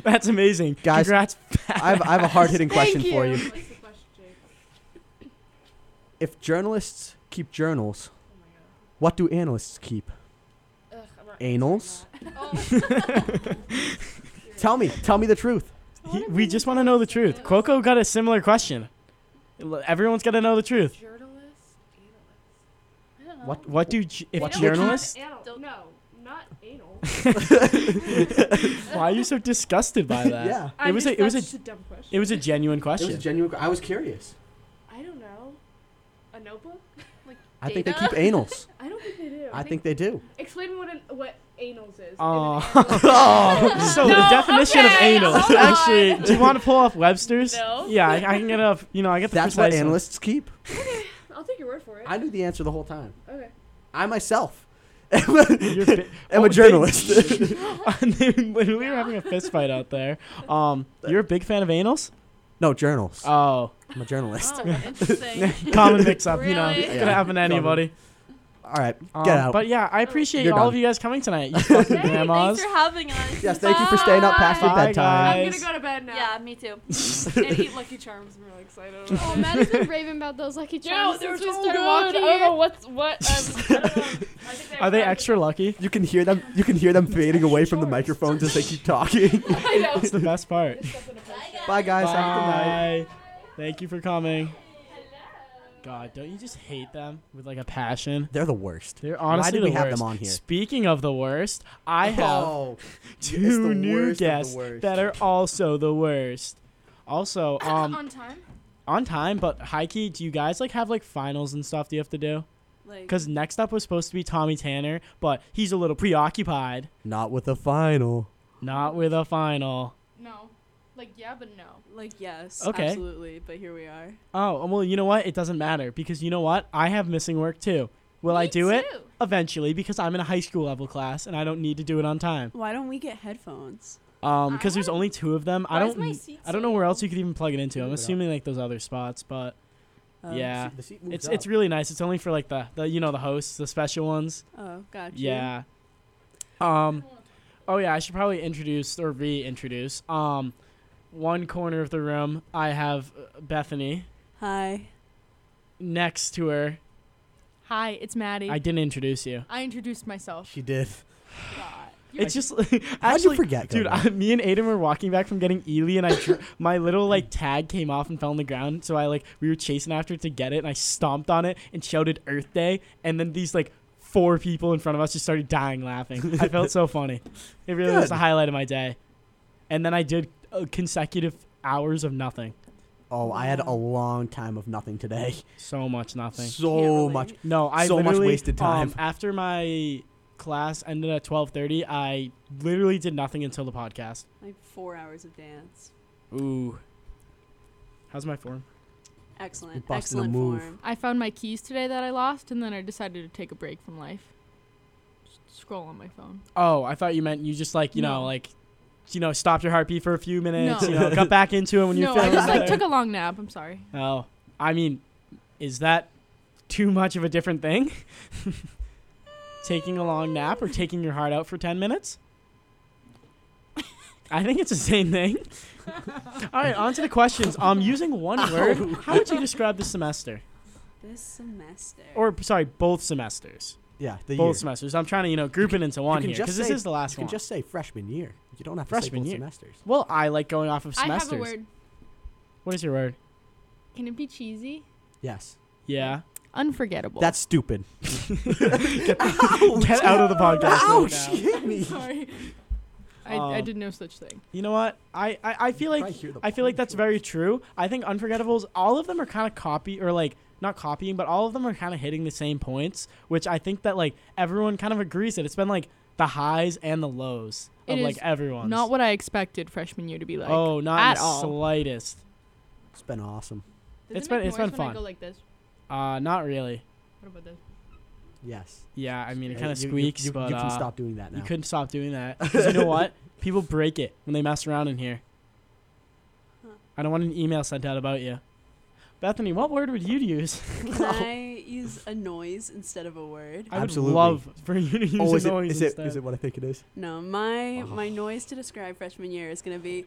Speaker 1: that's amazing,
Speaker 2: Guys,
Speaker 1: Congrats.
Speaker 2: I have, I have a hard hitting
Speaker 4: Thank
Speaker 2: question for
Speaker 4: you.
Speaker 2: you. If journalists keep journals, what do analysts keep?
Speaker 6: Ugh, I'm not
Speaker 2: Anals? [LAUGHS]
Speaker 5: Oh,
Speaker 2: Tell me. Tell me the truth.
Speaker 1: He- we just want to know the truth. Coco got a similar question. L- Everyone's got to know the truth.
Speaker 6: Journalist. Analyst.
Speaker 5: I don't know.
Speaker 2: What?
Speaker 1: What do j- if
Speaker 2: What do-
Speaker 1: journalists?
Speaker 6: Anal.
Speaker 5: Don't-
Speaker 6: No, not anal.
Speaker 1: Why are you so
Speaker 2: [LAUGHS]
Speaker 1: disgusted by that?
Speaker 2: Yeah.
Speaker 1: It was a, it was
Speaker 6: that's
Speaker 1: a
Speaker 6: just dumb question.
Speaker 1: it was a genuine question.
Speaker 2: genuine. I was curious.
Speaker 6: I don't know. A notebook? [LAUGHS]
Speaker 2: I think they
Speaker 5: Data?
Speaker 2: keep anals.
Speaker 6: I don't think they do.
Speaker 2: I think they do.
Speaker 6: Explain what an, what anals
Speaker 1: [LAUGHS]
Speaker 6: is.
Speaker 1: [LAUGHS] Oh.
Speaker 2: [LAUGHS]
Speaker 6: [LAUGHS]
Speaker 1: so the
Speaker 6: No,
Speaker 1: definition of
Speaker 6: okay,
Speaker 1: anal
Speaker 6: hold
Speaker 1: actually. Do you want to pull up Webster's?
Speaker 6: No.
Speaker 1: Yeah, I, I can get up. You know, I get the
Speaker 2: That's
Speaker 1: precise
Speaker 2: what
Speaker 1: one.
Speaker 2: analysts
Speaker 6: [LAUGHS]
Speaker 2: keep.
Speaker 6: I'll take your word for it.
Speaker 2: I knew the answer the whole time.
Speaker 6: okay.
Speaker 2: I myself [LAUGHS]
Speaker 1: You're
Speaker 2: am
Speaker 1: bi-
Speaker 2: a
Speaker 1: Oh, [LAUGHS]
Speaker 2: [LAUGHS] journalist.
Speaker 1: we were having a fist fight out there. Um, you're a big fan of anals?
Speaker 2: no, journals.
Speaker 1: Oh,
Speaker 2: I'm a journalist. [LAUGHS]
Speaker 5: Oh, interesting.
Speaker 1: common mix-up, you know,
Speaker 5: Really?
Speaker 1: could happen to anybody.
Speaker 2: All right,
Speaker 1: Um,
Speaker 2: get out.
Speaker 1: But yeah, I appreciate
Speaker 2: You're
Speaker 1: all
Speaker 2: done.
Speaker 1: of you guys coming
Speaker 2: [LAUGHS]
Speaker 1: tonight. You fucking
Speaker 6: Hey,
Speaker 1: grandmas.
Speaker 5: Thanks for having us.
Speaker 2: yes, thank you for staying up past your
Speaker 1: Bye,
Speaker 2: bedtime.
Speaker 6: I'm
Speaker 1: guys.
Speaker 6: gonna go to bed now.
Speaker 5: Yeah,
Speaker 2: [LAUGHS]
Speaker 5: me too.
Speaker 6: and eat Lucky Charms. I'm really [LAUGHS] excited.
Speaker 4: Oh, Matt's been raving about those
Speaker 6: [LAUGHS]
Speaker 4: Lucky Charms since we started
Speaker 6: I
Speaker 4: walking
Speaker 6: don't know
Speaker 4: here.
Speaker 6: what's what.
Speaker 1: uh,
Speaker 6: [LAUGHS] Um, I don't know. I think
Speaker 1: Are they extra lucky?
Speaker 2: You can hear them. You can hear them fading away from the microphones as they keep talking.
Speaker 6: [LAUGHS] I know.
Speaker 1: That's the best part.
Speaker 2: Bye, guys. Have a good night.
Speaker 1: Bye. Thank you for coming. God, don't you just hate them with like a passion?
Speaker 2: They're the worst.
Speaker 1: They're honestly
Speaker 2: did we
Speaker 1: the
Speaker 2: have them
Speaker 1: worst.
Speaker 2: on here?
Speaker 1: Speaking of the worst, I have
Speaker 2: Oh, It's
Speaker 1: two
Speaker 2: the
Speaker 1: new
Speaker 2: worst of the
Speaker 1: guests
Speaker 2: worst.
Speaker 1: that are also the worst. Also, um,
Speaker 4: [COUGHS] on time.
Speaker 1: on time, but high key, do you guys like have like finals and stuff do you have to do?
Speaker 5: Like,
Speaker 1: Because next up was supposed to be Tommy Tanner, but he's a little preoccupied.
Speaker 2: not with the final.
Speaker 1: Not with a final.
Speaker 4: No. Like yeah, but no.
Speaker 5: like yes,
Speaker 1: Okay.
Speaker 5: absolutely. But here we are.
Speaker 1: Oh, well, you know what? It doesn't matter because you know what? I have missing work too. Will I do it? Eventually, because I'm in a high school level class and I don't need to do it on time.
Speaker 7: Why don't we get headphones?
Speaker 1: Um, because
Speaker 4: I
Speaker 1: there's
Speaker 4: wanna-
Speaker 1: only two of them. I
Speaker 5: Why is
Speaker 1: don't.
Speaker 5: my seat
Speaker 1: I don't
Speaker 5: so
Speaker 1: know where else
Speaker 5: low?
Speaker 1: you could even plug it into.
Speaker 2: Move
Speaker 1: I'm
Speaker 2: it up.
Speaker 1: assuming like those other spots, but
Speaker 7: Oh,
Speaker 1: yeah,
Speaker 2: The seat
Speaker 1: it's it's really nice. It's only for like the, the you know the hosts, the special ones.
Speaker 7: Oh, gotcha.
Speaker 1: Yeah. Um. Oh yeah, I should probably introduce or reintroduce. Um, one corner of the room, I have uh, Bethany.
Speaker 7: Hi.
Speaker 1: Next to her,
Speaker 8: Hi, it's Maddie.
Speaker 1: I
Speaker 8: I,
Speaker 1: didn't introduce you.
Speaker 8: introduced myself.
Speaker 2: She did.
Speaker 1: It's just [LAUGHS]
Speaker 2: How'd you
Speaker 1: actually,
Speaker 2: forget,
Speaker 1: dude.
Speaker 2: Coco?
Speaker 1: I, me and Aiden were walking back from getting Ely, and
Speaker 2: [LAUGHS]
Speaker 1: I dr- my little like tag came off and fell on the ground. So I like we were chasing after it to get it, and I stomped on it and shouted Earth Day, and then these like four people in front of us just started dying laughing. I felt so funny. It really was
Speaker 2: Good.
Speaker 1: the highlight of my day. And then I did uh, consecutive hours of nothing,
Speaker 2: Oh, I had a long time of nothing today.
Speaker 1: so much nothing.
Speaker 2: So much.
Speaker 1: No, I
Speaker 2: So much
Speaker 1: literally,
Speaker 2: wasted time. [LAUGHS]
Speaker 1: Um, after my class ended at twelve thirty, I literally did nothing until the podcast.
Speaker 7: Like four hours of dance.
Speaker 1: Ooh. How's my form?
Speaker 7: Excellent.
Speaker 2: Busting a
Speaker 7: Excellent
Speaker 2: move.
Speaker 7: form.
Speaker 8: I found my keys today that I lost, and then I decided to take a break from life. S- Scroll on my phone.
Speaker 1: Oh, I thought you meant you just like you know
Speaker 8: No.
Speaker 1: like, you know, stopped your heartbeat for a few minutes.
Speaker 8: No.
Speaker 1: You know, got back into it when you're
Speaker 8: no, I
Speaker 1: feeling
Speaker 8: just like
Speaker 1: better.
Speaker 8: took a long nap. I'm sorry.
Speaker 1: Oh, I mean, is that too much of a different thing? [LAUGHS] taking a long nap or taking your heart out for 10 minutes? I think it's the same thing. [LAUGHS] All right, on to the questions. Um, using
Speaker 2: [LAUGHS]
Speaker 1: one word, how would you describe this semester?
Speaker 7: This semester.
Speaker 1: Or sorry, both semesters.
Speaker 2: Yeah, the
Speaker 1: both
Speaker 2: year.
Speaker 1: semesters. I'm trying to you know group it into one
Speaker 2: can
Speaker 1: here
Speaker 2: just
Speaker 1: because this
Speaker 2: say-
Speaker 1: is the
Speaker 2: You
Speaker 1: last
Speaker 2: can
Speaker 1: one.
Speaker 2: just say freshman year. You don't have to
Speaker 1: Freshman
Speaker 2: say both
Speaker 1: year.
Speaker 2: semesters.
Speaker 1: well, I like going off of semesters.
Speaker 8: I have a word.
Speaker 1: What is your word?
Speaker 8: Can it be cheesy?
Speaker 2: Yes,
Speaker 1: Yeah.
Speaker 8: Unforgettable.
Speaker 2: that's stupid.
Speaker 1: [LAUGHS]
Speaker 2: [LAUGHS]
Speaker 1: Get out of the podcast. right
Speaker 2: Ouch!
Speaker 1: now.
Speaker 2: She hit me.
Speaker 8: sorry. I, I
Speaker 1: Um,
Speaker 8: did no such thing.
Speaker 1: You know what? I, I, I feel like
Speaker 2: Right here, the
Speaker 1: I feel like that's
Speaker 2: punch.
Speaker 1: very true. I think Unforgettables, all of them are kind of copy or like not copying, but all of them are kind of hitting the same points, which I think that like everyone kind of agrees that it's been like the highs and the lows of
Speaker 8: It
Speaker 1: like
Speaker 8: is
Speaker 1: everyone's.
Speaker 8: Not what I expected freshman year to be like.
Speaker 1: oh, not
Speaker 8: at
Speaker 1: in the
Speaker 8: all.
Speaker 1: slightest.
Speaker 2: It's been awesome.
Speaker 8: Does
Speaker 1: It's
Speaker 8: it
Speaker 1: been-
Speaker 8: make
Speaker 1: it's been
Speaker 8: noise when I
Speaker 1: fun.
Speaker 8: go like this?
Speaker 1: Uh, not really.
Speaker 8: What about this?
Speaker 2: Yes.
Speaker 1: Yeah, I mean it
Speaker 2: Hey,
Speaker 1: kind of
Speaker 2: you- you-
Speaker 1: squeaks,
Speaker 2: You, you,
Speaker 1: but
Speaker 2: can
Speaker 1: uh,
Speaker 2: stop doing that now.
Speaker 1: you couldn't stop
Speaker 2: [LAUGHS]
Speaker 1: doing that. 'Cause you know what? People break it when they mess around in here. I don't want an email sent out about you. Bethany, what word would you use? [LAUGHS]
Speaker 7: Can I use a noise instead of a word?
Speaker 1: Oh, I
Speaker 2: Absolutely.
Speaker 1: would love for you to use
Speaker 2: oh,
Speaker 1: a
Speaker 2: is it,
Speaker 1: noise
Speaker 2: is, it,
Speaker 1: instead.
Speaker 2: is it what I think it is?
Speaker 7: No, my my
Speaker 2: Oh.
Speaker 7: noise to describe freshman year is gonna be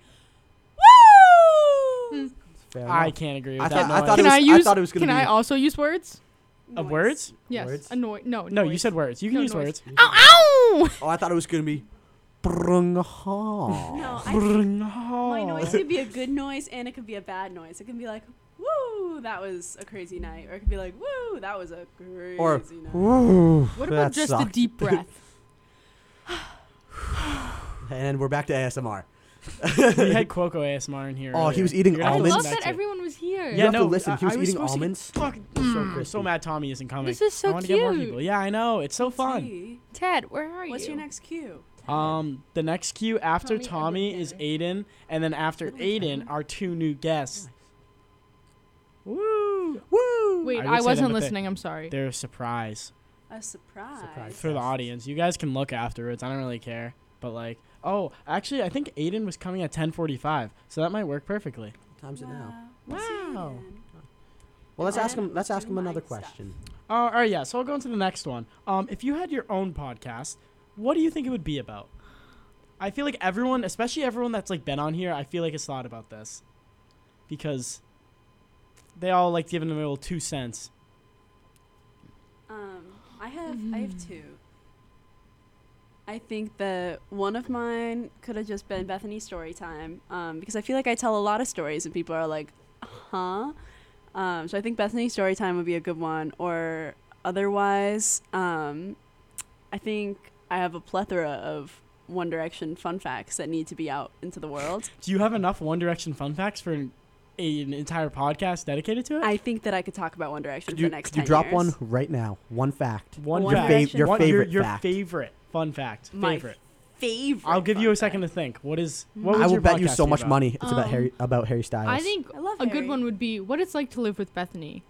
Speaker 7: woo.
Speaker 2: Fair
Speaker 1: Oh, I
Speaker 2: enough.
Speaker 1: can't agree with
Speaker 2: I
Speaker 1: that.
Speaker 2: thought- I
Speaker 1: noise.
Speaker 2: thought
Speaker 8: Can
Speaker 2: it was-
Speaker 8: I
Speaker 2: I
Speaker 8: use?
Speaker 2: thought it was gonna
Speaker 8: can I
Speaker 2: be-
Speaker 8: also use words?
Speaker 1: Of
Speaker 7: Noise.
Speaker 1: words?
Speaker 8: Yes.
Speaker 2: Words?
Speaker 8: A noi- no.
Speaker 1: No, you
Speaker 8: noise.
Speaker 1: said words. You can
Speaker 8: No,
Speaker 1: use words.
Speaker 8: noise. Ow!
Speaker 2: Oh, I thought it was gonna be. Brung-ha. [LAUGHS]
Speaker 7: No, I, my noise
Speaker 1: Brrrr.
Speaker 7: could be a good noise and it could be a bad noise. It can be like woo, that was a crazy night, or it could be like woo, that was a crazy
Speaker 2: Or-
Speaker 7: night.
Speaker 2: Ooh,
Speaker 8: What
Speaker 2: that
Speaker 8: about just a
Speaker 2: sucked.
Speaker 8: deep breath?
Speaker 2: And we're back to ASMR. [LAUGHS]
Speaker 1: we had Cuoco ASMR in here.
Speaker 2: Oh, he
Speaker 1: earlier.
Speaker 2: was eating
Speaker 1: You're gonna
Speaker 8: I
Speaker 1: have to
Speaker 8: love
Speaker 2: almonds.
Speaker 1: listen
Speaker 8: that
Speaker 1: back to it.
Speaker 8: everyone was here.
Speaker 2: You
Speaker 1: Yeah,
Speaker 2: have to
Speaker 1: no,
Speaker 2: listen. He
Speaker 1: I-
Speaker 2: was,
Speaker 1: I was
Speaker 2: eating
Speaker 1: supposed to get-
Speaker 2: almonds.
Speaker 1: Fuck.
Speaker 2: so
Speaker 1: I'm
Speaker 2: crispy.
Speaker 1: so mad Tommy isn't coming.
Speaker 8: This is
Speaker 1: I
Speaker 8: so
Speaker 1: want to get more people.
Speaker 8: cute.
Speaker 1: Yeah, I know. It's so fun.
Speaker 7: Gee,
Speaker 8: Ted, where are you?
Speaker 7: What's your next cue?
Speaker 1: Um, the next cue after
Speaker 8: Tommy, I
Speaker 1: Tommy,
Speaker 8: did
Speaker 1: is Aiden, and then after Aiden are two new guests. Woo! Woo!
Speaker 8: Wait,
Speaker 1: I would say
Speaker 8: I,
Speaker 1: them, but
Speaker 8: wasn't
Speaker 1: they-
Speaker 8: listening. I'm sorry.
Speaker 1: They're a surprise.
Speaker 7: A surprise.
Speaker 2: Surprise.
Speaker 1: for the
Speaker 2: Yes.
Speaker 1: audience. You guys can look afterwards. I don't really care. But like, oh, actually, I think Aiden was coming at 10:45, so that might work perfectly.
Speaker 2: What time's it now?
Speaker 1: Wow.
Speaker 2: Well, let's ask him.
Speaker 7: And
Speaker 2: Let's ask
Speaker 7: do
Speaker 2: him
Speaker 7: my
Speaker 2: another
Speaker 7: stuff.
Speaker 2: question.
Speaker 1: Uh, all right, yeah. So I'll go into the next one. Um, if you had your own podcast, what do you think it would be about? I feel like everyone, especially everyone that's like been on here, I feel like has thought about this, because they all like giving them a little two cents.
Speaker 7: Um, I have I
Speaker 8: Mm.
Speaker 7: have two. I think that one of mine could have just been Bethany's story time, um, because I feel like I tell a lot of stories and people are like, huh? Um, so I think Bethany's story time would be a good one, or otherwise, um, I think I have a plethora of One Direction fun facts that need to be out into the world.
Speaker 1: Do you have enough One Direction fun facts for an, a, an entire podcast dedicated to it?
Speaker 7: I think that I could talk about One Direction
Speaker 2: Could
Speaker 7: for
Speaker 2: you,
Speaker 7: the next
Speaker 2: could you
Speaker 7: 10
Speaker 2: drop
Speaker 7: years.
Speaker 2: one right now? One fact.
Speaker 1: One
Speaker 7: One
Speaker 1: fact.
Speaker 7: Direction. Your
Speaker 1: One- your,
Speaker 2: favorite
Speaker 1: your
Speaker 2: fact.
Speaker 1: favorite fun fact.
Speaker 7: My
Speaker 1: favorite.
Speaker 7: Favorite.
Speaker 1: I'll give
Speaker 7: fun
Speaker 1: you a
Speaker 7: fact.
Speaker 1: second to think. What is? What would
Speaker 2: I will
Speaker 1: your
Speaker 2: bet you
Speaker 1: podcast
Speaker 2: so
Speaker 1: be
Speaker 2: much
Speaker 1: about?
Speaker 2: money. It's about
Speaker 8: Um,
Speaker 2: Harry. About Harry Styles.
Speaker 8: I think
Speaker 7: I love
Speaker 8: a good
Speaker 7: Harry.
Speaker 8: one would be what it's like to live with Bethany,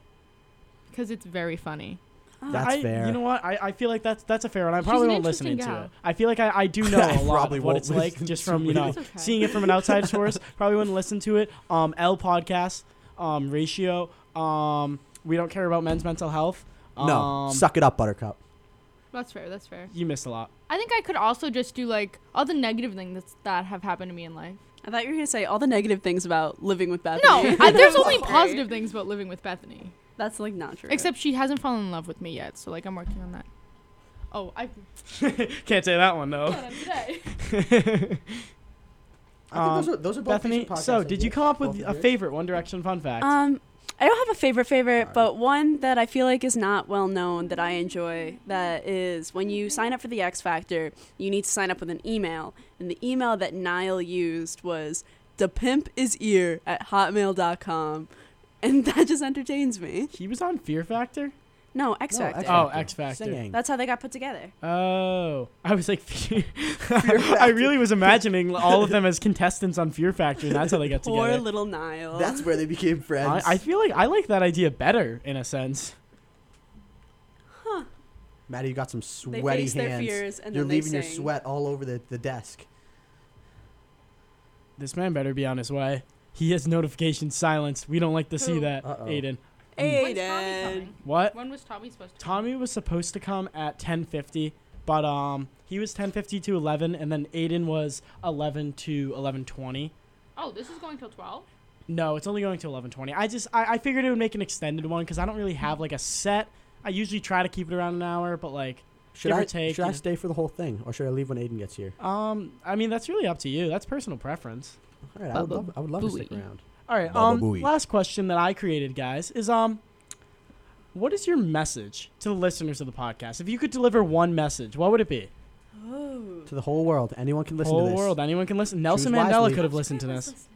Speaker 8: because it's very funny.
Speaker 7: Oh,
Speaker 2: That's
Speaker 1: I,
Speaker 2: fair.
Speaker 1: You know what? I, I feel like that's that's a fair one. I
Speaker 8: She's
Speaker 1: probably
Speaker 8: an
Speaker 1: won't listen
Speaker 8: interesting
Speaker 1: into
Speaker 8: gal.
Speaker 1: it. I feel like I, I do know
Speaker 2: [LAUGHS] I
Speaker 1: a lot
Speaker 2: probably
Speaker 1: of what
Speaker 2: won't
Speaker 1: it's like
Speaker 2: listen
Speaker 1: just
Speaker 2: to
Speaker 1: from you
Speaker 2: it.
Speaker 1: know
Speaker 8: It's okay.
Speaker 1: seeing it from an
Speaker 2: [LAUGHS]
Speaker 1: outside source. Probably wouldn't listen to it. Um, L podcast, um, ratio. Um, we don't care about men's mental health. Um,
Speaker 2: no, suck it up, Buttercup.
Speaker 8: That's fair. That's fair.
Speaker 1: You missed a lot.
Speaker 8: I think I could also just do like all the negative things that's, that have happened to me in life.
Speaker 7: I thought you were gonna say all the negative things about living with Bethany.
Speaker 8: No, I,
Speaker 7: [LAUGHS]
Speaker 8: there's only positive things about living with Bethany.
Speaker 7: That's like not true.
Speaker 8: Except she hasn't fallen in love with me yet, so like I'm working on that. Oh, I
Speaker 1: [LAUGHS] Can't say that one though.
Speaker 8: today.
Speaker 1: [LAUGHS] Um,
Speaker 2: those are, those are both
Speaker 1: Bethany, so did you come up with a favorite One Direction fun fact?
Speaker 7: um, I don't have a favorite favorite,
Speaker 2: Sorry.
Speaker 7: but one that I feel like is not well known that I enjoy. That is when you sign up for the X Factor, you need to sign up with an email, and the email that Niall used was the pimp is ear at hotmail.com. And [LAUGHS] that just entertains me.
Speaker 1: he was on Fear Factor.
Speaker 7: No, X
Speaker 2: No,
Speaker 7: Factor.
Speaker 1: Factor. Oh, X Factor.
Speaker 2: Singing.
Speaker 7: That's how they got put together.
Speaker 1: Oh, I was like, [LAUGHS] Fear. I really was imagining all of them as contestants on Fear Factor, and that's how
Speaker 2: [LAUGHS]
Speaker 1: they got
Speaker 7: Poor
Speaker 1: together.
Speaker 7: little Niall.
Speaker 2: That's where they became friends.
Speaker 1: I, I feel like I like that idea better in a sense.
Speaker 2: Maddie, you got some
Speaker 7: they
Speaker 2: sweaty
Speaker 7: face
Speaker 2: hands.
Speaker 7: their fears and
Speaker 2: You're
Speaker 7: then they
Speaker 2: leaving your
Speaker 7: sing.
Speaker 2: sweat all over the, the desk.
Speaker 1: This man better be on his way. He has notification silenced. We don't like to see
Speaker 8: Who?
Speaker 1: that,
Speaker 2: Uh-oh.
Speaker 1: Aiden.
Speaker 8: When's Tommy
Speaker 7: Aiden.
Speaker 8: coming?
Speaker 1: What?
Speaker 8: When was Tommy supposed to? come?
Speaker 1: Tommy was supposed to come at 10:50, but um, he was 10:50 to 11, and then Aiden was 11 to 11:20.
Speaker 8: Oh, this is going till twelve.
Speaker 1: No, it's only going to 11:20. I just I, I figured it would make an extended one because I don't really have like a set. I usually try to keep it around an hour, but like
Speaker 2: Should
Speaker 1: Give or
Speaker 2: I
Speaker 1: take,
Speaker 2: should I
Speaker 1: yeah.
Speaker 2: stay for the whole thing, or should I leave when Aiden gets here?
Speaker 1: Um, I mean that's really up to you. That's personal preference.
Speaker 2: All right, I would
Speaker 8: Baba
Speaker 2: love I would love to stick
Speaker 8: Booey.
Speaker 2: around.
Speaker 1: All right.
Speaker 2: Baba
Speaker 1: Um,
Speaker 2: Booey.
Speaker 1: last question that I created, guys, is um, what is your message to the listeners of the podcast? If you could deliver one message, what would it be?
Speaker 7: Oh.
Speaker 2: To the whole world, anyone can listen
Speaker 1: Whole
Speaker 2: to this.
Speaker 1: world, anyone can listen. Nelson
Speaker 2: Choose
Speaker 1: Mandela
Speaker 2: wisely.
Speaker 1: could have listened to this.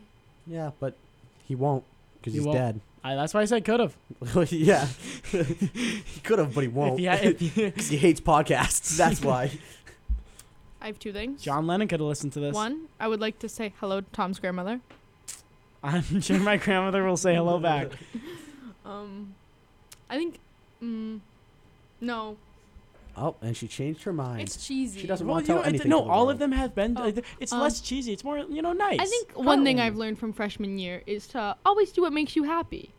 Speaker 2: Yeah, but he won't because
Speaker 1: He
Speaker 2: he's
Speaker 1: won't.
Speaker 2: dead.
Speaker 1: I, that's why I said could have.
Speaker 2: [LAUGHS] yeah, he could have, but he
Speaker 1: If
Speaker 2: won't.
Speaker 1: he had, if
Speaker 2: [LAUGHS]
Speaker 1: he-
Speaker 2: 'Cause he hates podcasts. [LAUGHS] That's why.
Speaker 8: I have two things.
Speaker 1: John Lennon could have listened to this.
Speaker 8: One, I would like to say hello to Tom's grandmother.
Speaker 1: I'm sure my grandmother will say
Speaker 2: [LAUGHS]
Speaker 1: hello back.
Speaker 8: Um, I think. Mm, no,
Speaker 2: oh, and she changed her mind.
Speaker 8: it's cheesy.
Speaker 2: She doesn't
Speaker 1: Well,
Speaker 2: want
Speaker 1: you
Speaker 2: to
Speaker 1: know,
Speaker 2: tell
Speaker 1: I think-
Speaker 2: anything.
Speaker 1: no,
Speaker 2: to the
Speaker 1: all
Speaker 2: world.
Speaker 1: of them have been.
Speaker 8: Oh,
Speaker 1: it's
Speaker 8: um,
Speaker 1: less cheesy. It's more, you know, nice.
Speaker 8: I think one thing I've
Speaker 1: Oh.
Speaker 8: learned from freshman year is to always do what makes you happy,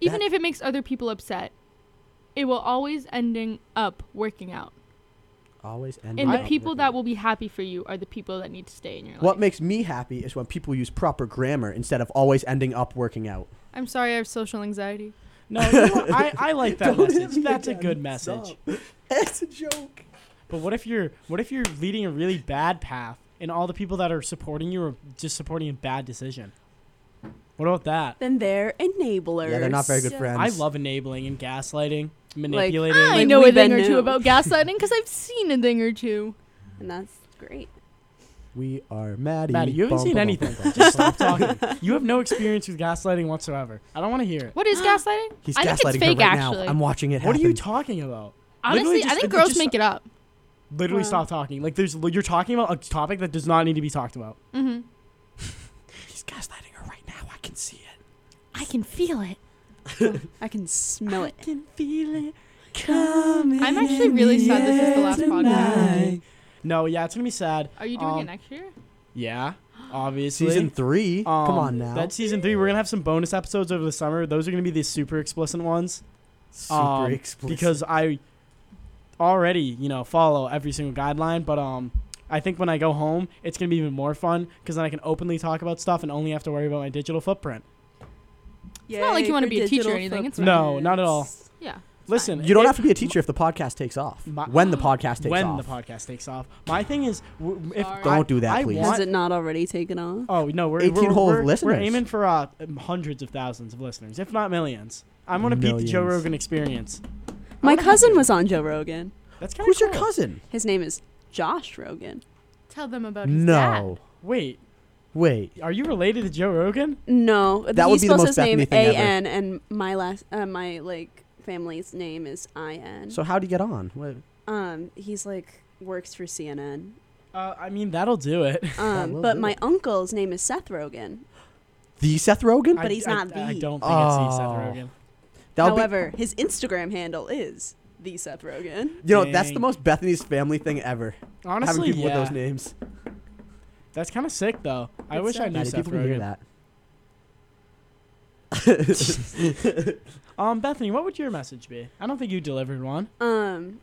Speaker 8: even
Speaker 2: That-
Speaker 8: if it makes other people upset. It will always ending up working out,
Speaker 2: always end
Speaker 8: and
Speaker 2: up
Speaker 8: the people
Speaker 2: with
Speaker 8: that will be happy for you are the people that need to stay in your life.
Speaker 2: What makes me happy is when people use proper grammar instead of always ending up working out.
Speaker 8: I'm sorry, I have social anxiety.
Speaker 1: No, you know, I, I like
Speaker 8: [LAUGHS]
Speaker 1: that
Speaker 2: Don't hit
Speaker 1: message.
Speaker 2: me
Speaker 1: That's a
Speaker 2: again.
Speaker 1: good message.
Speaker 2: Stop. It's a joke.
Speaker 1: But what if you're what if you're leading a really bad path and all the people that are supporting you are just supporting a bad decision? What about that?
Speaker 7: Then they're enablers.
Speaker 2: Yeah, they're not very good friends.
Speaker 1: I love enabling and gaslighting, manipulating.
Speaker 8: I
Speaker 7: Like,
Speaker 8: know
Speaker 7: we
Speaker 8: a thing
Speaker 7: been
Speaker 8: or two
Speaker 7: knew. [LAUGHS]
Speaker 8: about gaslighting because I've seen a thing or two.
Speaker 7: And that's great.
Speaker 2: We are Maddie.
Speaker 1: Maddie, you haven't
Speaker 2: Bum, bum,
Speaker 1: seen
Speaker 2: bum,
Speaker 1: anything. [LAUGHS]
Speaker 2: bum, bum,
Speaker 1: Just
Speaker 2: bum.
Speaker 1: stop talking. You have no experience with gaslighting whatsoever. I don't want to hear it.
Speaker 8: [GASPS] What
Speaker 1: [GASPS]
Speaker 8: is gaslighting?
Speaker 2: He's
Speaker 8: I
Speaker 2: gaslighting
Speaker 8: think it's fake,
Speaker 2: her right
Speaker 8: actually.
Speaker 2: now. I'm watching it.
Speaker 1: What are you
Speaker 2: talking?
Speaker 1: talking about? Literally
Speaker 8: Honestly,
Speaker 1: just-
Speaker 8: I think
Speaker 1: it
Speaker 8: girls
Speaker 1: just-
Speaker 8: make it up.
Speaker 1: Literally,
Speaker 7: Wow.
Speaker 1: stop talking. Like, there's you're talking about a topic that does not need to be talked about.
Speaker 8: hmm
Speaker 2: He's gaslighting her right now. I can see it.
Speaker 8: I can feel it.
Speaker 7: I can smell it.
Speaker 1: can feel it coming.
Speaker 8: I'm actually really sad this is the last podcast.
Speaker 1: No, yeah, it's gonna be sad.
Speaker 8: Are you doing
Speaker 1: Um,
Speaker 8: it next year?
Speaker 1: Yeah, [GASPS] obviously.
Speaker 2: Season three. Come
Speaker 1: Um,
Speaker 2: on now.
Speaker 1: That's season three. We're gonna have some bonus episodes over the summer. Those are gonna be the super explicit ones
Speaker 2: super
Speaker 1: um,
Speaker 2: explicit.
Speaker 1: because I already, you know, follow every single guideline. But um, I think when I go home, it's gonna be even more fun because then I can openly talk about stuff and only have to worry about my digital footprint.
Speaker 7: It's
Speaker 8: not like you wanna be a teacher or anything, it's
Speaker 1: No, not at all.
Speaker 8: Yeah.
Speaker 1: Listen,
Speaker 2: you don't
Speaker 1: if-
Speaker 2: have to be a teacher if the podcast takes off.
Speaker 1: My-
Speaker 2: when the podcast takes
Speaker 1: when
Speaker 2: off.
Speaker 1: the podcast takes off. My thing is, w- if
Speaker 8: Sorry.
Speaker 2: Don't
Speaker 1: I-
Speaker 2: do that,
Speaker 1: I
Speaker 2: please.
Speaker 1: want-
Speaker 7: Has it not already taken off?
Speaker 1: Oh no, we're
Speaker 2: 18
Speaker 1: we're,
Speaker 2: whole
Speaker 1: we're,
Speaker 2: listeners.
Speaker 1: We're aiming for uh, um, hundreds of thousands of listeners, if not millions. I'm gonna beat the Joe
Speaker 2: Millions.
Speaker 1: Rogan Experience.
Speaker 7: My cousin was on Joe Rogan.
Speaker 1: That's kind of
Speaker 2: Who's your cousin?
Speaker 7: His name is Josh Rogan.
Speaker 8: Tell them about his dad.
Speaker 2: No.
Speaker 1: Wait,
Speaker 2: Wait.
Speaker 1: are you related to Joe Rogan?
Speaker 7: No,
Speaker 2: That
Speaker 7: he
Speaker 2: would be the
Speaker 7: spells
Speaker 2: most
Speaker 7: his name
Speaker 2: Bethany thing ever.
Speaker 7: A N, and my last, uh, my like family's name is I N.
Speaker 2: So how'd you get on? What,
Speaker 7: um, he's like works for CNN.
Speaker 1: Uh, I mean, that'll do it.
Speaker 7: Um,
Speaker 2: will
Speaker 7: but
Speaker 2: do
Speaker 7: my
Speaker 2: it.
Speaker 7: uncle's name is Seth Rogan.
Speaker 2: the Seth Rogen?
Speaker 1: I-
Speaker 7: But he's
Speaker 1: I,
Speaker 7: not
Speaker 1: I,
Speaker 7: the-
Speaker 1: don't think it's the
Speaker 2: Oh.
Speaker 1: Seth Rogen.
Speaker 2: That would be-
Speaker 7: However, his Instagram handle is the Seth Rogan.
Speaker 2: you know, that's the
Speaker 1: Dang.
Speaker 2: most Bethany's family thing ever.
Speaker 1: Honestly,
Speaker 2: having people
Speaker 1: yeah,
Speaker 2: with those names.
Speaker 1: that's kind of sick though. I
Speaker 7: It's
Speaker 1: wish I
Speaker 7: sad.
Speaker 1: knew
Speaker 2: Maddie,
Speaker 1: Seth
Speaker 2: people can hear
Speaker 1: Rogen.
Speaker 2: that.
Speaker 1: [LAUGHS] Um, Bethany, what would your message be? I don't think you delivered one.
Speaker 7: Um,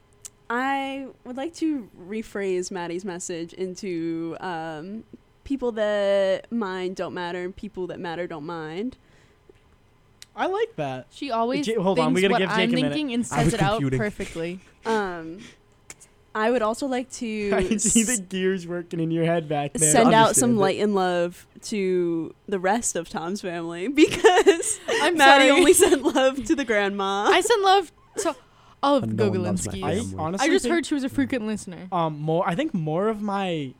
Speaker 7: I would like to rephrase Maddie's message into um, people that mind don't matter and people that matter don't mind.
Speaker 1: I like that.
Speaker 8: She always
Speaker 1: Ja- hold on, we
Speaker 8: thinks
Speaker 1: gotta
Speaker 8: what
Speaker 1: give Jake a
Speaker 8: I'm
Speaker 1: minute.
Speaker 8: thinking and
Speaker 2: I
Speaker 8: says
Speaker 2: was
Speaker 8: it out
Speaker 2: computing.
Speaker 8: perfectly.
Speaker 7: Um, I would also like to
Speaker 1: [LAUGHS] [LAUGHS] I can see the
Speaker 7: s-
Speaker 1: gears working in your head back there.
Speaker 7: send out
Speaker 2: Understand
Speaker 7: some
Speaker 2: it.
Speaker 7: light and love to the rest of Tom's family [LAUGHS] because
Speaker 8: I'm
Speaker 7: Maddie
Speaker 8: sorry.
Speaker 7: only sent love to the grandma.
Speaker 8: I send
Speaker 7: [LAUGHS]
Speaker 8: love to all of
Speaker 2: No
Speaker 8: the
Speaker 2: one loves my
Speaker 8: Gogolinskis.
Speaker 1: I
Speaker 2: family.
Speaker 1: honestly,
Speaker 8: I just
Speaker 1: think,
Speaker 8: heard she was a frequent listener.
Speaker 1: um more. I think more of my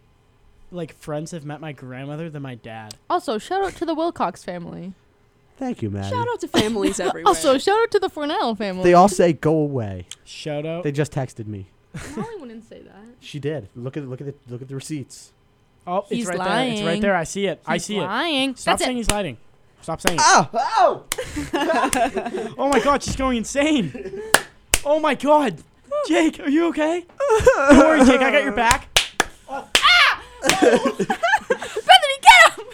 Speaker 1: like friends have met my grandmother than my dad.
Speaker 8: Also, shout out to the Wilcox family.
Speaker 2: Thank you, Maddie.
Speaker 7: Shout out to families everywhere.
Speaker 8: [LAUGHS] Also, shout out to the Fornell family.
Speaker 2: They all say go away.
Speaker 1: Shout out.
Speaker 2: They just texted me.
Speaker 8: Molly wouldn't say that.
Speaker 2: She did. Look at look at the look at the receipts.
Speaker 1: Oh, it's
Speaker 8: He's
Speaker 1: right there. It's right
Speaker 8: lying.
Speaker 1: there. I see it. I
Speaker 8: He's
Speaker 1: see it.
Speaker 8: lying.
Speaker 1: Stop
Speaker 8: That's
Speaker 1: saying
Speaker 8: it.
Speaker 1: he's lying. Stop saying it.
Speaker 2: Ow! Ow!
Speaker 1: [LAUGHS] Oh my god, she's going insane. Oh my god. Jake, are you okay? Don't worry, Jake. I got your back.
Speaker 5: Bethany, get him!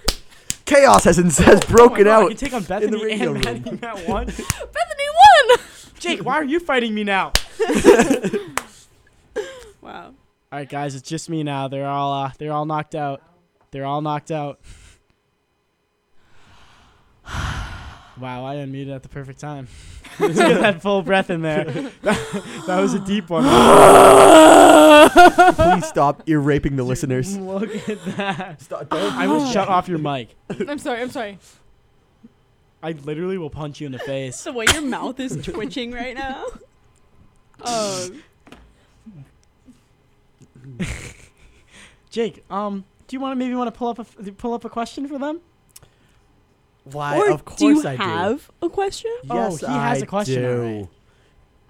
Speaker 2: Chaos has has broken
Speaker 1: oh my God, I
Speaker 2: out.
Speaker 1: can take on Bethany
Speaker 2: in the radio
Speaker 1: and
Speaker 2: room.
Speaker 1: Maddie at [LAUGHS] once.
Speaker 5: Bethany won!
Speaker 1: Jake, why are you fighting me
Speaker 2: [LAUGHS]
Speaker 1: now?
Speaker 7: wow.
Speaker 1: All right, guys, it's just me now. They're all uh, they're all knocked out. They're all knocked out. Wow, I unmuted at the perfect [LAUGHS] time. Let's get that full breath in [LAUGHS] there. That, that was a deep one. [LAUGHS]
Speaker 2: Please stop ear raping the listeners.
Speaker 1: Look at that.
Speaker 2: Stop, don't
Speaker 1: I
Speaker 7: Oh.
Speaker 1: will shut off your mic.
Speaker 8: I'm sorry. I'm sorry.
Speaker 1: I literally will punch you in the face.
Speaker 7: [LAUGHS] The way your
Speaker 1: [LAUGHS]
Speaker 7: mouth is twitching right now. Oh,
Speaker 1: Jake, um, do you want to maybe want to pull up a f- pull up a question for them?
Speaker 2: Why?
Speaker 7: or
Speaker 2: of course
Speaker 7: do you
Speaker 2: I do.
Speaker 7: have a question?
Speaker 2: Yes,
Speaker 1: Oh, he has
Speaker 2: I
Speaker 1: a question,
Speaker 2: do.
Speaker 1: alright.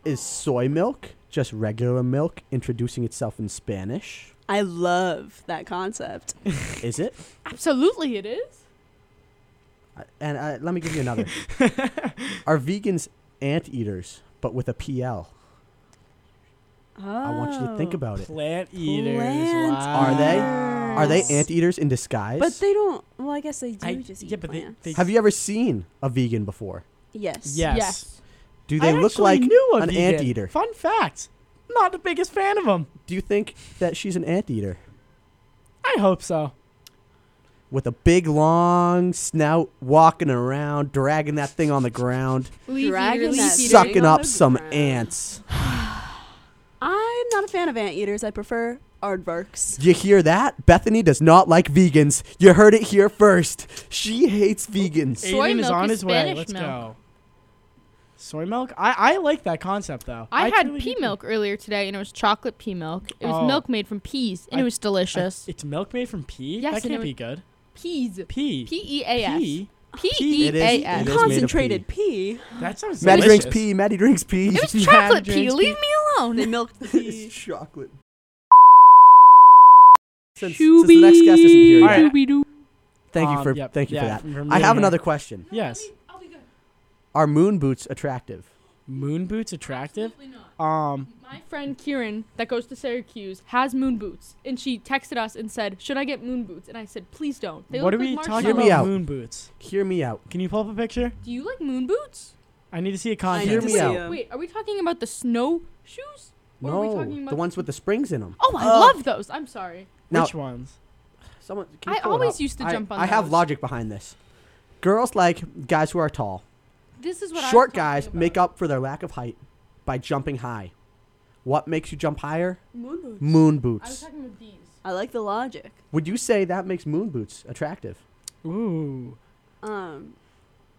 Speaker 2: Is soy milk just regular milk introducing itself in Spanish?
Speaker 7: I love that concept.
Speaker 2: Is it?
Speaker 8: Absolutely, it is.
Speaker 2: I- And I, let me give you
Speaker 1: [LAUGHS]
Speaker 2: another. Are vegans anteaters, but with a PL? I want you to think
Speaker 7: Oh.
Speaker 2: about it.
Speaker 1: Plant eaters.
Speaker 7: Plant
Speaker 1: wow.
Speaker 2: Are they? Are they
Speaker 7: Yes.
Speaker 2: anteaters in disguise?
Speaker 7: But they don't. Well, I guess they do
Speaker 1: I-
Speaker 7: just eat
Speaker 1: yeah, but they,
Speaker 7: plants.
Speaker 1: they
Speaker 2: have you ever seen a vegan before?
Speaker 7: yes.
Speaker 1: Yes.
Speaker 2: Do they
Speaker 1: I
Speaker 2: look
Speaker 1: actually
Speaker 2: like?
Speaker 1: knew a
Speaker 2: an
Speaker 1: vegan.
Speaker 2: anteater.
Speaker 1: Fun fact. Not the biggest fan of them.
Speaker 2: Do you think that she's an anteater
Speaker 1: I hope so.
Speaker 2: with a big long snout, walking around, dragging that thing on the ground,
Speaker 8: Leaf
Speaker 7: Dragon
Speaker 8: eater, leaf
Speaker 7: that
Speaker 8: eater.
Speaker 2: sucking
Speaker 7: on
Speaker 2: up
Speaker 7: the
Speaker 2: some
Speaker 7: ground.
Speaker 2: ants?
Speaker 7: I'm not a fan of anteaters. I prefer aardvarks.
Speaker 2: You hear that? Bethany does not like vegans. You heard it here first. She hates vegans.
Speaker 8: Soy
Speaker 1: Aiden is
Speaker 8: milk
Speaker 1: on
Speaker 8: is
Speaker 1: his way.
Speaker 8: Spanish
Speaker 1: Let's
Speaker 8: milk.
Speaker 1: go. Soy milk? I, I like that concept though.
Speaker 8: I, had
Speaker 1: truly
Speaker 8: pea
Speaker 1: do.
Speaker 8: milk earlier today, and it was chocolate pea milk. It was
Speaker 1: Oh.
Speaker 8: milk made from peas, and
Speaker 1: I-
Speaker 8: it was
Speaker 1: I-
Speaker 8: delicious.
Speaker 1: it's milk made from pea?
Speaker 8: Yes,
Speaker 1: that
Speaker 8: and
Speaker 1: can't
Speaker 8: it
Speaker 1: be
Speaker 8: was-
Speaker 1: good.
Speaker 8: peas.
Speaker 1: Pea.
Speaker 8: P E A S.
Speaker 1: Pea?
Speaker 8: P
Speaker 1: Pea.
Speaker 8: E
Speaker 2: It is-
Speaker 8: A
Speaker 2: it
Speaker 8: S.
Speaker 2: is- made of
Speaker 7: Concentrated pea.
Speaker 1: That sounds
Speaker 2: Maddie
Speaker 1: delicious.
Speaker 2: drinks pea. [LAUGHS] Maddie drinks pea.
Speaker 8: It was
Speaker 1: Mad
Speaker 8: chocolate pea.
Speaker 1: drinks
Speaker 8: Leave me
Speaker 7: They
Speaker 8: alone.
Speaker 7: milked the pea.
Speaker 2: chocolate. Since, since the next guest isn't here
Speaker 1: All right.
Speaker 2: yet,
Speaker 8: Scooby-Doo.
Speaker 2: thank you
Speaker 1: Um,
Speaker 2: for
Speaker 1: yep,
Speaker 2: thank you for
Speaker 1: yeah,
Speaker 2: that.
Speaker 1: from
Speaker 2: I
Speaker 1: being
Speaker 2: have
Speaker 1: here.
Speaker 2: another question.
Speaker 1: Yes.
Speaker 4: I'll be good.
Speaker 2: Are moon boots attractive?
Speaker 1: Moon boots attractive? Um
Speaker 8: My friend Kieran, that goes to Syracuse, has moon boots, and she texted us and said, "Should I get moon boots?" And I said, "Please don't. They
Speaker 1: what are
Speaker 8: look
Speaker 1: we
Speaker 8: like
Speaker 1: talking
Speaker 2: Hear
Speaker 1: about
Speaker 2: me out.
Speaker 1: moon boots?
Speaker 2: Hear me out.
Speaker 1: Can you pull up a picture?
Speaker 8: Do you like moon boots?
Speaker 1: I need to see a
Speaker 7: I
Speaker 1: context.
Speaker 2: Hear
Speaker 7: need
Speaker 2: me
Speaker 7: to see
Speaker 2: out.
Speaker 7: them.
Speaker 8: Wait, are we talking about the snow shoes? What are we
Speaker 2: no,
Speaker 8: talking about?
Speaker 2: the ones with the springs in them.
Speaker 8: Oh, I
Speaker 2: Oh.
Speaker 8: love those. I'm sorry.
Speaker 2: Now-
Speaker 1: Which ones?
Speaker 2: Someone, can you
Speaker 8: I
Speaker 2: pull it
Speaker 8: always
Speaker 2: up?
Speaker 8: used to
Speaker 2: I-
Speaker 8: jump on.
Speaker 2: I have
Speaker 8: those.
Speaker 2: logic behind this. Girls like guys who are tall.
Speaker 8: This is what I
Speaker 2: Short
Speaker 8: was talking
Speaker 2: guys
Speaker 8: about.
Speaker 2: make up for their lack of height by jumping high. What makes you jump higher?
Speaker 8: moon boots.
Speaker 2: Moon
Speaker 8: I was
Speaker 2: boots.
Speaker 8: talking about these.
Speaker 7: I like the logic.
Speaker 2: Would you say that makes moon boots attractive?
Speaker 1: Ooh.
Speaker 7: Um,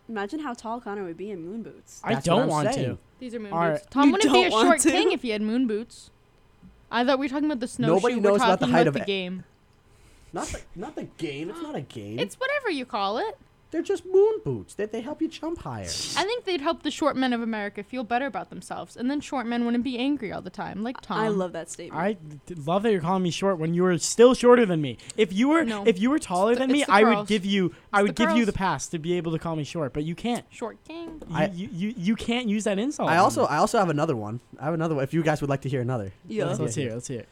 Speaker 7: imagine how tall Connor would be in moon boots.
Speaker 1: I
Speaker 2: That's what
Speaker 1: don't
Speaker 2: I'm
Speaker 1: want
Speaker 2: saying.
Speaker 1: to.
Speaker 8: These are moon
Speaker 1: All
Speaker 8: boots.
Speaker 1: right.
Speaker 8: Tom
Speaker 7: You
Speaker 8: wouldn't be a
Speaker 7: don't want
Speaker 8: short
Speaker 7: to?
Speaker 8: king if he had moon boots. I thought we were talking about the snowshoe.
Speaker 2: Nobody
Speaker 8: we're
Speaker 2: knows
Speaker 8: talking
Speaker 2: about the height of
Speaker 8: the
Speaker 2: it.
Speaker 8: game.
Speaker 2: Not the, not the game. It's not a game.
Speaker 8: It's whatever you call it.
Speaker 2: They're just moon boots. They, they help you jump higher.
Speaker 8: I think they'd help the short men of America feel better about themselves, and then short men wouldn't be angry all the time, like Tom.
Speaker 7: I love that statement.
Speaker 1: I d- love that you're calling me short when you were still shorter than me. If you were
Speaker 8: No.
Speaker 1: if you were taller
Speaker 8: It's the-
Speaker 1: than me,
Speaker 8: it's the
Speaker 1: I would
Speaker 8: curls.
Speaker 1: give you I
Speaker 8: It's
Speaker 1: would
Speaker 8: the
Speaker 1: give you the
Speaker 8: curls.
Speaker 1: pass to be able to call me short, but you can't.
Speaker 8: short king.
Speaker 1: You
Speaker 2: I-
Speaker 1: you, you, you can't use that insult.
Speaker 2: I
Speaker 1: on
Speaker 2: also
Speaker 1: me.
Speaker 2: I also have another one. I have another one. If you guys would like to hear another,
Speaker 7: Yeah.
Speaker 1: let's,
Speaker 2: Yeah.
Speaker 1: let's hear. it, Let's hear. it.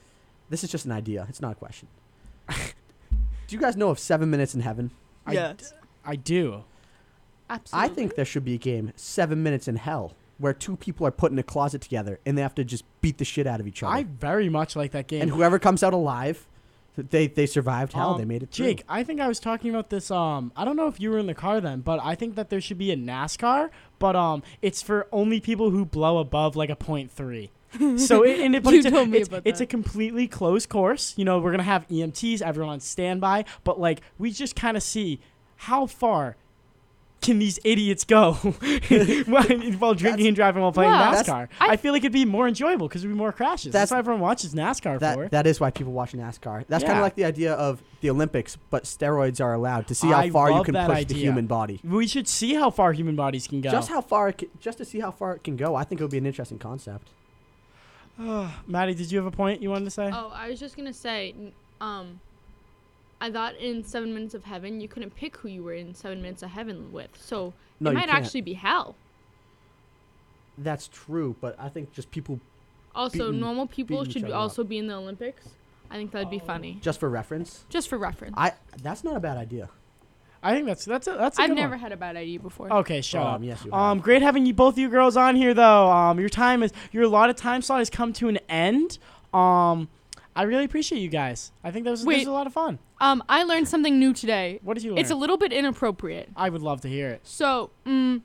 Speaker 2: this is just an idea. It's not a question. [LAUGHS] Do you guys know of Seven Minutes in Heaven?
Speaker 1: I d- I do.
Speaker 8: Absolutely.
Speaker 2: I think there should be a game, Seven Minutes in Hell, where two people are put in a closet together and they have to just beat the shit out of each other.
Speaker 1: I very much like that game.
Speaker 2: and whoever comes out alive, th- they they survived hell.
Speaker 1: Um,
Speaker 2: they made it through.
Speaker 1: Jake, I think I was talking about this. Um, I don't know if you were in the car then, but I think that there should be a NASCAR, but um, it's for only people who blow above like a point
Speaker 2: [LAUGHS]
Speaker 1: three. so it, and it, but
Speaker 8: You
Speaker 1: it's, a,
Speaker 8: told me
Speaker 1: it's,
Speaker 8: about
Speaker 1: it's a
Speaker 8: that.
Speaker 1: completely closed course. You know, we're gonna have E EMTs, everyone on standby, but like we just kind of see how far [LAUGHS]
Speaker 8: Well,
Speaker 2: that's-
Speaker 1: NASCAR?
Speaker 8: I-
Speaker 1: I, feel like it'd be more enjoyable because there'd be more crashes. That's,
Speaker 2: That's-
Speaker 1: why everyone watches NASCAR for.
Speaker 2: That, that is why people watch NASCAR. That's kind
Speaker 1: Yeah.
Speaker 2: of like the idea of the Olympics, but steroids are allowed to see how
Speaker 1: I
Speaker 2: far you
Speaker 1: love
Speaker 2: can push
Speaker 1: that
Speaker 2: the
Speaker 1: idea.
Speaker 2: human body.
Speaker 1: we should see how far human bodies can go.
Speaker 2: Just how far, it can, just to see how far it can go. I think it would be an interesting concept.
Speaker 8: [SIGHS]
Speaker 1: Maddie, did you have a point you wanted to say?
Speaker 8: Oh, I was just gonna say, n- um, I thought in Seven Minutes of Heaven you couldn't pick who you were in Seven Minutes of Heaven with, so
Speaker 2: No,
Speaker 8: it
Speaker 2: you
Speaker 8: might
Speaker 2: can't.
Speaker 8: actually be hell.
Speaker 2: That's true, but I think just people,
Speaker 8: Also,
Speaker 2: Beating-
Speaker 8: normal people
Speaker 2: beating each
Speaker 8: should be-
Speaker 2: other up.
Speaker 8: also be in the Olympics. I think that'd be
Speaker 1: Oh.
Speaker 8: funny,
Speaker 2: just for reference,
Speaker 8: just for reference.
Speaker 2: I that's not a bad idea.
Speaker 1: I think that's that's a, Ah, that's a
Speaker 8: I've
Speaker 1: good
Speaker 8: never
Speaker 1: one.
Speaker 8: had a bad idea before.
Speaker 1: Okay, shut up.
Speaker 2: um, yes, you
Speaker 1: Um,
Speaker 2: have.
Speaker 1: great having you both you girls on here though. Um, your time is your allotted time slot has come to an end. Um, I really appreciate you guys. I think that was, this
Speaker 8: Wait.
Speaker 1: was a lot of fun.
Speaker 8: Um, I learned something new today.
Speaker 1: What did you learn?
Speaker 8: It's a little bit inappropriate.
Speaker 1: I would love to hear it.
Speaker 8: So, mm,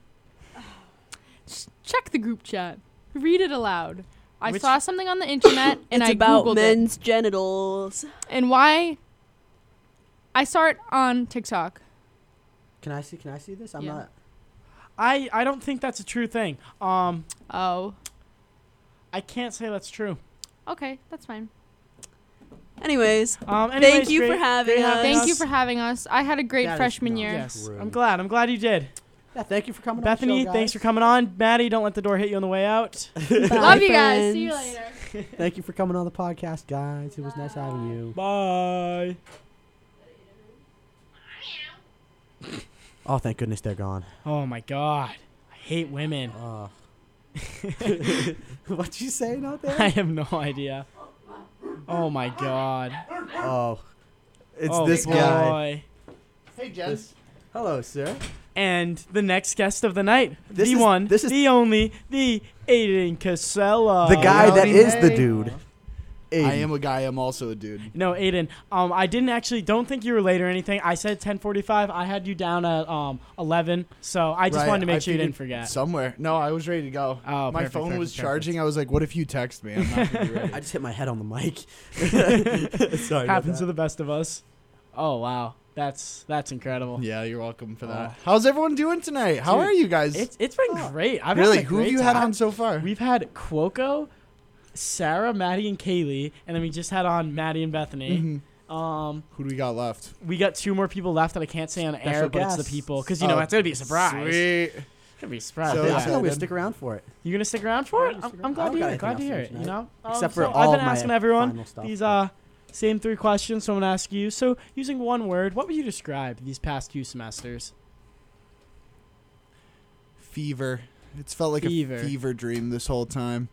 Speaker 8: s- check the group chat. Read it aloud. I
Speaker 1: Which-
Speaker 8: saw something on
Speaker 7: [COUGHS]
Speaker 8: the internet and
Speaker 7: it's
Speaker 8: I
Speaker 7: about
Speaker 8: googled it.
Speaker 7: men's genitals.
Speaker 8: and why I saw it on TikTok.
Speaker 2: Can I see? Can I see this? I'm
Speaker 8: Yeah.
Speaker 2: not.
Speaker 1: I I don't think that's a true thing. Um,
Speaker 8: Oh,
Speaker 1: I can't say that's true.
Speaker 8: okay, that's fine.
Speaker 7: Anyways,
Speaker 1: Um,
Speaker 7: Thank
Speaker 1: anyways,
Speaker 7: you
Speaker 1: great-
Speaker 7: for having
Speaker 1: great
Speaker 7: us.
Speaker 8: Thank
Speaker 1: us.
Speaker 8: you for having us. I had a great
Speaker 2: That is
Speaker 8: freshman
Speaker 2: not
Speaker 8: year.
Speaker 1: Yes,
Speaker 2: True.
Speaker 1: I'm glad. I'm glad you did.
Speaker 2: Yeah, thank you for coming. on
Speaker 1: Bethany,
Speaker 2: the show,
Speaker 1: thanks for
Speaker 2: guys.
Speaker 1: coming on. Maddie, don't let the door hit you on the
Speaker 2: [LAUGHS]
Speaker 1: way out.
Speaker 8: Love
Speaker 7: Bye,
Speaker 8: you guys. See you
Speaker 7: friends.
Speaker 8: later.
Speaker 2: Thank you for coming on the podcast, guys. It was nice having you.
Speaker 1: Bye.
Speaker 2: Oh, thank goodness they're gone.
Speaker 1: Oh my God, I hate women.
Speaker 2: Uh.
Speaker 1: [LAUGHS]
Speaker 2: [LAUGHS] What'd you say out there?
Speaker 1: I have no idea. Oh my God.
Speaker 2: Oh, it's
Speaker 1: Oh,
Speaker 2: this guy.
Speaker 1: boy.
Speaker 9: Hey,
Speaker 2: This- Hello, sir.
Speaker 1: And the next guest of the night,
Speaker 2: This
Speaker 1: the
Speaker 2: is-
Speaker 1: one,
Speaker 2: this is-
Speaker 1: the only, the Aiden Casella.
Speaker 2: The guy that
Speaker 9: howdy,
Speaker 2: is the
Speaker 9: hey.
Speaker 2: dude.
Speaker 9: I am a guy. I'm also a dude.
Speaker 1: No, Aiden. Um, I didn't actually. Don't think you were late or anything. I said 10:45. I had you down at um 11. So I just
Speaker 9: Right,
Speaker 1: wanted to make
Speaker 9: I
Speaker 1: sure you didn't
Speaker 9: figured
Speaker 1: forget.
Speaker 9: Somewhere. No, I was ready to go.
Speaker 1: Oh,
Speaker 9: My
Speaker 1: perfect,
Speaker 9: phone
Speaker 1: perfect,
Speaker 9: was
Speaker 1: perfect.
Speaker 9: charging. I was like, what if you text me? I'm not gonna
Speaker 2: [LAUGHS]
Speaker 9: be ready.
Speaker 2: I just hit my head on the
Speaker 9: [LAUGHS]
Speaker 1: [LAUGHS]
Speaker 2: mic. [LAUGHS] Sorry. about
Speaker 1: Happens
Speaker 2: that.
Speaker 1: to the best of us. Oh wow, that's that's incredible.
Speaker 9: Yeah, you're welcome for that.
Speaker 1: Oh.
Speaker 9: How's everyone doing tonight? How
Speaker 1: Dude,
Speaker 9: are you guys?
Speaker 1: It's it's been
Speaker 2: Oh.
Speaker 1: great. I've
Speaker 9: really,
Speaker 1: had a
Speaker 9: who have
Speaker 1: great
Speaker 9: you had
Speaker 1: time.
Speaker 9: on so far?
Speaker 1: We've had Cuoco, Sarah, Maddie, and Kaylee, and then we just had on Maddie and Bethany.
Speaker 9: Mhm.
Speaker 1: Um,
Speaker 9: Who do we got left?
Speaker 1: we got two more people left that I can't say on air, but it's
Speaker 2: guests.
Speaker 1: the people because you know
Speaker 9: Oh,
Speaker 1: it's gonna be a surprise.
Speaker 9: Sweet.
Speaker 1: It's gonna be a surprise.
Speaker 9: So
Speaker 2: I
Speaker 1: yeah.
Speaker 2: thought we would
Speaker 9: excited.
Speaker 2: stick around for it.
Speaker 1: You gonna stick around for it?
Speaker 2: I'm gonna
Speaker 1: I'm,
Speaker 2: stick
Speaker 1: I'm
Speaker 2: around. I
Speaker 1: glad to hear
Speaker 2: don't got
Speaker 1: it. Glad to
Speaker 2: anything
Speaker 1: hear
Speaker 2: else
Speaker 1: it.
Speaker 2: for
Speaker 1: You know, Um,
Speaker 2: Except for
Speaker 1: so
Speaker 2: all
Speaker 1: I've been
Speaker 2: my
Speaker 1: asking everyone
Speaker 2: final stuff,
Speaker 1: these
Speaker 2: but-
Speaker 1: uh same three questions. So I'm gonna ask you. So using one word, what would you describe these past two semesters?
Speaker 9: Fever. It's felt like
Speaker 1: Fever.
Speaker 9: a fever dream this whole time.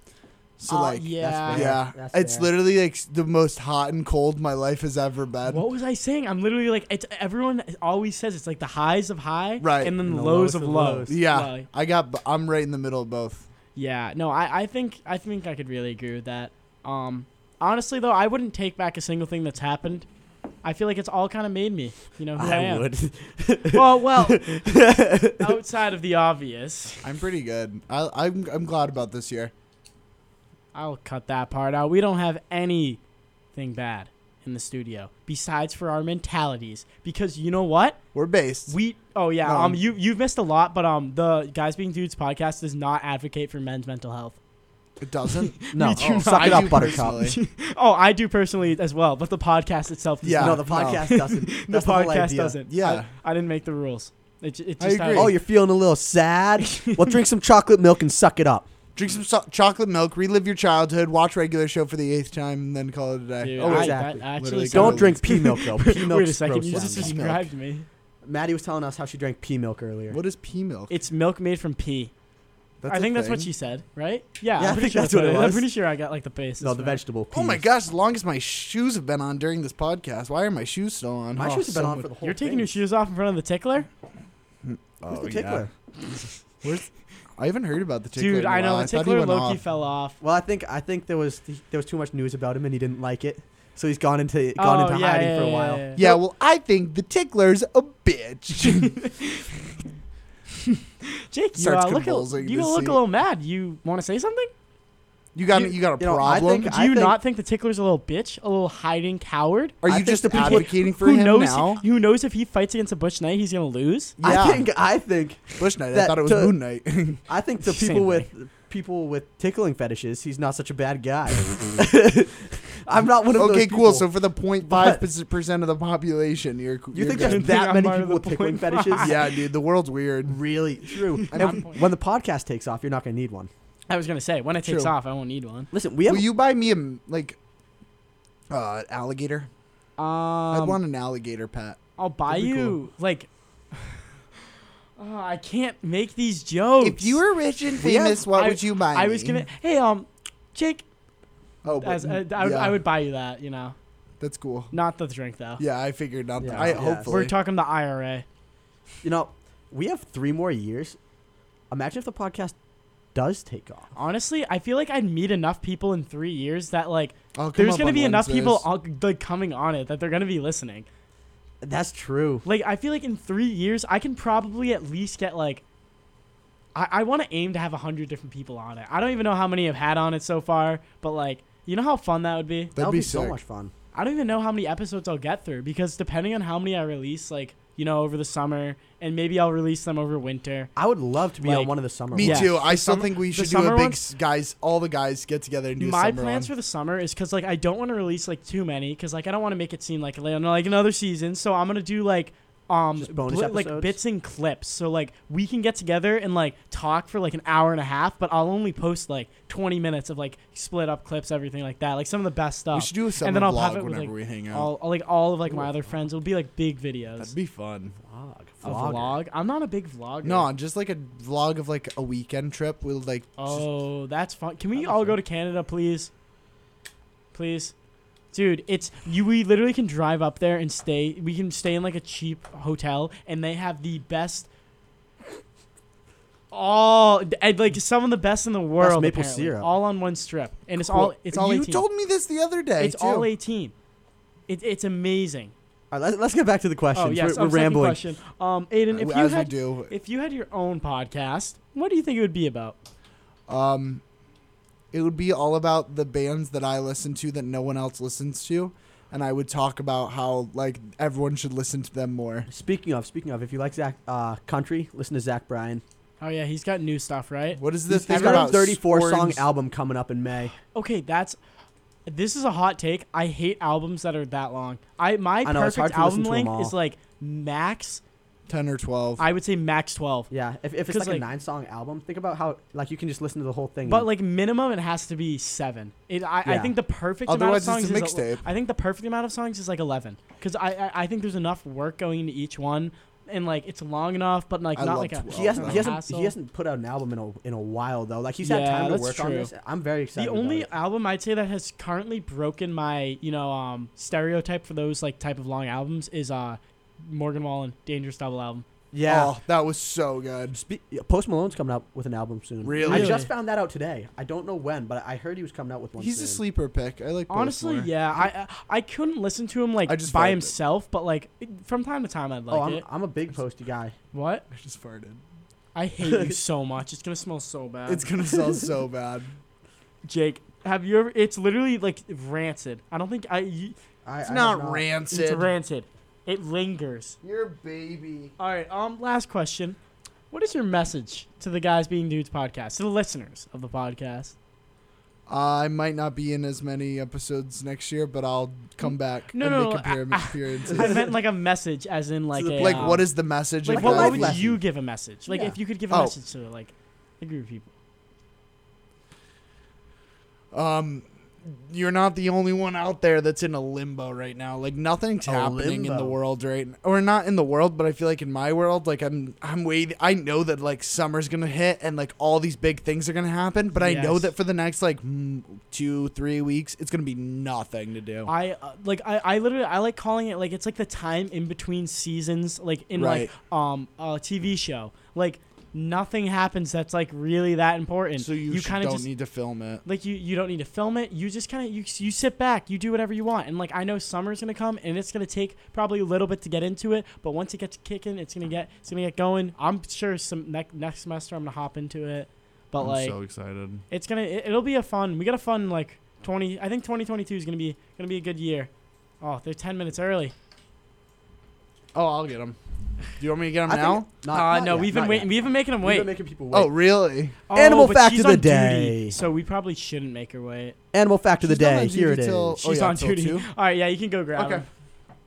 Speaker 9: So
Speaker 1: Uh,
Speaker 9: like,
Speaker 1: yeah.
Speaker 2: fair.
Speaker 9: yeah,
Speaker 2: That's
Speaker 9: it's
Speaker 2: fair.
Speaker 9: literally like s- the most hot and cold my life has ever been.
Speaker 1: What was I saying? I'm literally like, it's everyone always says it's like the highs of high,
Speaker 9: Right.
Speaker 1: and then the, lows, of lows.
Speaker 9: Yeah,
Speaker 1: Like,
Speaker 9: I got. b- I'm right in the middle of both.
Speaker 1: yeah. No, I, I think I think I could really agree with that. Um, honestly though, I wouldn't take back a single thing that's happened. I feel like it's all kind of made me, you know, who I, am.
Speaker 2: would.
Speaker 1: [LAUGHS] Well, well, outside of the obvious,
Speaker 9: I'm pretty good. I, I'm I'm glad about this year.
Speaker 1: I'll cut that part out. We don't have anything bad in the studio besides for our mentalities, because you know what?
Speaker 9: We're based.
Speaker 1: We oh yeah
Speaker 9: No.
Speaker 1: um you you've missed a lot but um the guys being dudes podcast does not advocate for men's mental health.
Speaker 9: it doesn't.
Speaker 1: [LAUGHS]
Speaker 2: No,
Speaker 1: Me too.
Speaker 9: Oh,
Speaker 2: suck
Speaker 9: I
Speaker 2: it
Speaker 9: do
Speaker 2: up, Buttercup.
Speaker 9: personally.
Speaker 1: [LAUGHS] Oh, I do personally as well, but the podcast itself does
Speaker 9: Yeah.
Speaker 1: not.
Speaker 2: No, the podcast doesn't.
Speaker 1: [LAUGHS] The
Speaker 2: That's whole
Speaker 1: podcast
Speaker 2: idea.
Speaker 1: doesn't.
Speaker 9: Yeah.
Speaker 1: I, I didn't make the rules. It, ju- it
Speaker 9: I
Speaker 1: just
Speaker 9: agree.
Speaker 2: Oh, you're feeling a little sad? well, drink some chocolate milk and suck it up.
Speaker 9: Drink some so- chocolate milk, relive your childhood, watch regular show for the eighth time, and then call it a day.
Speaker 1: [LAUGHS] Dude,
Speaker 9: oh,
Speaker 1: I,
Speaker 9: wait.
Speaker 2: exactly.
Speaker 1: that actually
Speaker 9: Literally
Speaker 2: Don't
Speaker 9: gotta
Speaker 2: [LAUGHS]
Speaker 1: sounds-
Speaker 2: drink pea milk,
Speaker 1: [LAUGHS]
Speaker 2: though. Pea milk's
Speaker 1: Wait a second,
Speaker 2: gross
Speaker 1: you
Speaker 2: down
Speaker 1: just
Speaker 2: there.
Speaker 9: Pea milk.
Speaker 1: described me.
Speaker 2: Maddie was telling us how she drank pea milk earlier.
Speaker 9: what is pea milk?
Speaker 1: It's milk made from pee. I
Speaker 9: a
Speaker 1: think that's what
Speaker 9: thing?
Speaker 1: she said, right?
Speaker 2: Yeah,
Speaker 1: Yeah, I'm
Speaker 2: I
Speaker 1: pretty
Speaker 2: think
Speaker 1: sure
Speaker 2: that's what it
Speaker 1: I'm
Speaker 2: was.
Speaker 1: pretty sure I got like the base.
Speaker 2: No, the vegetable peas.
Speaker 9: Oh my gosh! As long as my shoes have been on during this podcast, why are my shoes still on?
Speaker 2: My
Speaker 9: Oh,
Speaker 2: shoes have been on
Speaker 9: someone-
Speaker 2: for the whole
Speaker 1: You're taking
Speaker 2: thing.
Speaker 1: your shoes off in front of the tickler?
Speaker 2: Who's
Speaker 9: Oh,
Speaker 2: the
Speaker 9: yeah.
Speaker 2: tickler?
Speaker 9: [LAUGHS] Where's? I haven't heard about the tickler.
Speaker 1: Dude,
Speaker 9: in a
Speaker 1: I know
Speaker 9: while.
Speaker 1: the
Speaker 9: thought he
Speaker 1: tickler
Speaker 9: went
Speaker 1: Loki
Speaker 9: off.
Speaker 1: fell off.
Speaker 2: Well, I think I think there was there was too much news about him and he didn't like it, so he's gone into gone
Speaker 1: Oh,
Speaker 2: into
Speaker 1: yeah,
Speaker 2: hiding
Speaker 1: yeah,
Speaker 2: for a
Speaker 1: yeah,
Speaker 2: while.
Speaker 1: yeah, yeah.
Speaker 9: Yeah, well, I think the tickler's a bitch.
Speaker 1: [LAUGHS] Jake, you
Speaker 9: Starts
Speaker 1: uh, look a,
Speaker 9: convulsing
Speaker 1: you uh,
Speaker 9: to
Speaker 1: look
Speaker 9: see
Speaker 1: a
Speaker 9: it.
Speaker 1: little mad. You want to say something?
Speaker 9: You got
Speaker 2: You-
Speaker 9: you got a
Speaker 2: you know, I
Speaker 9: problem.
Speaker 2: think-
Speaker 1: Do you not think the tickler's a little bitch, a little hiding coward?
Speaker 9: Are
Speaker 2: I
Speaker 9: you
Speaker 2: think
Speaker 9: just
Speaker 2: that people-
Speaker 9: advocating for
Speaker 1: who
Speaker 9: him
Speaker 1: knows?
Speaker 9: now?
Speaker 1: Who knows if he fights against a Butch Knight, he's gonna lose.
Speaker 9: Yeah.
Speaker 2: I think I think
Speaker 9: Bush Knight. I
Speaker 2: that
Speaker 9: thought it was
Speaker 2: to-
Speaker 9: Moon [LAUGHS] Knight.
Speaker 2: I think the
Speaker 1: [LAUGHS] Same
Speaker 2: people with people with tickling fetishes, he's not such a bad guy.
Speaker 9: [LAUGHS]
Speaker 2: I'm not one of those
Speaker 9: okay,
Speaker 2: people.
Speaker 9: cool. So for the 0.5
Speaker 2: But-
Speaker 9: percent of the population, you're
Speaker 2: you
Speaker 9: you're
Speaker 2: think
Speaker 9: good.
Speaker 2: there's
Speaker 1: think
Speaker 2: that
Speaker 1: I'm
Speaker 2: many
Speaker 1: part of
Speaker 2: people with
Speaker 1: the
Speaker 2: tickling
Speaker 1: point
Speaker 2: fetishes?
Speaker 9: yeah, dude, the world's weird.
Speaker 2: really true.
Speaker 9: I'm
Speaker 2: And when the podcast takes off, you're not going to need one.
Speaker 1: I was gonna say when it takes
Speaker 9: True.
Speaker 1: off, I won't need one.
Speaker 2: Listen, we have
Speaker 9: Will you buy me a m- like uh alligator?
Speaker 1: Um,
Speaker 9: I'd want an alligator pet.
Speaker 1: I'll buy
Speaker 9: That'd be
Speaker 1: you like. [SIGHS] Oh, I can't make these jokes.
Speaker 9: If you were rich
Speaker 1: [LAUGHS]
Speaker 9: and
Speaker 1: We have-
Speaker 9: famous, what
Speaker 1: I-
Speaker 9: would you buy?
Speaker 1: I was
Speaker 9: me?
Speaker 1: gonna. Hey, um, Jake,
Speaker 9: Oh, but,
Speaker 1: as, uh, I, would,
Speaker 9: yeah,
Speaker 1: I would buy you that. You know,
Speaker 9: That's cool.
Speaker 1: not the drink though.
Speaker 9: Yeah, I figured out. that.
Speaker 2: Yeah,
Speaker 9: I
Speaker 2: yeah.
Speaker 1: We're
Speaker 9: hopefully.
Speaker 1: talking the IRA.
Speaker 2: you know, we have 3 more years. Imagine if the podcast does take off.
Speaker 1: Honestly, I feel like I'd meet enough people in three years that like
Speaker 9: I'll come
Speaker 1: there's
Speaker 9: up
Speaker 1: gonna
Speaker 9: on
Speaker 1: be enough people
Speaker 9: Wednesdays.
Speaker 1: all, like coming on it that they're gonna be listening.
Speaker 2: That's true.
Speaker 1: Like I feel like in three years I can probably at least get like I, I wanna aim to have a hundred different people on it. I don't even know how many I've had on it so far, but like you know how fun that would be?
Speaker 9: That'd
Speaker 2: that would
Speaker 9: be,
Speaker 2: be, so
Speaker 9: sick.
Speaker 2: much fun.
Speaker 1: I don't even know how many episodes I'll get through because depending on how many I release, like, you know, over the summer and maybe I'll release them over winter.
Speaker 2: I would love to be on
Speaker 1: Like,
Speaker 2: one of the summer
Speaker 9: Me
Speaker 1: Yeah.
Speaker 2: ones.
Speaker 9: too. I
Speaker 1: The
Speaker 9: still
Speaker 1: summer-
Speaker 9: think we
Speaker 1: the
Speaker 9: should do a
Speaker 1: summer
Speaker 9: big
Speaker 1: ones-
Speaker 9: s- guys. All the guys get together and do a
Speaker 1: my
Speaker 9: summer
Speaker 1: plans
Speaker 9: one.
Speaker 1: for the summer is because like I don't want to release like too many because like I don't want to make it seem like like like, another season. So I'm gonna do like um
Speaker 2: Just bonus
Speaker 1: like
Speaker 2: episodes?
Speaker 1: bits and clips. So like we can get together and like talk for like an hour and a half, but I'll only post like 20 minutes of like split up clips, everything like that. Like some of the best
Speaker 9: we
Speaker 1: stuff.
Speaker 9: should do a summer
Speaker 1: then I'll have
Speaker 9: vlog
Speaker 1: it with,
Speaker 9: whenever
Speaker 1: like,
Speaker 9: we hang out.
Speaker 1: All like all of like my
Speaker 2: Ooh.
Speaker 1: other friends. It'll be like big videos.
Speaker 9: That'd be fun.
Speaker 2: Vlog.
Speaker 1: a
Speaker 2: Vlogger.
Speaker 1: vlog. I'm not a big vlogger.
Speaker 9: No, just like a vlog of like a weekend trip. We'll like. just-
Speaker 1: Oh, that's fun. Can we
Speaker 2: That'd be
Speaker 1: all go
Speaker 2: fun.
Speaker 1: to Canada, please? Please. Dude, it's you we literally can drive up there and stay. We can stay in like a cheap hotel and they have the best all and, like some of the best in the world
Speaker 2: maple
Speaker 1: apparently,
Speaker 2: syrup.
Speaker 1: all on one strip. And it's
Speaker 9: Cool.
Speaker 1: all it's all
Speaker 9: You
Speaker 1: 18.
Speaker 9: told me this the other day.
Speaker 1: it's
Speaker 9: too.
Speaker 1: all 18. It, it's amazing.
Speaker 2: All right, let's, let's get back to the questions.
Speaker 1: Oh, yes.
Speaker 2: we're,
Speaker 1: um,
Speaker 2: we're
Speaker 1: second
Speaker 2: rambling.
Speaker 1: Question. Um Aiden, if
Speaker 9: As
Speaker 1: you
Speaker 9: we
Speaker 1: had
Speaker 9: do.
Speaker 1: if you had your own podcast, what do you think it would be about?
Speaker 9: Um, it would be all about the bands that I listen to that no one else listens to, and I would talk about how like everyone should listen to them more.
Speaker 2: Speaking of, speaking of, if you like Zach uh, country, listen to Zach Bryan.
Speaker 1: Oh yeah, he's got new stuff, right?
Speaker 9: What is this
Speaker 2: He's
Speaker 9: thing
Speaker 2: got
Speaker 9: about?
Speaker 2: a 34 song
Speaker 9: sports?
Speaker 2: album coming up in May.
Speaker 1: Okay, that's this is a hot take. I hate albums that are that long. I my
Speaker 2: I know, it's hard
Speaker 1: perfect
Speaker 2: to listen
Speaker 1: album
Speaker 2: to 'em
Speaker 1: length
Speaker 2: all.
Speaker 1: is like max.
Speaker 9: Ten or twelve.
Speaker 1: I would say max twelve,
Speaker 2: Yeah, if, if it's like,
Speaker 1: 'Cause, like-
Speaker 2: a nine song album, think about how like you can just listen to the whole thing.
Speaker 1: but like minimum it has to be seven. It I, I
Speaker 2: Yeah.
Speaker 1: think the perfect
Speaker 9: Otherwise,
Speaker 1: amount of
Speaker 9: it's a
Speaker 1: songs is
Speaker 9: mixtape.
Speaker 1: I think the perfect amount of songs is like eleven because I, I I think there's enough work going into each one and like it's long enough, but like
Speaker 9: I
Speaker 1: not
Speaker 9: love
Speaker 1: like a.
Speaker 9: 12.
Speaker 2: he hasn't
Speaker 1: Well,
Speaker 2: he hasn't
Speaker 1: hassle.
Speaker 2: he hasn't put out an album in a in a while though. Like he's had
Speaker 1: Yeah,
Speaker 2: time to
Speaker 1: that's
Speaker 2: work on
Speaker 1: true.
Speaker 2: this. I'm very
Speaker 1: The
Speaker 2: excited. about
Speaker 1: only
Speaker 2: it.
Speaker 1: album I'd say that has currently broken my, you know, um, stereotype for those like type of long albums is uh, Morgan Wallen Dangerous Double album.
Speaker 2: yeah.
Speaker 9: Oh, that was so good.
Speaker 2: Spe- yeah, Post Malone's coming out with an album soon.
Speaker 9: Really?
Speaker 2: I
Speaker 1: Really?
Speaker 2: just found that out today. I don't know when, but I heard he was coming out with one.
Speaker 9: He's
Speaker 2: soon.
Speaker 9: a sleeper pick. I like. both
Speaker 1: Honestly,
Speaker 9: more.
Speaker 1: yeah, I I I couldn't listen to him like
Speaker 9: I just
Speaker 1: by
Speaker 9: vibed it.
Speaker 1: himself, but like from time to time I'd like
Speaker 2: oh, I'm,
Speaker 1: it.
Speaker 2: I'm a big posty guy.
Speaker 1: What?
Speaker 9: I just farted.
Speaker 1: I hate
Speaker 2: [LAUGHS]
Speaker 9: [LAUGHS]
Speaker 1: you so much. It's gonna smell so bad.
Speaker 9: It's gonna sell so bad.
Speaker 1: [LAUGHS] Jake. Have you ever? It's literally like rancid. I don't think I. y-
Speaker 2: I,
Speaker 9: It's
Speaker 2: I
Speaker 9: not,
Speaker 2: have
Speaker 9: rancid.
Speaker 1: It's rancid. It lingers.
Speaker 9: You're a baby.
Speaker 1: All right. Um. Last question. What is your message to the guys being dudes podcast to the listeners of the podcast?
Speaker 9: I might not be in as many episodes next year, but I'll come back
Speaker 1: No,
Speaker 9: and
Speaker 1: no,
Speaker 9: make
Speaker 1: no,
Speaker 9: compar-
Speaker 1: I- I-
Speaker 9: appearances. [LAUGHS]
Speaker 1: I meant like a message, as in like a,
Speaker 9: like,
Speaker 1: um,
Speaker 9: what is the message?
Speaker 1: like
Speaker 9: of
Speaker 1: what
Speaker 9: that?
Speaker 1: would
Speaker 2: lesson.
Speaker 1: you give a message? Like
Speaker 2: Yeah.
Speaker 1: if you could give a
Speaker 9: Oh.
Speaker 1: message to like a group of people.
Speaker 9: um you're not the only one out there that's in a limbo right now. Like nothing's
Speaker 2: A
Speaker 9: happening in the
Speaker 2: limbo.
Speaker 9: world right or not in the world, but I feel like in my world like I'm I'm waiting I know that like summer's going to hit and like all these big things are going to happen, but I know
Speaker 1: Yes.
Speaker 9: that for the next like mm, 2 3 weeks it's going to be nothing to do.
Speaker 1: I uh, like I, I literally I like calling it like it's like the time in between seasons like in like um a TV show like nothing happens that's like really that important.
Speaker 9: so you, sh-
Speaker 1: kind
Speaker 9: don't
Speaker 1: of just
Speaker 9: need to film it.
Speaker 1: like you you don't need to film it. You just kind of you you sit back, you do whatever you want. And like I know summer's gonna come and it's gonna take probably a little bit to get into it, but once it gets kicking, it's gonna get it's gonna get going. I'm sure some ne- next semester I'm gonna hop into it. But
Speaker 10: I'm
Speaker 1: like
Speaker 10: so excited.
Speaker 1: it's gonna it, it'll be a fun we got a fun like 20 i think 2022 is gonna be gonna be a good year oh they're 10 minutes early
Speaker 9: Oh, I'll get them. Do you want me to get them
Speaker 2: I
Speaker 9: now?
Speaker 2: think- not-
Speaker 1: uh
Speaker 2: not
Speaker 1: no
Speaker 2: yet,
Speaker 1: we've been
Speaker 2: not
Speaker 1: waiting we've been making them
Speaker 2: We've been
Speaker 1: wait
Speaker 2: making people wait.
Speaker 9: Oh, really?
Speaker 1: Oh,
Speaker 2: Animal
Speaker 1: but
Speaker 2: fact
Speaker 1: she's
Speaker 2: of the
Speaker 1: on duty,
Speaker 2: day.
Speaker 1: so we probably shouldn't make her wait
Speaker 2: Animal fact of the
Speaker 9: She's not
Speaker 2: day.
Speaker 9: on
Speaker 2: Here it
Speaker 9: duty
Speaker 2: is.
Speaker 9: till- Oh,
Speaker 1: she's
Speaker 9: yeah,
Speaker 1: on
Speaker 9: till
Speaker 1: duty
Speaker 9: two?
Speaker 1: [LAUGHS] all right yeah you can go grab
Speaker 9: Okay.
Speaker 1: them.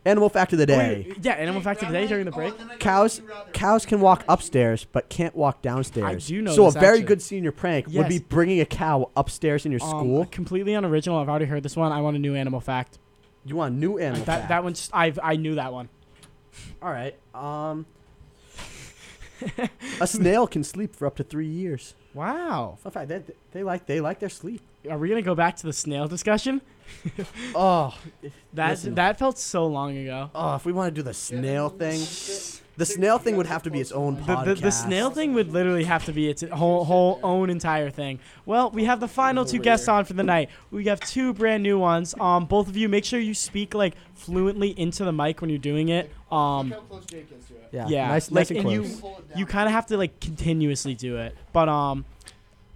Speaker 2: Animal fact of the
Speaker 1: Wait,
Speaker 2: day.
Speaker 1: yeah animal fact of the day during the break
Speaker 2: Cows cows can walk upstairs but can't walk downstairs.
Speaker 1: do know
Speaker 2: So
Speaker 1: this,
Speaker 2: a very
Speaker 1: actually.
Speaker 2: good senior prank would be
Speaker 1: Yes.
Speaker 2: bringing a cow upstairs in your
Speaker 1: Um,
Speaker 2: school.
Speaker 1: completely unoriginal i've already heard this one i want a new animal fact
Speaker 2: You want a new animal
Speaker 1: that
Speaker 2: fact.
Speaker 1: that one's i i knew that one
Speaker 2: All right. Um A snail can sleep for up to 3 years.
Speaker 1: wow
Speaker 2: Fun fact, they, they like they like their sleep.
Speaker 1: are we gonna go back to the snail discussion
Speaker 2: [LAUGHS]
Speaker 1: [LAUGHS]
Speaker 2: Oh,
Speaker 1: that
Speaker 2: Listen.
Speaker 1: that felt so long ago
Speaker 2: oh, if we want to do the snail thing, the snail thing would have to be its own
Speaker 1: The,
Speaker 2: podcast.
Speaker 1: the, the snail thing would literally have to be its whole whole own entire thing. Well, we have the final two guests on for the night. We have two brand new ones. Um, both of you, make sure you speak like fluently into the mic when you're doing it. Um,
Speaker 2: Yeah,
Speaker 1: yeah,
Speaker 2: nice, nice
Speaker 1: like,
Speaker 2: and
Speaker 1: and you-
Speaker 2: close.
Speaker 1: you kind of have to like continuously do it. But um,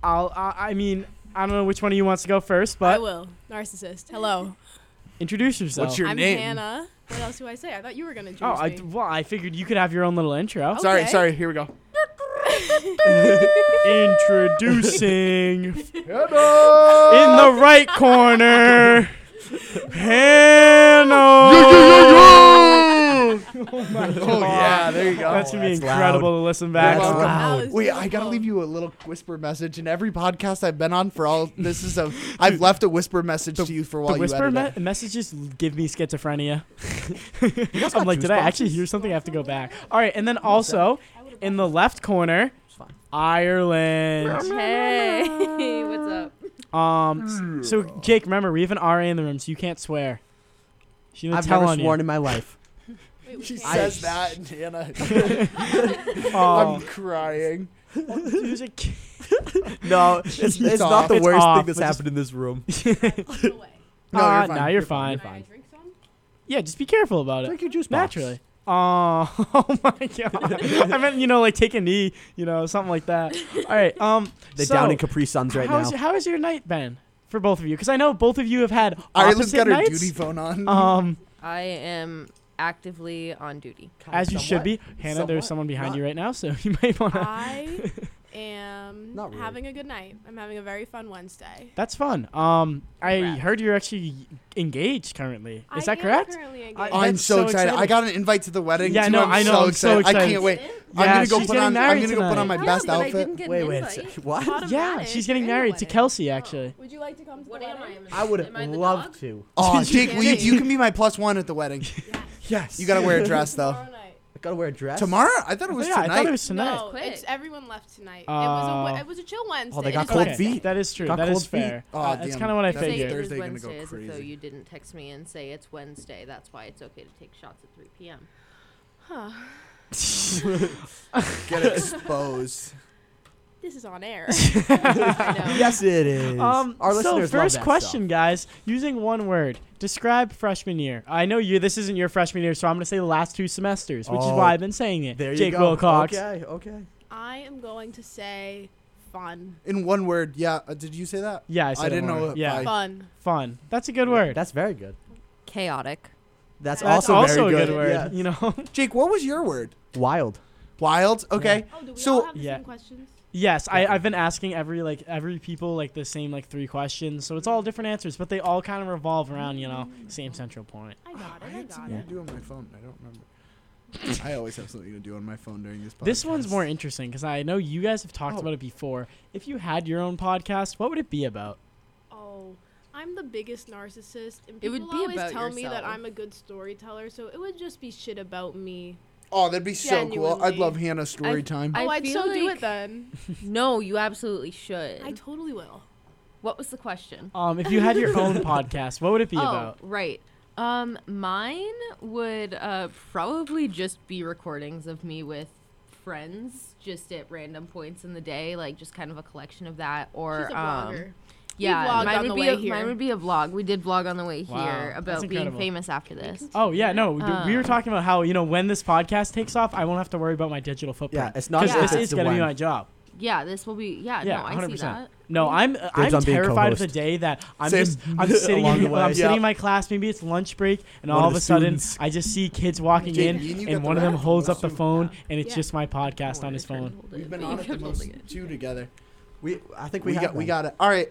Speaker 1: I'll I, I mean I don't know which one of you wants to go first,
Speaker 11: I
Speaker 1: but
Speaker 11: will. Narcissist. [LAUGHS] Hello.
Speaker 1: introduce yourself.
Speaker 9: What's your
Speaker 11: I'm
Speaker 9: name?
Speaker 11: Hannah. What else do I say? I thought you were gonna
Speaker 1: Oh,
Speaker 11: introduce
Speaker 1: I,
Speaker 11: me.
Speaker 1: well, I figured you could have your own little intro.
Speaker 11: Oh.
Speaker 9: Sorry,
Speaker 11: Okay.
Speaker 9: sorry. Here we [LAUGHS] go.
Speaker 1: [LAUGHS] Introducing
Speaker 9: Hello.
Speaker 1: in the right corner. Hannah. oh my god.
Speaker 9: Oh yeah, there you go.
Speaker 1: That's gonna be
Speaker 2: That's loud.
Speaker 1: incredible to listen back.
Speaker 2: That's
Speaker 9: Welcome.
Speaker 2: loud.
Speaker 11: Wow, it's
Speaker 9: Wait, I gotta
Speaker 11: beautiful.
Speaker 9: leave you a little whisper message in every podcast I've been on for all. This is a. I've left a whisper message to you for while
Speaker 1: The
Speaker 9: you
Speaker 1: whisper
Speaker 9: edit
Speaker 1: me-
Speaker 9: it.
Speaker 1: messages give
Speaker 9: [LAUGHS]
Speaker 1: me schizophrenia. [LAUGHS]
Speaker 2: guys
Speaker 1: I'm
Speaker 2: got
Speaker 1: like, did I
Speaker 2: goosebumps?
Speaker 1: actually hear something? I have to go back. All right, and then also in the left corner,
Speaker 2: fine.
Speaker 1: Ireland.
Speaker 5: Hey, what's up?
Speaker 4: [LAUGHS]
Speaker 9: Hmm.
Speaker 1: Um, s- so Jake, remember we have an RA in the room, so you can't swear. She didn't
Speaker 2: I've
Speaker 1: tell
Speaker 2: never
Speaker 1: on
Speaker 2: sworn in my
Speaker 1: [LAUGHS]
Speaker 2: life.
Speaker 11: Wait, we
Speaker 9: She
Speaker 11: can't-
Speaker 9: says [LAUGHS] that, and Hannah.
Speaker 1: you.
Speaker 9: I'm
Speaker 1: Um,
Speaker 9: crying. [LAUGHS]
Speaker 1: there's a kid-
Speaker 2: no, it's, it's
Speaker 9: It's
Speaker 2: not the
Speaker 1: off.
Speaker 2: worst thing
Speaker 1: It's
Speaker 2: that's
Speaker 1: off, but just-
Speaker 2: happened in this
Speaker 9: [LAUGHS]
Speaker 2: room.
Speaker 11: Go away.
Speaker 9: No,
Speaker 1: Uh,
Speaker 9: you're fine.
Speaker 1: nah, you're, fine.
Speaker 11: Can I drink some?
Speaker 1: [LAUGHS] Yeah, just be careful about it.
Speaker 2: Drink your juice box.
Speaker 1: Naturally. Oh, [LAUGHS] oh my god! I meant you know like take a knee, you know something like that. All right. Um.
Speaker 2: They're
Speaker 1: so,
Speaker 2: down in Capri Suns right
Speaker 1: how's
Speaker 2: now.
Speaker 1: how has your night been for both of you? Because I know both of you have had
Speaker 9: Ireland's
Speaker 1: opposite
Speaker 9: got her
Speaker 1: nights.
Speaker 9: duty phone on. [LAUGHS]
Speaker 1: Um,
Speaker 12: I am actively on duty.
Speaker 1: as you should be, Hannah.
Speaker 9: Somewhat.
Speaker 1: There's someone behind
Speaker 9: Not-
Speaker 1: you right now, so [LAUGHS] you might want to.
Speaker 9: [LAUGHS]
Speaker 11: I am
Speaker 2: Not really.
Speaker 11: having a good night. I'm having a very fun Wednesday.
Speaker 1: That's fun. Um, I
Speaker 12: Congrats.
Speaker 1: heard you're actually engaged currently. Is
Speaker 11: I
Speaker 1: that
Speaker 11: am
Speaker 1: correct?
Speaker 11: currently engaged.
Speaker 1: I-
Speaker 9: I'm
Speaker 1: that's
Speaker 9: so,
Speaker 1: so
Speaker 9: excited. I
Speaker 1: exciting.
Speaker 9: got an invite to the wedding.
Speaker 1: Yeah, I
Speaker 9: too.
Speaker 1: know,
Speaker 9: I'm
Speaker 1: I
Speaker 9: So
Speaker 1: know, I'm so
Speaker 9: excited. I
Speaker 1: excited.
Speaker 9: can't wait. I'm
Speaker 1: Yeah,
Speaker 9: gonna go
Speaker 1: she's
Speaker 9: put on.
Speaker 1: getting
Speaker 9: I'm
Speaker 1: married
Speaker 9: gonna go put on my
Speaker 1: tonight.
Speaker 9: best
Speaker 12: but I
Speaker 9: outfit.
Speaker 12: didn't get an
Speaker 2: Wait, wait,
Speaker 12: invite.
Speaker 2: so- what?
Speaker 11: Automatic
Speaker 1: Yeah, she's getting
Speaker 11: in the
Speaker 1: married to
Speaker 11: wedding. Oh.
Speaker 1: Kelsey actually.
Speaker 11: Would you like to come to
Speaker 12: What
Speaker 11: the
Speaker 12: am I?
Speaker 11: wedding?
Speaker 12: Am
Speaker 2: I would
Speaker 12: am I the
Speaker 2: love
Speaker 12: dog?
Speaker 2: to.
Speaker 9: [LAUGHS] Oh, Jake,
Speaker 2: [LAUGHS]
Speaker 11: can't
Speaker 9: will you,
Speaker 11: wait.
Speaker 9: you can be my plus one at the wedding.
Speaker 2: Yes.
Speaker 9: You gotta wear a dress though.
Speaker 11: Tomorrow night.
Speaker 2: I gotta wear a dress.
Speaker 9: Tomorrow? I thought it was
Speaker 1: yeah, I thought
Speaker 9: tonight.
Speaker 1: it was tonight.
Speaker 11: No,
Speaker 12: Quick.
Speaker 11: it's everyone left tonight. it was a
Speaker 1: Oh.
Speaker 11: we- it was a chill Wednesday.
Speaker 2: they got
Speaker 11: It is
Speaker 2: cold
Speaker 11: Wednesday.
Speaker 2: feet.
Speaker 1: That is true.
Speaker 2: Got
Speaker 1: that is
Speaker 2: cold feet.
Speaker 1: fair.
Speaker 9: Aw,
Speaker 1: Uh, that's
Speaker 9: Oh, damn.
Speaker 1: kind of what I
Speaker 9: That's
Speaker 1: figured.
Speaker 12: Say it was
Speaker 9: Thursday gonna go
Speaker 12: Wednesday, as if though
Speaker 9: crazy.
Speaker 12: you didn't text me and say it's Wednesday. That's why it's okay to take shots at 3 p.m.
Speaker 11: Huh.
Speaker 9: [LAUGHS] Get
Speaker 11: [LAUGHS]
Speaker 9: exposed.
Speaker 11: This is on air.
Speaker 2: Yes, it is.
Speaker 1: Um,
Speaker 2: Our
Speaker 1: so
Speaker 2: listeners love
Speaker 1: first
Speaker 2: that
Speaker 1: question, guys. Using one word, describe freshman year. I know you. This isn't your freshman year, so I'm gonna say the last two semesters, which is
Speaker 2: Oh,
Speaker 1: why I've been saying it.
Speaker 2: Stuff. There you
Speaker 1: Jake
Speaker 2: go.
Speaker 1: Wilcox.
Speaker 2: Okay, okay.
Speaker 11: I am going to say fun.
Speaker 9: In one word, yeah. Uh, did you say that?
Speaker 1: Yeah, I, said
Speaker 9: I didn't
Speaker 1: it
Speaker 9: know
Speaker 1: wrong.
Speaker 9: if
Speaker 1: Yeah,
Speaker 9: I-
Speaker 11: Fun.
Speaker 1: fun. That's a good word.
Speaker 2: That's very good.
Speaker 12: Chaotic.
Speaker 2: That's,
Speaker 1: That's
Speaker 2: also,
Speaker 1: also,
Speaker 2: very
Speaker 1: a good word.
Speaker 2: Yeah.
Speaker 1: You know.
Speaker 9: [LAUGHS] Jake, what was your word?
Speaker 2: Wild.
Speaker 9: Wild. Okay.
Speaker 11: Oh, do we
Speaker 9: So-
Speaker 11: all have the
Speaker 1: Yeah.
Speaker 11: same questions?
Speaker 1: yes, I, I've been asking every like every people like the same like three questions, so it's all different answers, but they all kind of revolve around you know same central point.
Speaker 11: I got
Speaker 9: I
Speaker 11: it. I
Speaker 9: had
Speaker 11: got
Speaker 9: something
Speaker 11: it.
Speaker 9: to do on my phone. I don't
Speaker 1: [LAUGHS]
Speaker 9: remember. I always have something to do on my phone during this podcast.
Speaker 1: This one's more interesting because I know you guys have talked
Speaker 9: Oh.
Speaker 1: about it before. If you had your own podcast, what would it be about?
Speaker 11: Oh, I'm the biggest narcissist, and
Speaker 12: It
Speaker 11: people
Speaker 12: would be
Speaker 11: always
Speaker 12: about
Speaker 11: tell me that
Speaker 12: yourself.
Speaker 11: I'm a good storyteller. So it would just be shit about me.
Speaker 9: Oh, that'd be so cool. I'd
Speaker 11: Genuinely.
Speaker 9: love Hannah's story
Speaker 12: I-
Speaker 9: time.
Speaker 12: I
Speaker 11: oh, I'd
Speaker 12: feel
Speaker 11: so do
Speaker 12: like-
Speaker 11: it then.
Speaker 12: [LAUGHS] No, you absolutely should.
Speaker 11: I totally will.
Speaker 12: what was the question?
Speaker 1: Um, if you had your
Speaker 2: [LAUGHS]
Speaker 9: [LAUGHS]
Speaker 1: own podcast, what would it be
Speaker 12: oh,
Speaker 1: about?
Speaker 12: right. Um, mine would uh, probably just be recordings of me with friends, just at random points in the day, like just kind of a collection of that. Or
Speaker 11: She's a
Speaker 12: um,
Speaker 11: blogger. We
Speaker 12: yeah,
Speaker 11: vlogged
Speaker 12: mine
Speaker 11: on
Speaker 12: would
Speaker 11: the
Speaker 12: be
Speaker 11: way
Speaker 12: a,
Speaker 11: here.
Speaker 12: mine would be a vlog. We did vlog on the way
Speaker 1: Wow,
Speaker 12: here
Speaker 1: that's
Speaker 12: about being
Speaker 1: incredible.
Speaker 12: famous after this.
Speaker 1: Oh yeah, no, d- we were
Speaker 12: Um,
Speaker 1: talking about how you know when this podcast takes off, I won't have to worry about my digital
Speaker 2: Yeah,
Speaker 1: footprint.
Speaker 2: it's not
Speaker 12: Yeah.
Speaker 2: if
Speaker 1: this
Speaker 2: it's
Speaker 1: is
Speaker 2: the
Speaker 1: gonna be
Speaker 2: one.
Speaker 1: my job.
Speaker 12: yeah, this will be. Yeah,
Speaker 1: Yeah,
Speaker 12: no, I see
Speaker 1: 100%.
Speaker 12: that. Mm-hmm.
Speaker 1: No, I'm
Speaker 2: Dibs
Speaker 1: I'm
Speaker 2: on being
Speaker 1: terrified of the
Speaker 2: co-host.
Speaker 1: day that I'm
Speaker 2: Same.
Speaker 1: just
Speaker 2: [LAUGHS]
Speaker 1: I'm sitting
Speaker 2: Along
Speaker 1: in,
Speaker 2: the way.
Speaker 1: I'm sitting
Speaker 2: Yeah.
Speaker 1: in my class. Maybe it's lunch break, and
Speaker 2: One of
Speaker 1: all of
Speaker 2: the
Speaker 1: a sudden
Speaker 2: students-
Speaker 1: I just see kids walking
Speaker 9: Jake,
Speaker 1: in,
Speaker 9: you got
Speaker 1: and
Speaker 9: the
Speaker 1: one of them
Speaker 9: rack on
Speaker 1: holds
Speaker 9: this
Speaker 1: up the
Speaker 9: too.
Speaker 1: phone, and it's
Speaker 9: Yeah.
Speaker 1: just my podcast on his phone.
Speaker 9: We've been on it
Speaker 11: [LAUGHS]
Speaker 9: the most two together.
Speaker 2: We I think
Speaker 9: we
Speaker 2: have
Speaker 9: got we
Speaker 2: one.
Speaker 9: got it. All right.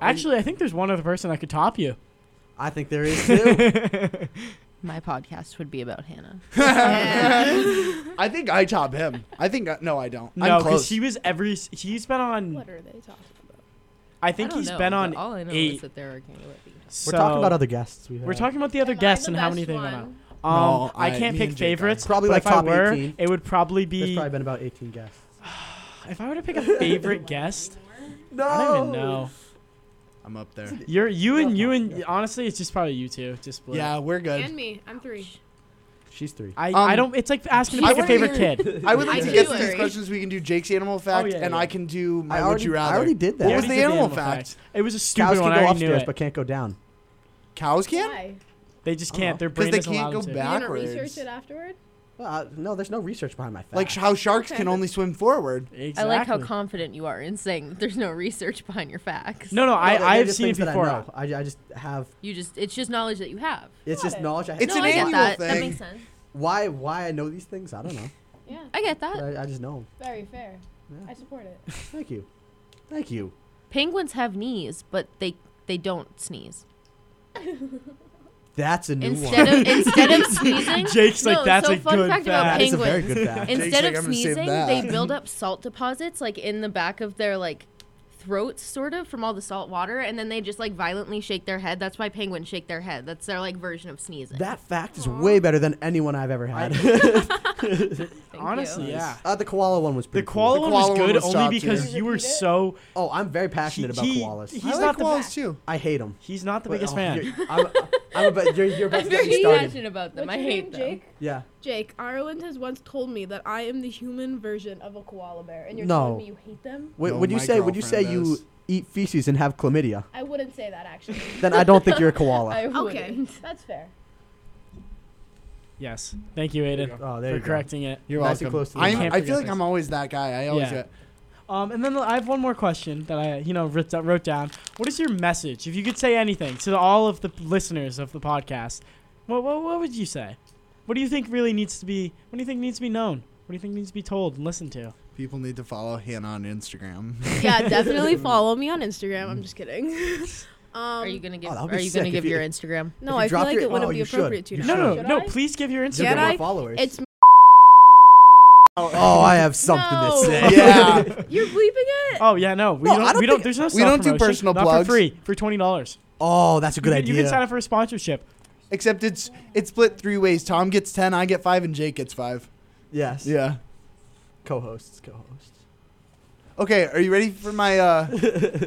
Speaker 1: Actually, I think there's one other person that could top you.
Speaker 2: I think there
Speaker 1: [LAUGHS]
Speaker 2: is
Speaker 9: [LAUGHS]
Speaker 2: too.
Speaker 12: My podcast would be
Speaker 1: [LAUGHS]
Speaker 12: about Hannah.
Speaker 9: I think I top him. I think uh, no, I don't.
Speaker 1: No,
Speaker 9: I'm
Speaker 1: because
Speaker 9: close.
Speaker 1: he was every he's been on.
Speaker 11: What are they talking about?
Speaker 1: I think
Speaker 12: don't
Speaker 1: he's
Speaker 12: know,
Speaker 1: been
Speaker 12: but
Speaker 1: on
Speaker 12: all I know is
Speaker 1: eight.
Speaker 12: that they're arguing about the-
Speaker 2: We're talking
Speaker 1: So-
Speaker 2: about other guests we
Speaker 1: We're
Speaker 2: had.
Speaker 1: talking about the other guests and how many they went on. Um,
Speaker 2: No,
Speaker 1: I
Speaker 2: I-
Speaker 1: can't
Speaker 2: me
Speaker 1: pick
Speaker 2: and Jake are.
Speaker 1: favorites.
Speaker 2: Probably
Speaker 1: but
Speaker 2: like
Speaker 1: if
Speaker 2: top
Speaker 1: I were,
Speaker 2: 18.
Speaker 1: It would probably be.
Speaker 2: There's probably been about 18 guests.
Speaker 1: If I were to pick a
Speaker 2: [LAUGHS]
Speaker 1: favorite guest, I don't
Speaker 9: No.
Speaker 1: even know.
Speaker 9: I'm up
Speaker 1: [LAUGHS]
Speaker 9: there.
Speaker 1: You're you and you and honestly, it's just probably you two. Just split.
Speaker 9: Yeah, we're good.
Speaker 11: And me, I'm three.
Speaker 2: She's three.
Speaker 1: I,
Speaker 9: Um,
Speaker 1: I don't. It's like asking to
Speaker 9: I
Speaker 1: pick a
Speaker 9: wanna
Speaker 1: favorite
Speaker 9: hear-
Speaker 1: kid.
Speaker 2: [LAUGHS]
Speaker 9: I would
Speaker 11: I
Speaker 9: like to
Speaker 11: do
Speaker 9: get some
Speaker 11: agree.
Speaker 9: discussions. We can do Jake's animal fact,
Speaker 1: Oh, yeah,
Speaker 9: and
Speaker 1: yeah.
Speaker 9: I can do my
Speaker 2: I
Speaker 9: would
Speaker 2: already-
Speaker 9: you
Speaker 2: I
Speaker 9: rather.
Speaker 2: already did that.
Speaker 9: What
Speaker 2: I
Speaker 9: was
Speaker 1: already
Speaker 9: the
Speaker 1: did the
Speaker 9: animal
Speaker 1: animal
Speaker 9: fact?
Speaker 1: It was a stupid
Speaker 2: Cows
Speaker 1: one.
Speaker 2: can
Speaker 1: I
Speaker 2: go
Speaker 1: already knew
Speaker 2: upstairs
Speaker 1: it.
Speaker 2: but can't go down.
Speaker 9: Cows can.
Speaker 11: Why?
Speaker 1: They just
Speaker 2: I don't
Speaker 1: can't. Their
Speaker 9: know. 'Cause
Speaker 1: brain
Speaker 9: they
Speaker 1: doesn't
Speaker 9: can't
Speaker 1: allow
Speaker 9: go
Speaker 1: them
Speaker 11: You
Speaker 1: to.
Speaker 9: back.
Speaker 11: gonna
Speaker 9: Backwards.
Speaker 11: research it afterward?
Speaker 2: Well, uh, no, there's no research behind my fact.
Speaker 9: Like how sharks can
Speaker 11: Okay.
Speaker 9: only swim forward.
Speaker 1: Exactly.
Speaker 12: I like how confident you are in saying that there's no research behind your facts.
Speaker 1: No,
Speaker 2: No,
Speaker 1: no.
Speaker 2: they're
Speaker 1: I I've
Speaker 2: just
Speaker 1: seen it
Speaker 2: things that
Speaker 1: before.
Speaker 2: I, know. I, I just have.
Speaker 12: You just it's just knowledge that you have.
Speaker 2: It's just knowledge. I,
Speaker 9: It's
Speaker 12: no,
Speaker 9: an
Speaker 12: I get
Speaker 9: annual
Speaker 12: that.
Speaker 9: thing.
Speaker 12: That makes sense.
Speaker 2: why why I know these things. I don't know.
Speaker 11: Yeah,
Speaker 12: I get that.
Speaker 2: But I, I just know. 'em.
Speaker 11: very fair.
Speaker 2: Yeah.
Speaker 11: I support it.
Speaker 2: Thank you, thank you.
Speaker 12: Penguins have knees, but they they
Speaker 1: [LAUGHS]
Speaker 12: don't sneeze.
Speaker 2: That's a new
Speaker 12: Instead
Speaker 2: one.
Speaker 12: of instead
Speaker 2: [LAUGHS]
Speaker 12: of sneezing,
Speaker 1: Jake's like,
Speaker 12: no,
Speaker 1: "That's
Speaker 12: so
Speaker 1: a
Speaker 12: fun
Speaker 1: good
Speaker 12: fact
Speaker 1: fact."
Speaker 12: about
Speaker 2: that is a
Speaker 12: penguins.
Speaker 2: very good fact.
Speaker 9: Jake's
Speaker 12: Instead
Speaker 9: like,
Speaker 12: of
Speaker 9: "I'm gonna save
Speaker 12: sneezing,
Speaker 9: that."
Speaker 12: they build up salt deposits like in the back of their like throats sort of from all the salt water and then they just like violently shake their head. That's why penguins shake their head. That's their like version of
Speaker 2: [LAUGHS]
Speaker 12: sneezing.
Speaker 2: that fact is way better than anyone I've ever had.
Speaker 12: Thank you.
Speaker 1: Honestly, yeah.
Speaker 2: [LAUGHS] uh, the koala one was
Speaker 1: The
Speaker 2: pretty.
Speaker 1: koala
Speaker 9: The
Speaker 1: one
Speaker 9: koala
Speaker 1: was
Speaker 9: one
Speaker 1: good
Speaker 9: was
Speaker 1: only
Speaker 9: top
Speaker 1: because
Speaker 11: tier.
Speaker 1: you were
Speaker 11: Repeat it?
Speaker 1: so.
Speaker 2: Oh, I'm very passionate about
Speaker 1: he-
Speaker 2: koalas.
Speaker 1: He's
Speaker 9: I like
Speaker 1: not the
Speaker 9: koalas
Speaker 1: best.
Speaker 9: too.
Speaker 2: I hate them.
Speaker 1: He's not the biggest fan.
Speaker 2: [LAUGHS] I'm, I'm about, [LAUGHS] you're, you're about
Speaker 12: I'm
Speaker 2: to get
Speaker 12: very
Speaker 2: me started.
Speaker 12: passionate about them.
Speaker 11: What's
Speaker 12: I
Speaker 11: your
Speaker 12: hate
Speaker 11: name,
Speaker 12: them.
Speaker 11: Jake?
Speaker 2: Yeah.
Speaker 11: Jake, Ireland has once told me that I am the human version of a koala bear, and you're
Speaker 2: No.
Speaker 11: telling me you hate them.
Speaker 2: Wait,
Speaker 9: No,
Speaker 2: would you
Speaker 9: my
Speaker 2: say would you say
Speaker 9: girlfriend
Speaker 2: you
Speaker 9: does.
Speaker 2: eat feces and have
Speaker 11: [LAUGHS]
Speaker 2: chlamydia?
Speaker 11: I wouldn't say that actually.
Speaker 2: Then I don't think you're a
Speaker 11: [LAUGHS]
Speaker 2: koala.
Speaker 12: I
Speaker 11: okay,
Speaker 12: wouldn't.
Speaker 11: that's fair.
Speaker 1: Yes. Thank you, Aiden,
Speaker 2: oh, there
Speaker 1: for
Speaker 2: you go.
Speaker 1: correcting it.
Speaker 9: You're
Speaker 2: Nice and
Speaker 9: welcome.
Speaker 2: close to the
Speaker 9: I'm-
Speaker 1: mic.
Speaker 9: I feel like I'm always that guy. I always
Speaker 1: Yeah.
Speaker 9: get.
Speaker 1: Um, and then I have one more question that I, you know, writ- wrote down. What is your message, if you could say anything, to all of the listeners of the podcast? What, what, what would you say? What do you think really needs to be? What do you think needs to be known? What do you think needs to be told and listened to?
Speaker 9: People need to follow Hannah on Instagram.
Speaker 12: [LAUGHS]
Speaker 9: [LAUGHS]
Speaker 11: Yeah, definitely follow me on Instagram. I'm just kidding. um,
Speaker 12: Are you gonna give?
Speaker 2: that would Oh, be
Speaker 12: are you
Speaker 2: sick
Speaker 12: gonna
Speaker 2: if
Speaker 12: give
Speaker 2: you-
Speaker 12: your Instagram?
Speaker 11: no,
Speaker 2: you
Speaker 11: I feel
Speaker 2: dropped
Speaker 11: like
Speaker 2: your-
Speaker 11: it wouldn't
Speaker 2: oh,
Speaker 11: be
Speaker 2: you should.
Speaker 11: appropriate to
Speaker 2: You
Speaker 11: now.
Speaker 1: No, no,
Speaker 11: Should
Speaker 1: no.
Speaker 11: I?
Speaker 1: Please give your
Speaker 2: You'll get
Speaker 11: Can
Speaker 1: Instagram.
Speaker 2: more
Speaker 11: I-
Speaker 2: followers.
Speaker 11: It's
Speaker 2: oh, I have something
Speaker 11: No.
Speaker 2: to
Speaker 1: [LAUGHS]
Speaker 11: [LAUGHS]
Speaker 2: say.
Speaker 9: yeah.
Speaker 2: [LAUGHS]
Speaker 11: you're bleeping it.
Speaker 1: Oh yeah, no, we
Speaker 2: No,
Speaker 1: don't.
Speaker 2: I don't
Speaker 1: we don't.
Speaker 2: think-
Speaker 1: There's no.
Speaker 9: we don't do
Speaker 1: self-promotion.
Speaker 9: personal
Speaker 1: Not
Speaker 9: plugs.
Speaker 1: for free. For twenty dollars.
Speaker 2: Oh, that's a good
Speaker 1: you
Speaker 2: idea.
Speaker 1: Can, you can sign up for a sponsorship.
Speaker 9: Except it's it's split three ways. Tom gets ten, I get five, and Jake gets five.
Speaker 2: Yes.
Speaker 9: Yeah.
Speaker 2: Co-hosts. Co-hosts.
Speaker 9: Okay, are you ready for my uh
Speaker 1: [LAUGHS]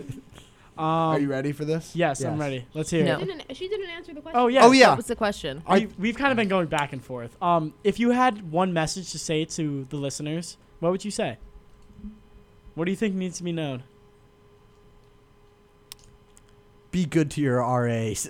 Speaker 1: Um,
Speaker 9: are you ready for this?
Speaker 1: yes, I'm
Speaker 2: Yes.
Speaker 1: ready. Let's hear
Speaker 12: No.
Speaker 1: it.
Speaker 11: Didn't- she didn't answer the question.
Speaker 1: Oh yeah.
Speaker 9: Oh yeah.
Speaker 12: What's the question?
Speaker 9: I-
Speaker 1: we, we've kind of been going back and forth. Um, if you had one message to say to the listeners, what would you say? What do you think needs to be known?
Speaker 2: Be good to your RAs.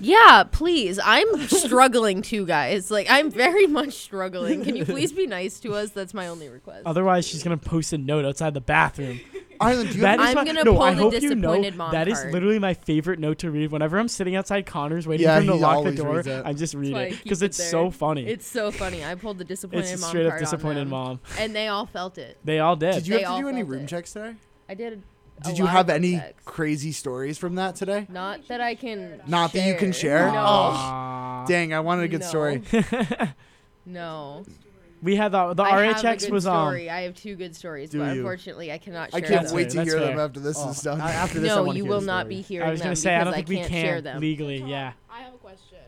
Speaker 12: yeah, please. I'm struggling too, guys. Like I'm very much struggling. Can you please be nice to us? That's my only request.
Speaker 1: Otherwise, she's gonna post a note outside
Speaker 9: [LAUGHS]
Speaker 1: the bathroom.
Speaker 9: Ireland, do you have
Speaker 1: That is
Speaker 12: I'm
Speaker 1: my,
Speaker 12: gonna
Speaker 1: no,
Speaker 12: pull
Speaker 1: I
Speaker 12: the
Speaker 1: hope you know
Speaker 12: disappointed mom
Speaker 1: that is
Speaker 12: card.
Speaker 1: literally my favorite note to read. Whenever I'm sitting outside Connor's waiting
Speaker 9: Yeah,
Speaker 1: for him to
Speaker 9: he
Speaker 1: lock the
Speaker 9: always
Speaker 1: door,
Speaker 9: reads that.
Speaker 1: I just read
Speaker 12: why I
Speaker 1: it
Speaker 12: keep
Speaker 1: because
Speaker 12: it
Speaker 1: it's so
Speaker 12: there.
Speaker 1: funny.
Speaker 12: It's so funny. I pulled the disappointed
Speaker 1: It's a
Speaker 12: mom
Speaker 1: straight up
Speaker 12: card on
Speaker 1: disappointed
Speaker 12: them,
Speaker 1: mom.
Speaker 12: and they all felt it.
Speaker 1: They all did.
Speaker 9: did you
Speaker 12: They
Speaker 9: have
Speaker 12: all
Speaker 9: to do any
Speaker 12: felt
Speaker 9: room
Speaker 12: it.
Speaker 9: checks today?
Speaker 12: I did. a
Speaker 9: Did you
Speaker 12: lot
Speaker 9: have
Speaker 12: of
Speaker 9: any
Speaker 12: sex.
Speaker 9: crazy stories from that today?
Speaker 12: Not that I can.
Speaker 9: Not that you can share?
Speaker 12: No.
Speaker 9: Oh. Dang, I wanted a good
Speaker 12: No.
Speaker 9: story.
Speaker 12: No.
Speaker 1: [LAUGHS] we had the the
Speaker 12: I have a
Speaker 1: RHX
Speaker 12: good
Speaker 1: was um, on.
Speaker 12: story. I have two good stories,
Speaker 2: Do
Speaker 12: but
Speaker 2: you?
Speaker 12: unfortunately, I cannot.
Speaker 9: I
Speaker 12: Share
Speaker 9: can't
Speaker 12: them.
Speaker 9: wait to
Speaker 1: That's
Speaker 9: hear them
Speaker 1: fair.
Speaker 9: after this
Speaker 2: Oh,
Speaker 9: is done.
Speaker 2: I- after this, I
Speaker 12: No,
Speaker 2: wanna
Speaker 12: you
Speaker 2: hear the
Speaker 12: will not
Speaker 2: story.
Speaker 12: be hearing
Speaker 1: I was
Speaker 12: them
Speaker 1: gonna say I
Speaker 12: because
Speaker 1: don't think we
Speaker 12: can't share
Speaker 1: can
Speaker 12: them.
Speaker 1: legally.
Speaker 11: Tom,
Speaker 1: Yeah.
Speaker 11: I have a question.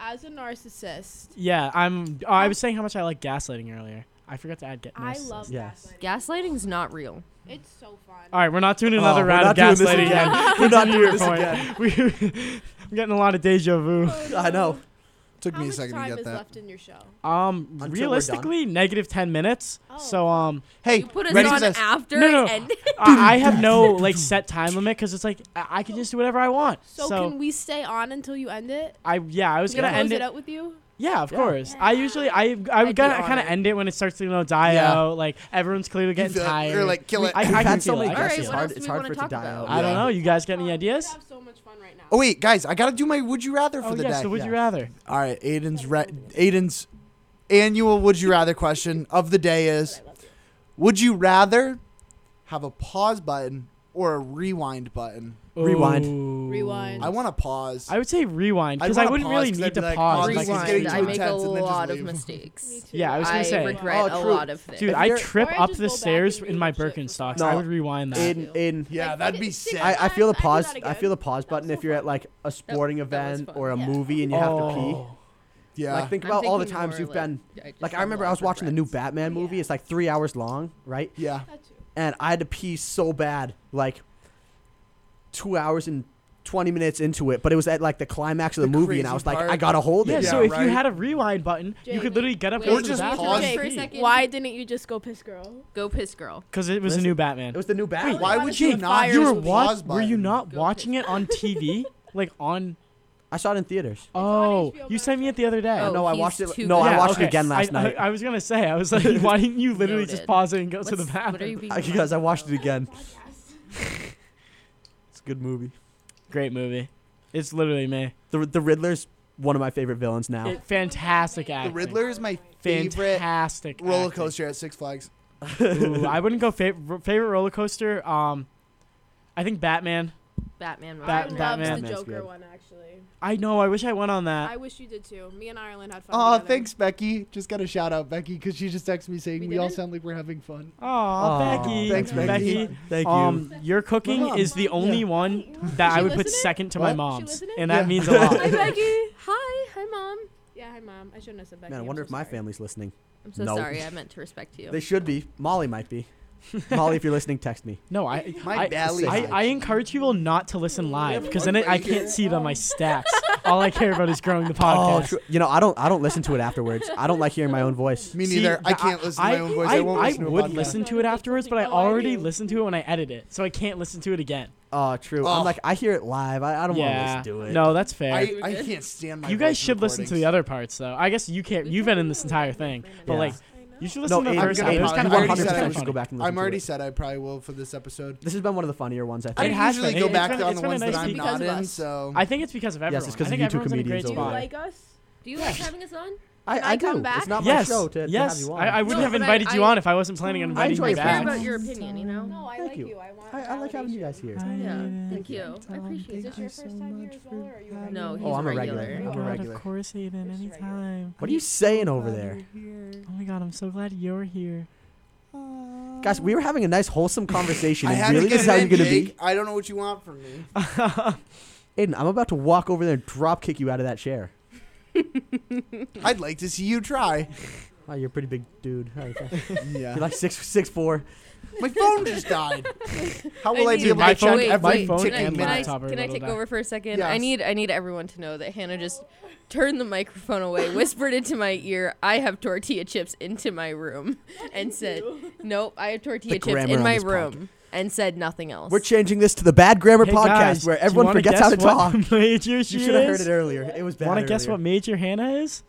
Speaker 11: As a narcissist,
Speaker 1: Yeah, I'm. Oh, I was saying how much I like gaslighting earlier. I forgot to add. Get
Speaker 11: I
Speaker 1: narcissist.
Speaker 11: love
Speaker 2: Yes.
Speaker 11: gaslighting.
Speaker 12: Gaslighting's not real.
Speaker 11: It's so fun.
Speaker 1: All right, we're not doing
Speaker 2: Oh,
Speaker 1: another
Speaker 2: we're
Speaker 1: round
Speaker 2: not
Speaker 1: of
Speaker 2: doing this
Speaker 1: gaslighting
Speaker 2: again.
Speaker 1: again.
Speaker 2: [LAUGHS] We're not
Speaker 1: Continue
Speaker 2: doing
Speaker 1: your
Speaker 2: this
Speaker 1: point. [LAUGHS]
Speaker 2: again.
Speaker 1: We- I'm getting a lot of deja vu.
Speaker 2: [LAUGHS] I know.
Speaker 9: Took
Speaker 11: How
Speaker 9: me a
Speaker 11: much
Speaker 9: second
Speaker 11: time
Speaker 9: to get
Speaker 11: is
Speaker 9: that.
Speaker 11: left in your show?
Speaker 1: Um,
Speaker 2: Until we're
Speaker 1: realistically, negative ten minutes.
Speaker 11: Oh.
Speaker 1: So um,
Speaker 9: Hey,
Speaker 12: You put us
Speaker 9: ready
Speaker 12: on
Speaker 9: for this?
Speaker 12: after
Speaker 1: No, no.
Speaker 12: and
Speaker 1: [LAUGHS]
Speaker 11: [LAUGHS]
Speaker 1: I, I have no like set time limit because it's like I, I can just do whatever I want.
Speaker 11: So,
Speaker 1: So,
Speaker 11: can we stay on until you end it?
Speaker 1: I yeah, I was
Speaker 11: Can
Speaker 1: gonna
Speaker 11: I
Speaker 1: end
Speaker 11: close
Speaker 1: it.
Speaker 11: it out with you?
Speaker 1: Yeah, of course. I usually I I would kind of kind of end it when it starts to you know die
Speaker 2: Yeah.
Speaker 1: out. Like everyone's clearly getting
Speaker 2: feel it.
Speaker 1: tired.
Speaker 2: You're like, kill it.
Speaker 1: I, I
Speaker 2: We've
Speaker 1: can
Speaker 2: had so
Speaker 1: feel
Speaker 2: many
Speaker 1: it. I
Speaker 2: guesses.
Speaker 1: can
Speaker 2: It's
Speaker 1: feel
Speaker 2: hard-
Speaker 1: it.
Speaker 2: it's hard for it to die out.
Speaker 1: I don't
Speaker 9: Yeah.
Speaker 1: know. You guys got any ideas?
Speaker 9: Oh wait, guys, I gotta do my would you rather for
Speaker 1: Oh,
Speaker 9: the
Speaker 1: yes,
Speaker 9: day.
Speaker 1: the would you Yeah. rather.
Speaker 9: All right, Aiden's ra- Aiden's annual would you rather question of the day is: Would you rather have a pause button or a rewind button?
Speaker 2: Rewind.
Speaker 11: Rewind.
Speaker 9: I want to pause.
Speaker 1: I would say rewind
Speaker 9: I'd
Speaker 1: because I
Speaker 9: wanna
Speaker 1: wouldn't
Speaker 9: pause
Speaker 1: really
Speaker 9: 'cause
Speaker 1: need
Speaker 9: I'd
Speaker 1: to
Speaker 9: be like,
Speaker 1: pause.
Speaker 9: oh,
Speaker 1: if
Speaker 9: this is
Speaker 1: can
Speaker 9: getting
Speaker 1: see
Speaker 9: too
Speaker 1: it.
Speaker 9: I make a intense and then just lot
Speaker 12: of
Speaker 9: leave.
Speaker 12: mistakes.
Speaker 1: Yeah, I was gonna
Speaker 12: I
Speaker 1: say.
Speaker 12: regret Oh, a true. lot of things.
Speaker 1: Dude,
Speaker 12: If
Speaker 1: I
Speaker 12: you're-
Speaker 1: trip
Speaker 12: Or I
Speaker 1: up
Speaker 12: just
Speaker 1: the
Speaker 12: go back
Speaker 1: stairs in my Birkenstocks. I would rewind that.
Speaker 2: In in
Speaker 9: yeah, that'd be sick.
Speaker 2: I, I feel the pause. I feel the pause button if you're at like a sporting event or a movie and you have to
Speaker 9: Oh.
Speaker 2: pee.
Speaker 9: Yeah.
Speaker 2: Like think
Speaker 9: I'm
Speaker 2: about all the
Speaker 9: thinking
Speaker 2: times
Speaker 9: more
Speaker 2: you've
Speaker 9: like,
Speaker 2: been.
Speaker 9: I just
Speaker 2: Like I
Speaker 9: have a
Speaker 2: remember
Speaker 9: lot
Speaker 2: I
Speaker 9: of
Speaker 2: was watching the new Batman movie. It's like three hours long, right?
Speaker 9: Yeah.
Speaker 2: And I had to pee so bad, like two hours and. 20 minutes into it, but it was at like the climax of the,
Speaker 1: The
Speaker 2: movie, and I
Speaker 1: crazy
Speaker 2: was like,
Speaker 1: part.
Speaker 2: I gotta hold
Speaker 1: Yeah,
Speaker 2: it.
Speaker 1: so if you had a rewind button, you could literally get up and go to the bathroom.
Speaker 11: Jake, Why didn't you just go piss girl?
Speaker 12: Go piss girl.
Speaker 1: Because it was a new Batman. It
Speaker 2: was the new Batman.
Speaker 9: Why would you not
Speaker 1: You
Speaker 9: use
Speaker 1: were
Speaker 9: the
Speaker 1: wa-
Speaker 9: pause
Speaker 1: Were you not watching it on [LAUGHS] TV? like on?
Speaker 2: I saw it in theaters.
Speaker 1: Oh, you sent me it the other day.
Speaker 2: Oh, No, I he's watched it- too no, I good. watched it
Speaker 1: okay.
Speaker 2: again last
Speaker 1: I- I-
Speaker 2: night.
Speaker 1: I, was gonna say, I
Speaker 2: [LAUGHS]
Speaker 1: was like, why didn't you literally just pause it and go to the bathroom?
Speaker 2: Because I watched it again. it's a good movie.
Speaker 1: Great movie. It's literally me.
Speaker 2: The the Riddler's one of my favorite villains now.
Speaker 1: It- fantastic
Speaker 9: The
Speaker 1: acting.
Speaker 9: Riddler is my favorite
Speaker 1: Fantastic
Speaker 9: roller
Speaker 1: acting.
Speaker 9: coaster at Six Flags.
Speaker 1: Ooh,
Speaker 2: [LAUGHS]
Speaker 1: I wouldn't go fav- favorite roller coaster. Um, I think Batman.
Speaker 12: Batman.
Speaker 1: Bat- Batman.
Speaker 11: the Joker one actually.
Speaker 1: I know. I wish I went on that.
Speaker 11: I wish you did too. Me and Ireland had fun.
Speaker 9: Oh,
Speaker 11: together.
Speaker 9: thanks, Becky. Just got a shout out, Becky, because she just texted me saying we, all
Speaker 11: didn't?
Speaker 9: sound like we're having fun.
Speaker 1: Oh, Becky.
Speaker 9: Thanks, Becky.
Speaker 2: Thank you.
Speaker 1: Um, your
Speaker 9: My
Speaker 1: cooking
Speaker 9: mom.
Speaker 1: is the only one that I would put second to my
Speaker 2: What?
Speaker 1: mom's,
Speaker 11: listening?
Speaker 1: and that
Speaker 2: Yeah. [LAUGHS]
Speaker 1: means a lot.
Speaker 11: [LAUGHS] Hi Becky. Hi. Hi mom. Yeah, hi mom. I shouldn't have said Becky.
Speaker 2: Man, I
Speaker 11: I'm
Speaker 2: wonder
Speaker 11: so
Speaker 2: if my
Speaker 11: sorry.
Speaker 2: family's listening.
Speaker 12: I'm so
Speaker 2: No.
Speaker 12: sorry. I meant to respect you.
Speaker 2: They should be. Molly might be. Molly, if you're listening, text me.
Speaker 1: No, I
Speaker 2: My
Speaker 1: I,
Speaker 2: belly
Speaker 1: I,
Speaker 2: hurts.
Speaker 1: I encourage people not to listen live because then it, I
Speaker 2: right
Speaker 1: can't
Speaker 2: here.
Speaker 1: see it on my stats. All I care about is growing the podcast.
Speaker 2: [LAUGHS] Oh, true. you know, I don't. I don't listen to it afterwards. I don't like hearing my own voice.
Speaker 9: [LAUGHS] Me
Speaker 1: See,
Speaker 9: neither. I
Speaker 1: th-
Speaker 9: can't listen to my own voice. I won't listen to a
Speaker 1: would
Speaker 9: podcast.
Speaker 1: listen to it afterwards, but I already listened to it when I edit it, so I can't listen to it again.
Speaker 2: Oh, true. I'm like, I hear it live. I, I don't
Speaker 1: yeah.
Speaker 2: want to listen to it.
Speaker 1: No, that's fair.
Speaker 9: I, I can't stand my
Speaker 1: you guys should listen to the other parts, though. I guess you can't. You've been in this entire thing, but
Speaker 2: Yeah.
Speaker 1: like, you should
Speaker 2: No,
Speaker 1: listen to
Speaker 2: it-
Speaker 1: the
Speaker 2: I'm
Speaker 1: first
Speaker 2: gonna
Speaker 1: episode. It was
Speaker 2: pause.
Speaker 1: kind
Speaker 2: I'm
Speaker 1: of funny.
Speaker 2: already said I should
Speaker 1: It
Speaker 2: go back and listen
Speaker 9: I'm
Speaker 2: to
Speaker 9: already
Speaker 2: it.
Speaker 9: said I probably will for this episode.
Speaker 2: This has been one of the funnier ones. I think.
Speaker 9: I
Speaker 1: has
Speaker 9: usually
Speaker 1: been.
Speaker 9: go
Speaker 1: It's
Speaker 9: back
Speaker 1: been-
Speaker 9: on
Speaker 1: it's
Speaker 9: the
Speaker 1: been a
Speaker 9: ones
Speaker 1: nice
Speaker 9: that I'm
Speaker 1: because
Speaker 9: not
Speaker 1: of
Speaker 9: in,
Speaker 1: us.
Speaker 9: so
Speaker 1: I think it's because of everyone.
Speaker 2: Yes, it's 'cause
Speaker 1: I think
Speaker 2: of you two
Speaker 1: everyone's in a
Speaker 2: comedians
Speaker 1: great
Speaker 11: Do you
Speaker 1: spot.
Speaker 11: like us?
Speaker 12: Do you like having us on?
Speaker 2: I,
Speaker 12: Can
Speaker 2: I,
Speaker 12: I
Speaker 2: do.
Speaker 12: come back?
Speaker 2: It's not
Speaker 1: yes,
Speaker 2: my show to, to
Speaker 1: yes.
Speaker 2: have you on.
Speaker 1: [LAUGHS] I, I wouldn't
Speaker 12: No,
Speaker 1: have
Speaker 12: but I-
Speaker 1: invited you
Speaker 12: I-
Speaker 1: on if I wasn't planning on inviting
Speaker 2: enjoy
Speaker 1: you
Speaker 2: your
Speaker 12: care
Speaker 1: back.
Speaker 12: about your opinion, you know?
Speaker 11: No, I
Speaker 2: Thank
Speaker 11: like
Speaker 2: you.
Speaker 11: you. I want.
Speaker 2: I, I like having you guys here.
Speaker 12: Yeah, thank you. I appreciate
Speaker 11: Is
Speaker 12: it.
Speaker 11: this your first time here as well, or are you? a
Speaker 12: No, he's
Speaker 2: Oh, I'm a
Speaker 12: regular.
Speaker 2: regular. I'm a
Speaker 1: God,
Speaker 2: regular.
Speaker 1: of course, Aiden, anytime.
Speaker 2: What are you saying over there?
Speaker 1: Oh my god, I'm so glad you're here.
Speaker 2: Guys, we were having a nice, wholesome conversation.
Speaker 9: [LAUGHS] I
Speaker 2: and
Speaker 9: had
Speaker 2: really,
Speaker 9: to get
Speaker 2: this is how
Speaker 9: it
Speaker 2: you're
Speaker 9: in,
Speaker 2: gonna
Speaker 9: Jake. I don't know what you want from [LAUGHS] me.
Speaker 2: be, Aiden. I'm about to walk over there and drop kick you out of that chair.
Speaker 9: [LAUGHS] I'd like to see
Speaker 2: [LAUGHS]
Speaker 9: you try.
Speaker 2: Wow, Oh, you're a pretty big dude.
Speaker 9: [LAUGHS] Yeah.
Speaker 2: You're like six six four.
Speaker 9: My phone just died. How will I,
Speaker 12: I
Speaker 9: be
Speaker 12: need-
Speaker 9: able
Speaker 1: my
Speaker 9: to check
Speaker 1: phone-
Speaker 9: every
Speaker 1: my phone
Speaker 9: ticking
Speaker 1: and
Speaker 12: Can I,
Speaker 9: minute?
Speaker 1: laptop are a
Speaker 12: can I
Speaker 1: little
Speaker 12: take
Speaker 1: down.
Speaker 12: over for a second? I
Speaker 9: Yes.
Speaker 12: need I need everyone to know that Hannah just turned the microphone away, whispered into my ear, "I have tortilla chips into my room," and said, "Nope, I have tortilla chips
Speaker 2: grammar
Speaker 12: in
Speaker 2: on
Speaker 12: my
Speaker 2: this
Speaker 12: room," and said nothing else.
Speaker 2: We're changing this to the Bad Grammar
Speaker 1: Hey,
Speaker 2: Podcast,
Speaker 1: guys,
Speaker 2: where
Speaker 1: do you
Speaker 2: everyone
Speaker 1: wanna
Speaker 2: forgets how to
Speaker 1: guess what
Speaker 2: talk.
Speaker 1: [LAUGHS] Major
Speaker 2: You
Speaker 1: she
Speaker 2: should have heard
Speaker 1: is?
Speaker 2: it earlier. It was bad.
Speaker 1: Want to guess what
Speaker 2: earlier.
Speaker 1: major Hannah is?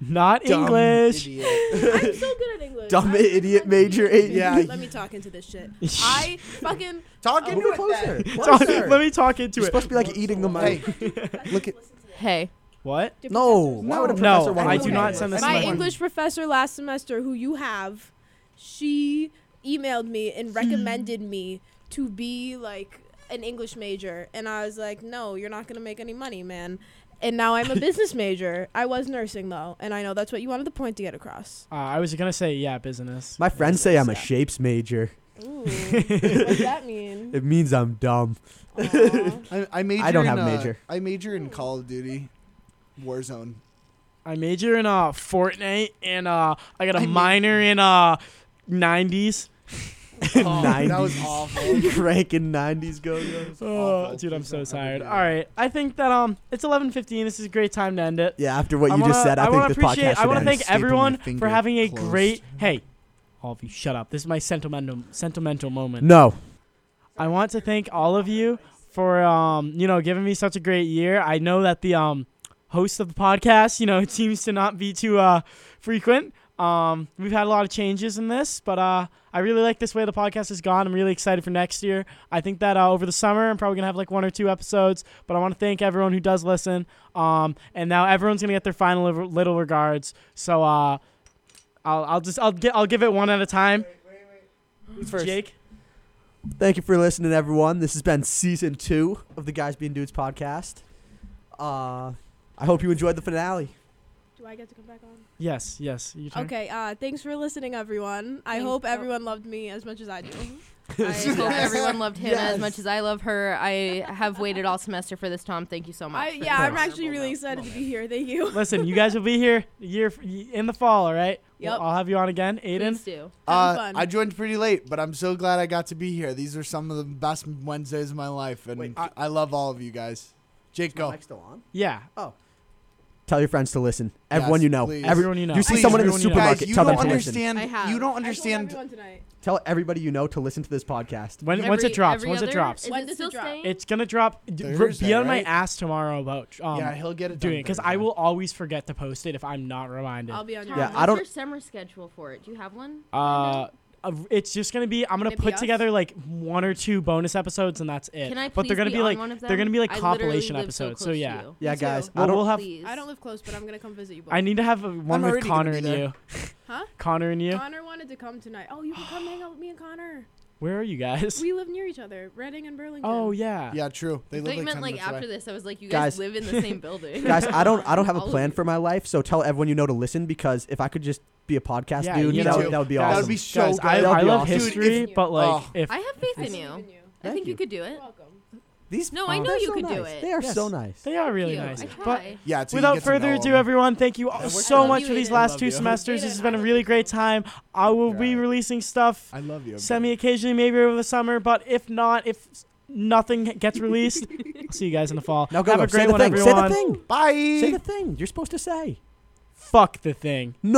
Speaker 1: Not
Speaker 9: Dumb
Speaker 1: English.
Speaker 9: idiot.
Speaker 11: I'm so
Speaker 2: [LAUGHS]
Speaker 11: good at English.
Speaker 2: Dumb
Speaker 11: I'm-
Speaker 2: idiot major Aiden.
Speaker 9: Yeah.
Speaker 11: Let me talk into this
Speaker 1: [LAUGHS]
Speaker 11: shit. I fucking
Speaker 9: Talk
Speaker 11: Oh,
Speaker 9: into it
Speaker 2: Closer.
Speaker 9: then.
Speaker 1: Talk-
Speaker 2: Closer.
Speaker 1: let me talk into
Speaker 2: You're
Speaker 1: it.
Speaker 2: supposed to be like eating the mic.
Speaker 9: [LAUGHS] Hey, look at
Speaker 12: hey,
Speaker 1: What?
Speaker 2: No. Why would a
Speaker 1: No,
Speaker 2: professor want
Speaker 1: I
Speaker 2: to
Speaker 1: do
Speaker 2: look
Speaker 1: not
Speaker 2: at
Speaker 1: send
Speaker 2: this?
Speaker 1: this-
Speaker 11: my
Speaker 1: my-
Speaker 11: English professor last semester, who you have, she emailed me
Speaker 1: Hmm.
Speaker 11: and recommended me to be like an English major, and I was like, no, you're not gonna make any money, man. And now
Speaker 1: [LAUGHS]
Speaker 11: I'm a business major. I was nursing though, and I know that's what you wanted the point to get across.
Speaker 1: Uh, I was gonna say yeah, business.
Speaker 2: My friends say I'm a shapes major.
Speaker 11: Ooh, what does that mean?
Speaker 2: [LAUGHS] It means I'm dumb.
Speaker 11: Aw.
Speaker 9: I, I major.
Speaker 2: don't
Speaker 9: in,
Speaker 2: have a
Speaker 9: uh,
Speaker 2: major.
Speaker 9: I major in Call of Duty, Warzone.
Speaker 1: I major in uh Fortnite and uh I got a
Speaker 9: I ma-
Speaker 1: minor in uh
Speaker 9: [LAUGHS]
Speaker 1: 90s.
Speaker 9: Oh, That was
Speaker 2: 90s.
Speaker 1: [LAUGHS]
Speaker 9: awful.
Speaker 2: Cranking 90s go-go's.
Speaker 1: Oh, dude, I'm so tired. All right, I think that um it's 11:15. This is a great time to end it.
Speaker 2: Yeah, after what
Speaker 1: I
Speaker 2: you just
Speaker 1: wanna-
Speaker 2: said, I,
Speaker 1: wanna
Speaker 2: think this podcast
Speaker 1: I
Speaker 2: should
Speaker 1: want to
Speaker 2: end.
Speaker 1: thank
Speaker 9: Staple my
Speaker 1: everyone for
Speaker 9: finger
Speaker 1: having a
Speaker 9: closed.
Speaker 1: great. Hey, all of you, shut up. This is my sentimental sentimental moment.
Speaker 2: No.
Speaker 1: I want to thank all of you for um, you know, giving me such a great year. I know that the um host of the podcast. You know, [LAUGHS] it seems to not be too uh, frequent. Um, we've had a lot of changes in this, but uh, I really like this way the podcast has gone. I'm really excited for next year. I think that uh, over the summer, I'm probably going to have like one or two episodes, but I want to thank everyone who does listen. Um, and now everyone's going to get their final little- little regards. So uh, I'll, I'll just I'll, gi- I'll give it one at a time.
Speaker 9: Who's first?
Speaker 1: Jake?
Speaker 2: Thank you for listening, everyone. This has been season two of the Guys Being Dudes podcast. Uh, I hope you enjoyed the finale.
Speaker 11: Do I get to come back on?
Speaker 1: Yes, yes. You turn.
Speaker 11: Okay, uh, thanks for listening, everyone. I hope everyone loved me as much
Speaker 1: [LAUGHS]
Speaker 11: as I do.
Speaker 12: I hope everyone loved Hannah
Speaker 11: Yes.
Speaker 12: as much as I love her. I have waited all semester for this, Tom. Thank you so much.
Speaker 11: I,
Speaker 12: for
Speaker 11: yeah,
Speaker 12: this
Speaker 11: I'm
Speaker 12: honorable
Speaker 11: actually really excited to be here. Thank you.
Speaker 1: Listen, you guys will be here a year f- in the fall, all right? We'll-
Speaker 11: Yep.
Speaker 1: I'll have you on again, Aiden.
Speaker 9: Uh, I joined pretty late, but I'm so glad I got to be here. These are some of the best Wednesdays of my life, and I, I love all of you guys. Jake, go.
Speaker 2: still on?
Speaker 1: Yeah.
Speaker 2: Oh. Tell your friends to listen.
Speaker 9: Yes,
Speaker 2: Everyone you know.
Speaker 9: please.
Speaker 2: Every- You see
Speaker 9: Please,
Speaker 2: someone in the
Speaker 9: everyone you know.
Speaker 2: supermarket.
Speaker 9: Guys, you
Speaker 2: tell them
Speaker 9: don't
Speaker 2: to
Speaker 9: understand.
Speaker 2: Listen.
Speaker 9: You don't understand.
Speaker 2: Tell everybody you know to listen to this podcast.
Speaker 1: When, once it drops, once it drops,
Speaker 11: When does it drop?
Speaker 1: it's gonna drop. d- r-
Speaker 2: Thursday,
Speaker 1: be on my
Speaker 2: right?
Speaker 1: ass tomorrow about. Um,
Speaker 9: Yeah, he'll get it
Speaker 1: doing
Speaker 9: done
Speaker 1: it because I will always forget to post it if I'm not reminded.
Speaker 12: I'll be on
Speaker 1: your.
Speaker 12: your
Speaker 1: Yeah,
Speaker 12: What's
Speaker 1: I
Speaker 12: your
Speaker 1: don't.
Speaker 12: summer schedule for it? Do you have one?
Speaker 1: Uh, uh, it's just gonna be. I'm gonna
Speaker 12: Can it be
Speaker 1: put
Speaker 12: us?
Speaker 1: together like one or two bonus episodes and that's it.
Speaker 12: Can I
Speaker 1: but they're
Speaker 12: please
Speaker 1: gonna
Speaker 12: be
Speaker 1: be
Speaker 12: on
Speaker 1: like
Speaker 12: one of
Speaker 1: they're gonna be like
Speaker 12: them? I literally
Speaker 1: compilation
Speaker 12: live so
Speaker 1: episodes. So
Speaker 12: close to
Speaker 1: yeah.
Speaker 12: you.
Speaker 2: Yeah, Me too. guys, I
Speaker 1: We'll,
Speaker 2: don't-
Speaker 1: we'll have.
Speaker 11: I don't live close, but I'm gonna come visit you. Both.
Speaker 1: I need to have a- one with
Speaker 11: already gonna
Speaker 1: Connor
Speaker 11: be
Speaker 1: and
Speaker 11: there.
Speaker 12: [LAUGHS]
Speaker 1: you.
Speaker 11: Huh?
Speaker 1: Connor and you.
Speaker 11: Connor wanted to come tonight. Oh, you can come hang out with me and Connor.
Speaker 1: Where are you
Speaker 12: [LAUGHS]
Speaker 1: guys?
Speaker 11: We live near each other, Reading and Burlington.
Speaker 1: Oh yeah.
Speaker 9: Yeah, true. They
Speaker 12: I thought you meant like after this. I was like, you guys,
Speaker 2: Guys-
Speaker 12: live
Speaker 2: [LAUGHS]
Speaker 12: in the same building.
Speaker 2: Guys, I don't. I don't have a
Speaker 12: All of
Speaker 2: plan
Speaker 12: you.
Speaker 2: for my life. So tell everyone you know to listen because if I could just be a podcast
Speaker 1: Yeah,
Speaker 2: dude,
Speaker 1: you
Speaker 2: that,
Speaker 1: too.
Speaker 2: would, that would be
Speaker 1: That
Speaker 2: awesome.
Speaker 1: would be so Guys, I- good. I
Speaker 2: That would be
Speaker 1: love
Speaker 2: awesome.
Speaker 1: history, Dude, if- but, like,
Speaker 2: Oh.
Speaker 1: if-
Speaker 12: I have faith in
Speaker 11: I
Speaker 12: you.
Speaker 11: you.
Speaker 12: I think you. could do it.
Speaker 2: These
Speaker 12: No,
Speaker 1: Oh,
Speaker 12: I know
Speaker 1: they're
Speaker 12: you
Speaker 1: so
Speaker 12: could do
Speaker 1: nice.
Speaker 12: it.
Speaker 2: They are so nice.
Speaker 1: They are really
Speaker 12: you.
Speaker 1: nice.
Speaker 12: I
Speaker 1: But
Speaker 12: try.
Speaker 9: Yeah, it's- you
Speaker 1: without
Speaker 9: get to
Speaker 1: further
Speaker 9: know
Speaker 1: ado,
Speaker 9: them.
Speaker 1: everyone, thank you all
Speaker 9: we're
Speaker 1: so
Speaker 9: gonna
Speaker 1: much
Speaker 9: love
Speaker 1: for
Speaker 9: you,
Speaker 1: these
Speaker 9: Aiden.
Speaker 1: last
Speaker 9: Love
Speaker 1: two
Speaker 9: you.
Speaker 1: semesters. This has been a really great time. I will be releasing stuff
Speaker 9: I love you.
Speaker 1: semi occasionally, maybe over the summer, but if not, if nothing
Speaker 2: [LAUGHS]
Speaker 1: gets released, I'll see you guys in the fall.
Speaker 2: Now go.
Speaker 1: Have
Speaker 2: go.
Speaker 1: a great
Speaker 2: say
Speaker 1: one,
Speaker 2: the thing.
Speaker 1: everyone.
Speaker 2: Say the thing.
Speaker 9: Bye.
Speaker 2: Say the thing. You're supposed to say.
Speaker 1: Fuck the thing.
Speaker 2: No.